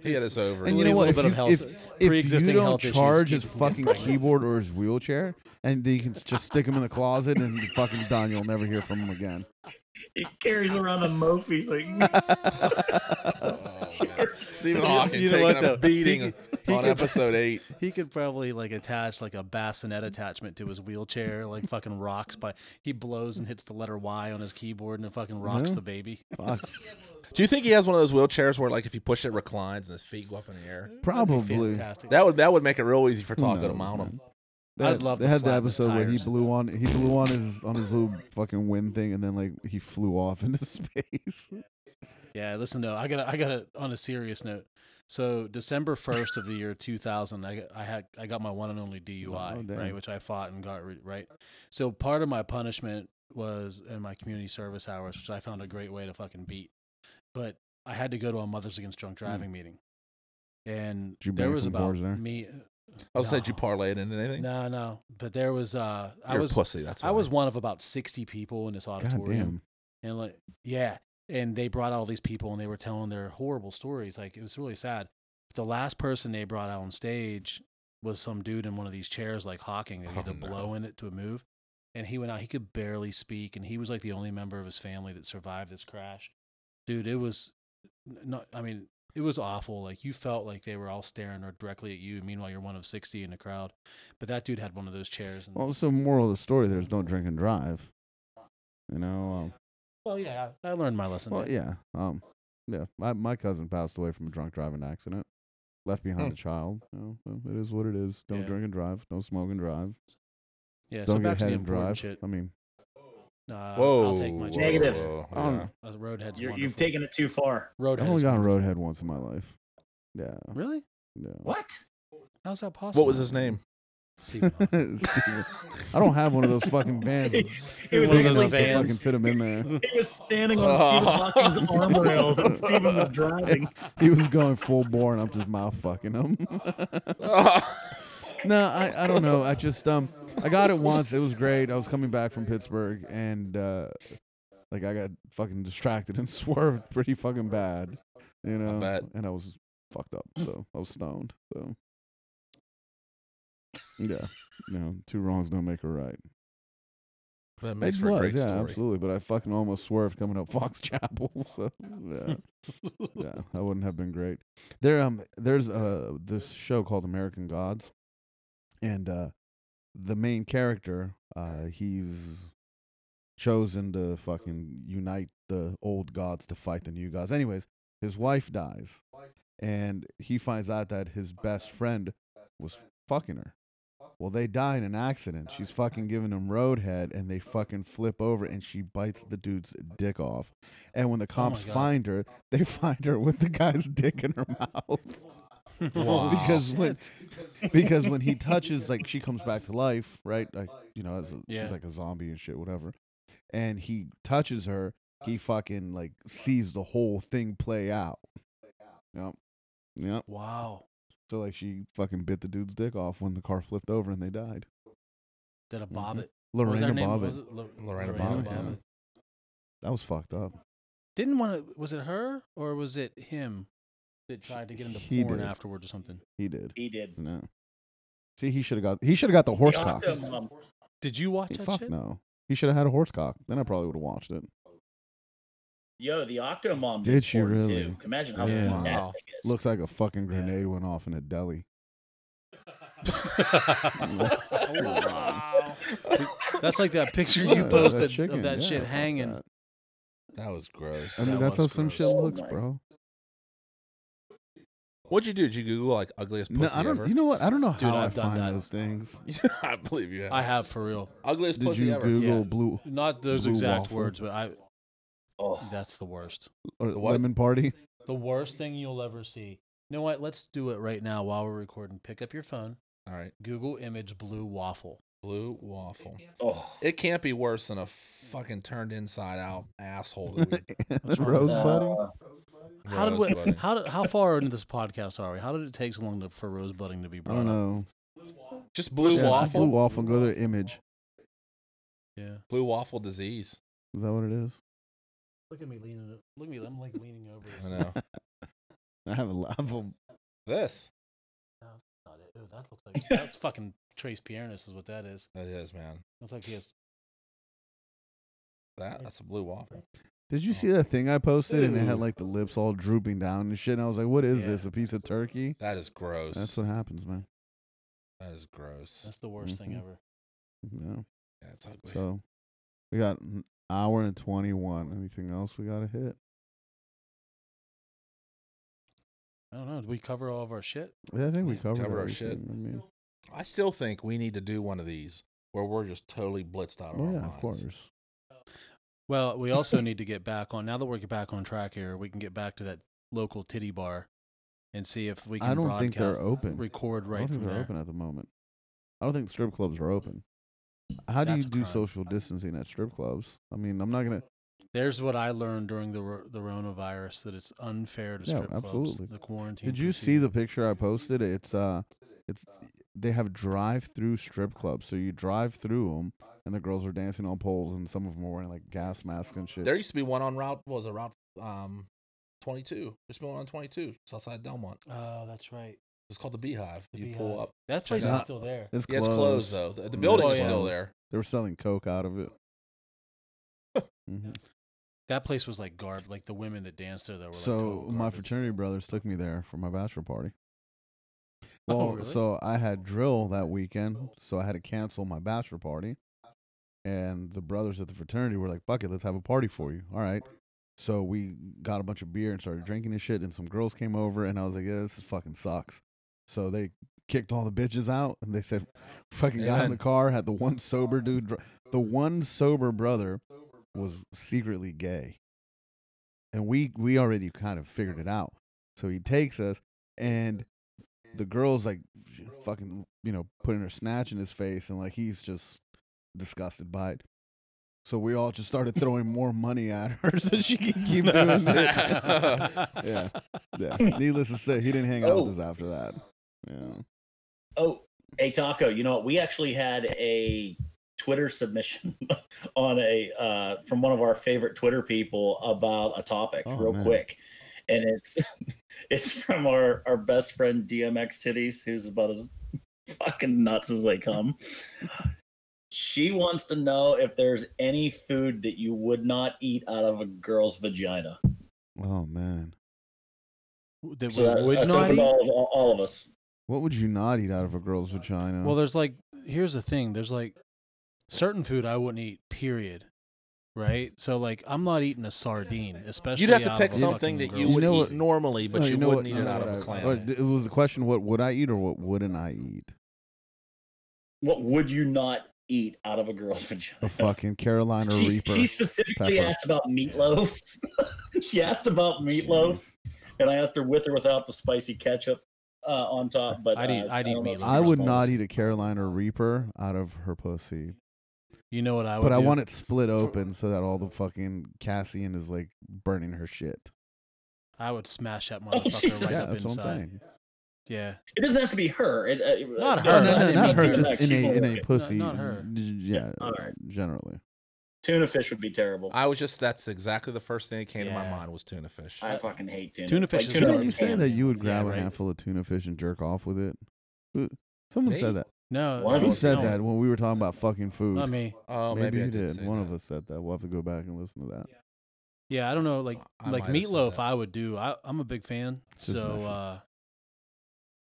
C: He had us over.
A: And you
B: At
A: know
B: least
A: what?
B: a
A: If you,
B: little bit of
A: if,
B: health-
A: if you
B: pre-existing
A: don't
B: health issues
A: charge
B: keep
A: his
B: him
A: fucking
B: pregnant.
A: keyboard or his wheelchair, and you can just stick him in the closet and fucking done, you'll never hear from him again.
D: He carries around a Mophie so he can
C: Stephen
B: You-
C: Hawking
B: you know
C: taking
B: what,
C: a
B: though?
C: beating
B: he
C: on
B: could-
C: episode eight.
B: He could probably like attach like a bassinet attachment to his wheelchair, like fucking rocks by. He blows and hits the letter Y on his keyboard, and it fucking rocks
A: Yeah.
B: the baby.
A: Fuck.
C: Do you think he has one of those wheelchairs where, like, if you push it, it reclines and his feet go up in the air?
A: Probably.
B: Fantastic.
C: That would that would make it real easy for
A: Who
C: Taco to
A: knows,
C: mount
A: man?
C: him.
A: They
B: I'd
A: had-
B: love
A: they
B: to
A: had the
B: flatten his
A: episode where he
B: tires.
A: blew on he blew on his on his little fucking wind thing and then like he flew off into space.
B: Yeah, listen though, I got I got to on a serious note. So December first of the year two thousand, I got- I had I got my one and only
A: Oh,
B: DUI,
A: damn.
B: right, which I fought and got rid right. So part of my punishment was in my community service hours, which I found a great way to fucking beat. But I had to go to a Mothers Against Drunk Driving meeting, and
A: Hmm. Did you
B: there
A: bang
B: was
A: some
B: about
A: whores there?
B: me.
C: I was saying, did you
B: No.
C: parlay it into anything?
B: No, no, but there was uh, I
C: You're
B: was
C: a pussy. That's
B: I
C: why.
B: was one of about sixty people in this
A: God
B: auditorium
A: damn.
B: and like yeah and they brought out all these people and they were telling their horrible stories like it was really sad but the last person they brought out on stage was some dude in one of these chairs like hawking that he had
C: Oh,
B: to blow in it to move and he went out he could barely speak and he was like the only member of his family that survived this crash dude it was n- not i mean it was awful like you felt like they were all staring directly at you meanwhile you're one of 60 in the crowd but that dude had one of those chairs and,
A: Well, so moral of the story there is don't drink and drive. You know. Um,
B: well yeah i learned my lesson
A: Well,
B: man.
A: yeah. Um, yeah. My my cousin passed away from a drunk driving accident. Left behind
C: Hmm.
A: a child. You know, so it is what it is. Don't
B: Yeah.
A: drink and drive. Don't smoke and drive.
B: yeah so
A: don't
B: back
A: get head
B: to the
A: and
B: important
A: drive.
B: shit
A: I mean,
B: Nah,
C: Whoa.
B: Uh, I'll take my
C: whoa,
B: chances.
D: Negative.
C: whoa,
A: I don't-
C: yeah.
B: Uh, Roadhead's
D: You're,
B: wonderful.
D: you've taken it too far
B: Roadhead.
A: I only
B: is
A: got on
B: wonderful.
A: roadhead once in my life. Yeah.
B: Really?
A: Yeah.
D: what
B: How's that possible?
C: What was his name?
B: Stephen Hawking.
A: Steven. I don't have one of those fucking vans.
D: It
A: big
D: was
B: like
A: enough
B: those
A: to fucking
B: vans.
A: fit him in there.
D: He was standing on
A: Oh.
D: Stephen Hawking's arm rails and Stephen was driving.
A: He was going full bore, and I'm just mouth fucking him. No, I, I don't know. I just um I got it once. It was great. I was coming back from Pittsburgh and uh like I got fucking distracted and swerved pretty fucking bad. You know.
C: bet.
A: And I was fucked up, so I was stoned. So Yeah. You know, two wrongs don't make a right.
C: that makes
A: It
C: for a
A: was,
C: great
A: yeah,
C: story.
A: absolutely. But I fucking almost swerved coming up Fox Chapel. So yeah. yeah, that wouldn't have been great. There, um, there's uh this show called American Gods, and uh, the main character, uh, he's chosen to fucking unite the old gods to fight the new gods. Anyways, his wife dies, and he finds out that his best friend was fucking her. Well, they die in an accident. She's fucking giving him roadhead, and they fucking flip over, and she bites the dude's dick off. And when the cops
B: God.
A: find her, they find her with the guy's dick in her mouth.
C: Wow.
A: because when because when he touches, like she comes back to life, right? Like you know, as a,
B: Yeah.
A: she's like a zombie and shit, whatever. And he touches her, he fucking like sees the whole thing play out. Yep. Yep.
B: Wow.
A: So like she fucking bit the dude's dick off when the car flipped over and they died.
B: Did a
A: Mhm.
B: bobbit. What was her
A: Lorena
B: name? What
A: Bobbitt.
B: was it? Lo-
C: Lorena
A: Bobbitt, yeah. That was fucked up.
B: Didn't want to. Was it her or was it him that tried to get him to
A: He
B: porn
A: did.
B: afterwards or something?
A: He did.
D: He did.
A: No. See, he should have got he should have got the horse cock.
D: Optimum.
B: Did you watch
A: He-
B: that
A: Fuck
B: shit?
A: no. He should have had a horse cock. Then I probably would have watched it.
D: Yo, the Octomom.
A: Did she
D: porn,
A: really?
D: too. Imagine how
A: Yeah.
C: Wow.
D: fun that thing is.
A: Looks like a fucking grenade went off in a deli.
B: Oh, wow. That's like that picture
A: Yeah,
B: you
A: that
B: posted
A: chicken,
B: of that
A: yeah,
B: shit
A: fuck
B: hanging.
A: that.
C: That was gross.
A: I mean,
C: That
A: that's how
C: was
A: some
C: gross.
A: shit
D: Oh
A: looks,
D: my
A: bro.
C: What'd you do? Did you Google like ugliest pussy
A: No, I
C: ever?
A: don't. You know what? I don't know
B: Dude,
A: how
B: I've
A: I
B: done
A: find
B: that.
A: those things.
C: I believe you. Have.
B: I have for real.
C: ugliest
A: Did
C: pussy
A: you
C: ever.
A: Google
B: Yeah.
A: blue
B: Not those
A: Blue
B: exact
A: waffle.
B: words, but I.
D: Oh,
B: That's the worst.
A: or
C: The what?
A: uh, lemon party?
B: The worst thing you'll ever see. You know what? Let's do it right now while we're recording. Pick up your phone.
C: All right,
B: Google image blue waffle.
C: blue waffle.
D: oh.
C: It can't be worse than a fucking turned inside out asshole. That we
A: Rose budding?
D: Uh,
B: How did we,
C: Rosebudding.
B: how did, how far into this podcast are we? How did it take so long to, for rosebudding to be
A: I
B: brought
A: don't
B: up?
A: know.
C: just blue
A: Yeah, just
C: waffle?
A: Blue
C: Blue,
A: waffle. Go to image.
B: Yeah.
C: waffle disease.
A: Is that what it is?
B: Look at me leaning. o- Look at me. I'm like leaning over.
C: I know.
A: I have a level.
C: this.
B: Not it. Ooh, that looks like that's fucking Trace Piernis is what that is.
C: That is, man.
B: Looks like he has.
C: That that's a blue waffle.
A: Did you see that thing I posted and it
C: Ooh.
A: had like the lips all drooping down and shit? And I was like, what is
B: Yeah.
A: this? A piece of turkey?
C: That is gross.
A: That's what happens, man.
C: that is gross.
B: That's the worst thing
A: Mhm.
B: ever.
A: Yeah.
C: That's ugly.
A: So we got an hour and 21. Anything else we got to hit?
B: I don't know. Did we cover all of our shit?
A: Yeah, I think we
C: Yeah,
A: covered,
C: covered our
A: everything.
C: shit.
A: I mean,
C: I still think we need to do one of these where we're just totally blitzed out of
A: well,
C: our
A: Oh, yeah,
C: minds.
A: of course.
B: Well, we also need to get back on. Now that we're back on track here, we can get back to that local titty bar and see if we can.
A: I don't think they're
B: broadcast-
A: open.
B: Record
A: I
B: right
A: don't think
B: from
A: they're
B: there.
A: open at the moment. I don't think strip clubs are open. How do
B: That's
A: you
B: uh, a
A: do
B: crime.
A: social distancing at strip clubs? I mean, I'm not gonna.
B: There's what I learned during the ro- the coronavirus that it's unfair to
A: Yeah,
B: strip clubs.
A: absolutely.
B: The quarantine.
A: Did you see the
B: procedure.
A: picture I posted? It's uh, it's they have drive-through strip clubs, so you drive through them, and the girls are dancing on poles, and some of them are wearing like gas masks and shit.
C: There used to be one on route what was it route um twenty two. There's been one on twenty two, Southside Delmont.
B: Oh, that's right.
C: It's called the Beehive.
B: The
C: you
B: Beehive.
C: pull up.
B: That
C: Check
B: place
C: it
B: is
A: out.
B: still there.
A: It's
C: Yeah,
A: closed.
C: it's closed though. The, the
A: Mm,
C: building
B: it's
C: is still
B: closed.
C: there.
A: They were selling coke out of it. Mhm.
B: That place was like garb. Like the women that danced there, that were like
A: So
B: total
A: my
B: garbage.
A: fraternity brothers took me there for my bachelor party. Well,
B: Oh, really? Oh.
A: so I had drill that weekend, so I had to cancel my bachelor party. And the brothers at the fraternity were like, "Fuck it, let's have a party for you." All right. So we got a bunch of beer and started drinking and shit. And some girls came over, and I was like, "Yeah, this is fucking sucks." So they kicked all the bitches out, and they said, "Fucking got in the
C: Amen.
A: car." Had the one sober dude, dr- the one sober brother, was secretly gay and we we already kind of figured it out. So he takes us, and the girl's like fucking, you know, putting her snatch in his face, and like he's just disgusted by it. So we all just started throwing more money at her so she could keep doing it. Yeah. yeah. Needless to say, he didn't hang out with us after that. Yeah.
D: oh, hey Taco. You know what? We actually had a Twitter submission on a uh, from one of our favorite Twitter people about a topic
A: Oh,
D: real
A: man.
D: quick, and it's it's from our our best friend DMX Titties, who's about as fucking nuts as they come. She wants to know if there's any food that you would not eat out of a girl's vagina.
A: Oh man,
B: That
D: So that,
B: we would
D: that's
B: not
D: open
B: eat.
D: to all of, all of us.
A: what would you not eat out of a girl's vagina?
B: Well, there's like here's the thing. There's like certain food I wouldn't eat. Period. right? So like, I'm not eating a sardine, especially.
C: You'd have to
B: out
C: pick
B: of a
C: something
B: fucking
C: that you
B: grill.
A: You
C: would
A: know
C: eat
A: what-
C: normally, but
A: No,
C: you,
A: know
C: wouldn't
A: what-
C: eat
A: you
C: it
A: know
C: out
A: what
C: of a
A: I-
C: clam.
A: what- It was the question: What would I eat or what wouldn't I eat?
D: What would you not eat out of a girl's vagina?
A: A fucking Carolina
D: she,
A: Reaper.
D: she specifically
A: pepper.
D: asked about meatloaf. she asked about meatloaf, and I asked her with or without the spicy ketchup uh, on top. But
B: I'd eat-
D: uh,
B: I'd eat
D: don't know if
B: meatloaf.
D: she
A: I would not
D: responds.
A: eat a Carolina Reaper out of her pussy,
B: You know what I would?
A: but I
B: do?
A: want it split open so that all the fucking Cassian is like burning her shit.
B: I would smash that
D: Oh,
B: motherfucker
D: Jesus.
B: right
A: yeah,
B: up
A: that's what I'm
B: inside.
A: saying.
B: Yeah.
D: It doesn't have to be her. It, uh,
B: Not
D: uh,
B: her.
A: no,
D: I
A: no, no,
D: didn't
A: not
D: mean
A: her.
D: tuna.
A: Just in
D: She
A: a in
D: won't.
A: a pussy.
B: not her.
A: Yeah,
D: alright.
A: generally.
D: tuna fish would be terrible. I,
C: I was just that's exactly the first thing that came to my
B: Yeah.
C: mind was tuna fish.
D: fucking hate tuna.
B: Tuna fish is
A: Didn't
B: Sure,
A: you
D: in
A: say
D: a
A: that
D: can.
A: you would grab
B: Yeah,
A: a
B: right.
A: handful of tuna fish and jerk off with it? Who- Someone
C: Me?
A: said that.
B: No.
D: One of
A: Who
D: you
B: no,
A: said
B: no,
A: that when we were talking about fucking food?
B: Not me.
C: Oh,
A: maybe,
C: maybe, I
A: you
C: did.
A: did.
C: say
A: One
C: that.
A: of us said that. We'll have to go back and listen to that.
B: Yeah, I don't know. Like
C: I
B: like
C: might have said
B: meatloaf,
C: that.
B: I would do. I, I'm a big fan.
A: It's just
B: So
A: messy.
B: uh,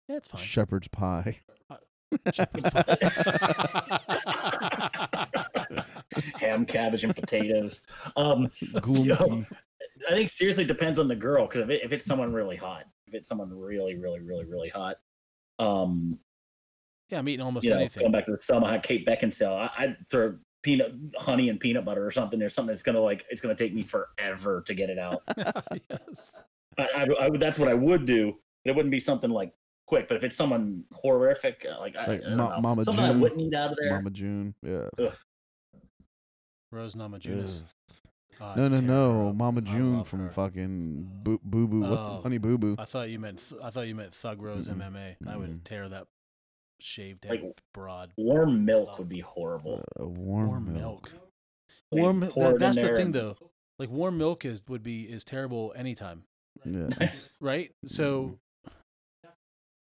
B: yeah, it's fine.
A: Shepherd's pie.
D: ham, cabbage, and potatoes. Um,
A: Gloomki.
D: I think seriously it depends on the girl because if, it, if it's someone really hot, if it's someone really, really, really, really hot, um,
B: yeah, I'm eating almost
D: you know, going
B: anything.
D: back to the Selma Hayek, Kate Beckinsale, I, I'd throw peanut, honey, and peanut butter or something. There's something that's gonna like it's gonna take me forever to get it out.
B: yes.
D: I, I, I would, that's what I would do. It wouldn't be something like quick, but if it's someone horrific, uh, like, I-
A: Like
D: I, don't
A: Ma-
D: know,
A: Mama
D: something I
A: June.
D: wouldn't eat out of there.
A: Mama June. Yeah.
B: Rose Namajunas. Uh,
A: No, no,
B: tear her
A: no.
B: up.
A: Mama
B: I
A: June
B: love
A: from
B: her.
A: fucking Boo Boo. Boo. What
B: Oh.
A: the- Honey Boo Boo.
B: I thought you meant. Th- I thought you meant Thug Rose
A: Mm-mm.
B: MMA. I would
A: Mm-mm.
B: tear that shaved
D: Like-
B: head broad.
D: Warm milk would be horrible.
A: Uh, warm,
B: Warm
A: milk.
B: milk.
D: They
B: Warm.
D: pour it
B: That,
D: in
B: that's the
D: there
B: thing,
D: and-
B: though. Like warm milk is would be is terrible anytime,
A: Yeah.
B: right? So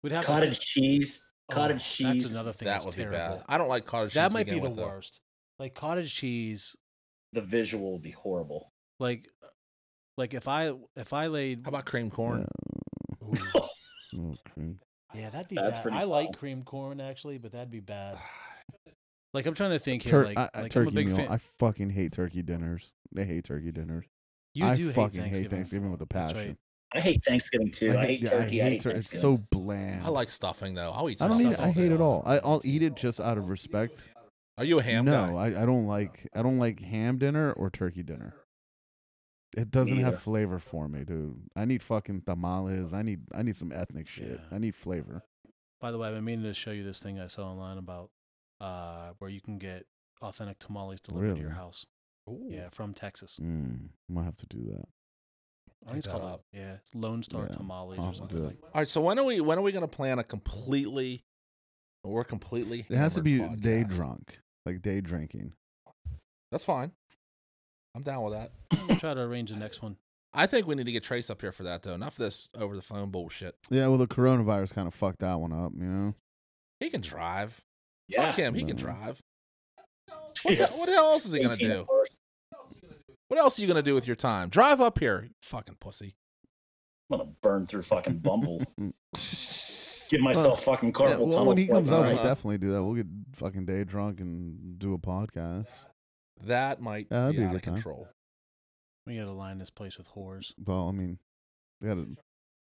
B: we'd have to
D: Cottage
B: think-
D: cheese,
B: oh,
D: cottage
B: That's
D: cheese.
B: another thing.
C: That
B: that's
C: would be
B: terrible.
C: bad. I don't like cottage cheese.
B: That
C: to
B: might be
C: begin
B: the
C: with, though.
B: worst. Like cottage cheese.
D: The visual would be horrible.
B: Like, like if I if I laid.
C: How about cream corn?
B: Ooh.
A: Oh, cream.
B: Yeah, that'd be
D: That's
B: bad.
D: pretty
B: I like
D: foul.
B: cream corn actually, but that'd be bad. Like I'm trying to think here.
A: Tur-
B: like,
A: I, I-
B: like I'm a
A: turkey
B: big
A: meal.
B: fan.
A: I fucking hate turkey dinners. They hate turkey dinners.
B: you
A: I
B: do
A: fucking
B: hate, Thanksgiving.
A: hate Thanksgiving with a
B: That's
A: passion.
B: right.
D: I hate Thanksgiving too. I hate
A: yeah,
D: turkey. I hate,
A: tur- It's so
D: Thanksgiving.
A: bland.
C: I like stuffing though. I'll eat.
A: I
C: Some
A: don't
C: stuffing
A: eat it. I
C: all day
A: hate it
C: long.
A: all. I, I'll eat it just out of respect.
C: Are you a ham guy?
A: no, I, I don't like I don't like ham dinner or turkey dinner. It doesn't
D: either.
A: have flavor for me, dude. I need fucking tamales. I need I need some ethnic shit.
B: Yeah.
A: I need flavor.
B: By the way, I've been meaning to show you this thing I saw online about uh, where you can get authentic tamales delivered to your
A: Really?
B: house.
C: Ooh.
B: Yeah, from Texas.
A: Mm, I'm gonna have to do that.
B: I think it's
C: Pick
B: called
C: that
B: like,
C: up.
B: yeah Lone Star
A: Yeah,
B: Tamales
A: I'll
B: or
A: have to
B: something.
A: do
B: like
A: it.
C: All right. So when are we? When are we going to plan a completely or completely?
A: It has to
C: hammered
A: be
C: podcast?
A: day drunk, like day drinking.
C: That's fine. I'm down with that.
B: I'll try to arrange the next one.
C: I think we need to get Trace up here for that though. Enough of this over the phone bullshit.
A: Yeah, well, the coronavirus kind of fucked that one up, you know.
C: He can drive.
D: yeah.
C: Fuck him. He can
A: No.
C: drive. What,
D: Yes.
C: the, what the hell else is he gonna
D: 18
C: do?
D: hours.
C: What else are you gonna do with your time? Drive up here, you fucking pussy.
D: I'm gonna burn through fucking Bumble. Give
A: Well,
D: myself fucking carpal
A: Yeah, well,
D: tunnel.
A: when he
D: syndrome.
A: comes out,
D: All
A: we'll
D: right.
A: definitely do that. We'll get fucking day drunk and do a podcast.
C: That might
A: Yeah, that'd
C: be,
A: be a
C: out of
A: good time.
C: control.
B: We gotta line this place with whores.
A: Well, I mean, we gotta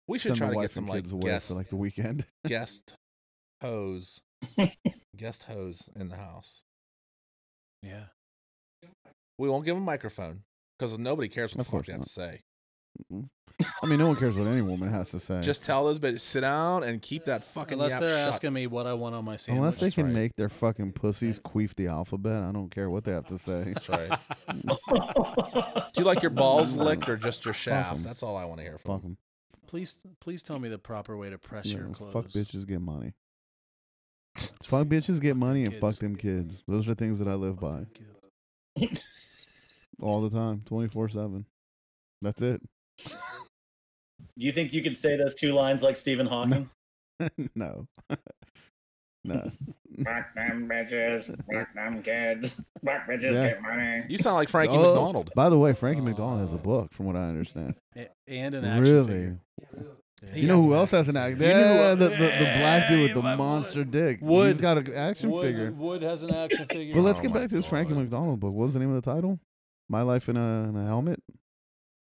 C: We should
A: send
C: try
A: the
C: to get
A: wife
C: some
A: and
C: like
A: kids away
C: guest
A: for like the weekend.
C: guest hose, guest hose in the house.
B: Yeah,
C: We won't give him a microphone because nobody cares what
A: Of
C: the fuck
A: course
C: they have
A: not.
C: to say.
A: I mean, no one cares what any woman has to say,
C: Just tell those bitches sit down and keep that fucking.
B: unless
C: yap
B: they're
C: shut.
B: asking me what I want on my sandwich.
A: unless they
C: that's
A: can
C: right.
A: make their fucking pussies queef the alphabet. I don't care what they have to say.
C: That's right. Do you like your balls licked or just your shaft?
A: 'em.
C: That's all I want to hear from.
A: fuck
C: them.
A: them.
B: please, please tell me the proper way to press your clothes.
A: fuck bitches, get money. Fuck bitches, get
B: them
A: money, and fuck
B: kids.
A: them kids. Those are things that I live
B: Fuck
A: by
B: them kids.
A: all the time, twenty four seven. That's it.
D: Do you think you could say those two lines like Stephen Hawking?
A: no, no.
D: Fuck them bitches, fuck them kids, fuck bitches
A: Yeah.
D: get money.
C: You sound like Frankie
A: Oh,
C: McDonald.
A: By the way, Frankie McDonald has a book, from what I understand.
B: A- And an action
A: Really?
B: figure. Yeah.
A: You know who else has an act?
C: You knew
A: Yeah,
C: who-
A: the, the, the black dude
B: Yeah,
A: with the
B: my boy.
A: monster dick.
B: Wood.
A: He's got an action
B: Wood,
A: figure.
B: Wood has an action figure.
A: But let's
C: Oh
A: get
C: my
A: back to this Frankie
C: God.
A: McDonald book. What was the name of the title? My life in a, in a helmet.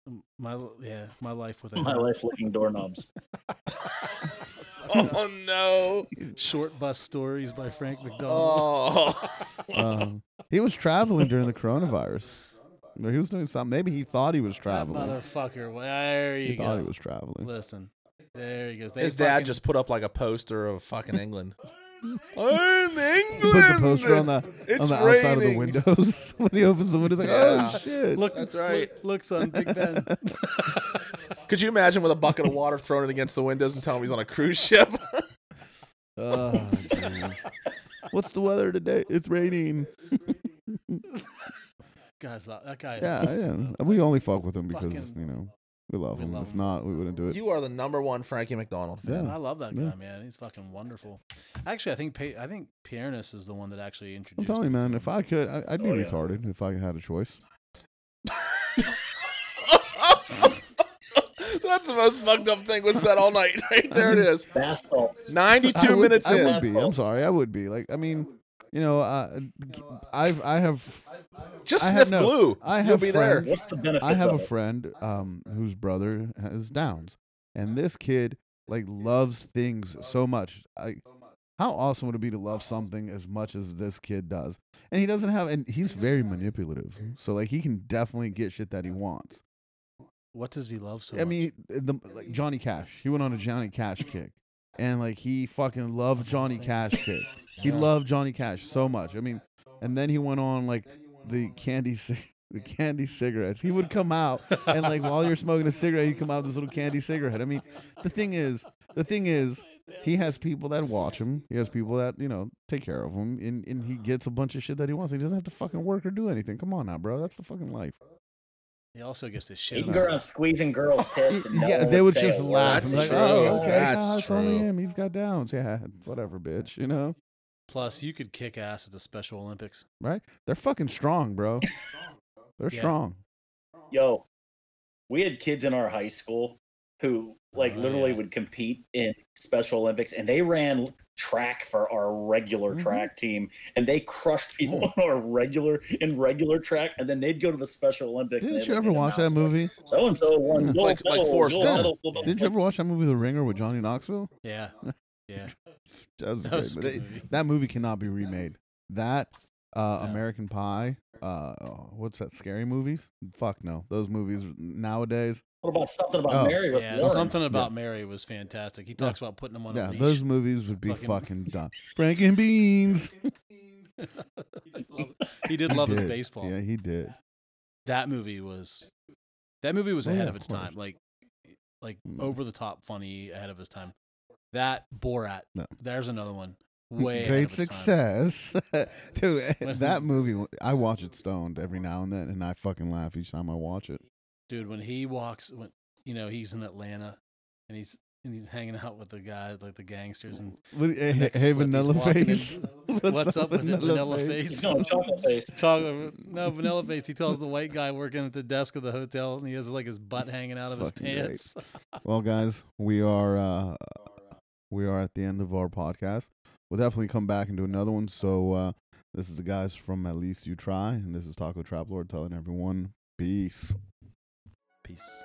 B: Mm, My l- yeah, my life with a
D: My
B: helmet.
D: life licking doorknobs.
C: Oh no.
B: Short bus stories by Frank McDonald.
C: Oh.
A: Um, he was traveling during the coronavirus. Or He was doing something. Maybe he thought he was
B: that
A: traveling.
B: motherfucker. Well, There you
A: He thought
B: go.
A: he was traveling.
B: Listen, there he goes. They
C: His dad
B: fucking-
C: just put up like a poster of fucking England. I'm England.
A: Put the poster on the
C: It's
A: on the outside of the
C: raining.
A: windows. when he opens the windows, like,
C: Yeah.
A: oh shit!
B: look.
C: That's right.
B: look- looks on Big Ben.
C: Could you imagine with a bucket of water throwing it against the windows and telling him he's on a cruise ship?
A: Oh, geez. What's the weather today? It's raining.
B: Guys, that, that guy is.
A: Yeah,
B: awesome.
A: yeah. We only fuck with him because
B: Fucking-
A: you know we love
B: we
A: him.
B: love
A: If
B: him.
A: not, we wouldn't do it.
C: you are the number one Frankie McDonald fan.
A: Yeah.
B: I love that guy,
A: Yeah.
B: man. He's fucking wonderful. Actually, I think pa- I think Piernus is the one that actually
A: I'm
B: introduced.
A: telling you,
B: me to
A: man.
B: him.
A: If I could, I, I'd be
D: Oh, yeah.
A: retarded if I had a choice.
C: That's the most fucked up thing was said all night. Right there it is.
D: Basketball.
C: 92
A: I would,
C: minutes
A: I
C: in.
A: would be. I'm sorry. I would be. Like, I mean, you know, uh, I've, I have,
C: Just
A: I
C: sniff
A: have no-
C: glue.
A: I
C: You'll
A: have
C: be
A: friends.
C: there.
D: What's the benefits
A: I have a
D: of it?
A: friend um, whose brother has Downs, and this kid like loves things so much. I, how awesome would it be to love something as much as this kid does? And he doesn't have, and he's very manipulative. So like, he can definitely get shit that he wants.
B: what does he love so
A: I
B: much?
A: mean, the, like Johnny Cash. He went on a Johnny Cash kick, and like he fucking loved Johnny Cash kick. He loved Johnny Cash so much. I mean, and then he went on like the candy, ci- the candy cigarettes. He would come out and like while you're smoking a cigarette, he'd come out with this little candy cigarette. I mean, the thing is, the thing is, he has people that watch him. He has people that you know take care of him, and and he gets a bunch of shit that he wants. He doesn't have to fucking work or do anything. Come on now, bro. That's the fucking life.
B: he also gets this shit.
D: Eating
B: on his-
D: girls, squeezing girls' tits, and no
A: yeah,
D: one
A: they
D: would
A: would
D: say
A: just
D: a word.
A: laugh.
C: That's
A: I'm like,
C: true.
A: oh, okay,
C: That's
A: ah, it's only
C: true.
A: him. He's got downs. Yeah, whatever, bitch. You know,
B: Plus, you could kick ass at the Special Olympics.
A: right? They're fucking strong, bro. They're
B: Yeah.
A: strong.
D: Yo, we had kids in our high school who like
B: Oh,
D: literally
B: yeah.
D: would compete in Special Olympics, and they ran track for our regular
A: Mhm.
D: track team, and they crushed people
A: Oh.
D: on our regular in regular track, and then they'd go to the Special Olympics. and
A: Didn't
D: they'd
A: you
D: look
A: ever
D: at the
A: watch that
D: mouse, like,
A: movie?
D: So and so won.
A: It's
D: gold
C: like- like
D: medals,
C: Forrest
D: gold
C: Gump.
D: medal, blah, blah,
A: Didn't you ever watch that movie, The Ringer, with Johnny Knoxville?
B: Yeah, yeah.
A: That was a
B: That
A: great
B: was a
A: movie.
B: good
A: They-
B: movie.
A: That movie cannot be remade. That uh,
B: No.
A: American Pie. Uh, oh, what's that? Scary movies? Fuck no. Those movies nowadays.
D: What about something about
A: Oh.
D: Mary with
B: Yeah,
D: Lauren?
B: something about Mary was fantastic. He talks about putting him on
A: Yeah,
B: a leash.
A: those movies would be
B: Fucking-
A: fucking done. Frank and Beans.
B: he did
A: He
B: love
A: did.
B: his baseball.
A: Yeah, he did.
B: That movie was that movie was
A: Oh,
B: ahead
A: yeah, of
B: of its
A: course.
B: time. Like like
A: Mm.
B: over the top funny ahead of his time. That Borat.
A: No.
B: There's another one. Way ahead
A: Hmm, great
B: of its time.
A: success dude that movie i watch it stoned every now and then and i fucking laugh each time i watch it
B: Dude, when he walks when you know, he's in Atlanta and he's and he's hanging out with the guy like the gangsters and
A: What- eh, hey,
B: next clip, he's
A: vanilla
B: walking in-
A: face
B: What's up with it, Vanilla Face?
D: He's going chocolate face.
B: Chocolate, uh, no vanilla face. He tells the white guy working at the desk of the hotel, and he has like his butt hanging out of his
A: Fucking great.
B: pants.
A: well guys we are uh we are at the end of our podcast we'll definitely come back and do another one so uh this is the guys from at least you try and this is taco trap lord telling everyone peace
B: Peace.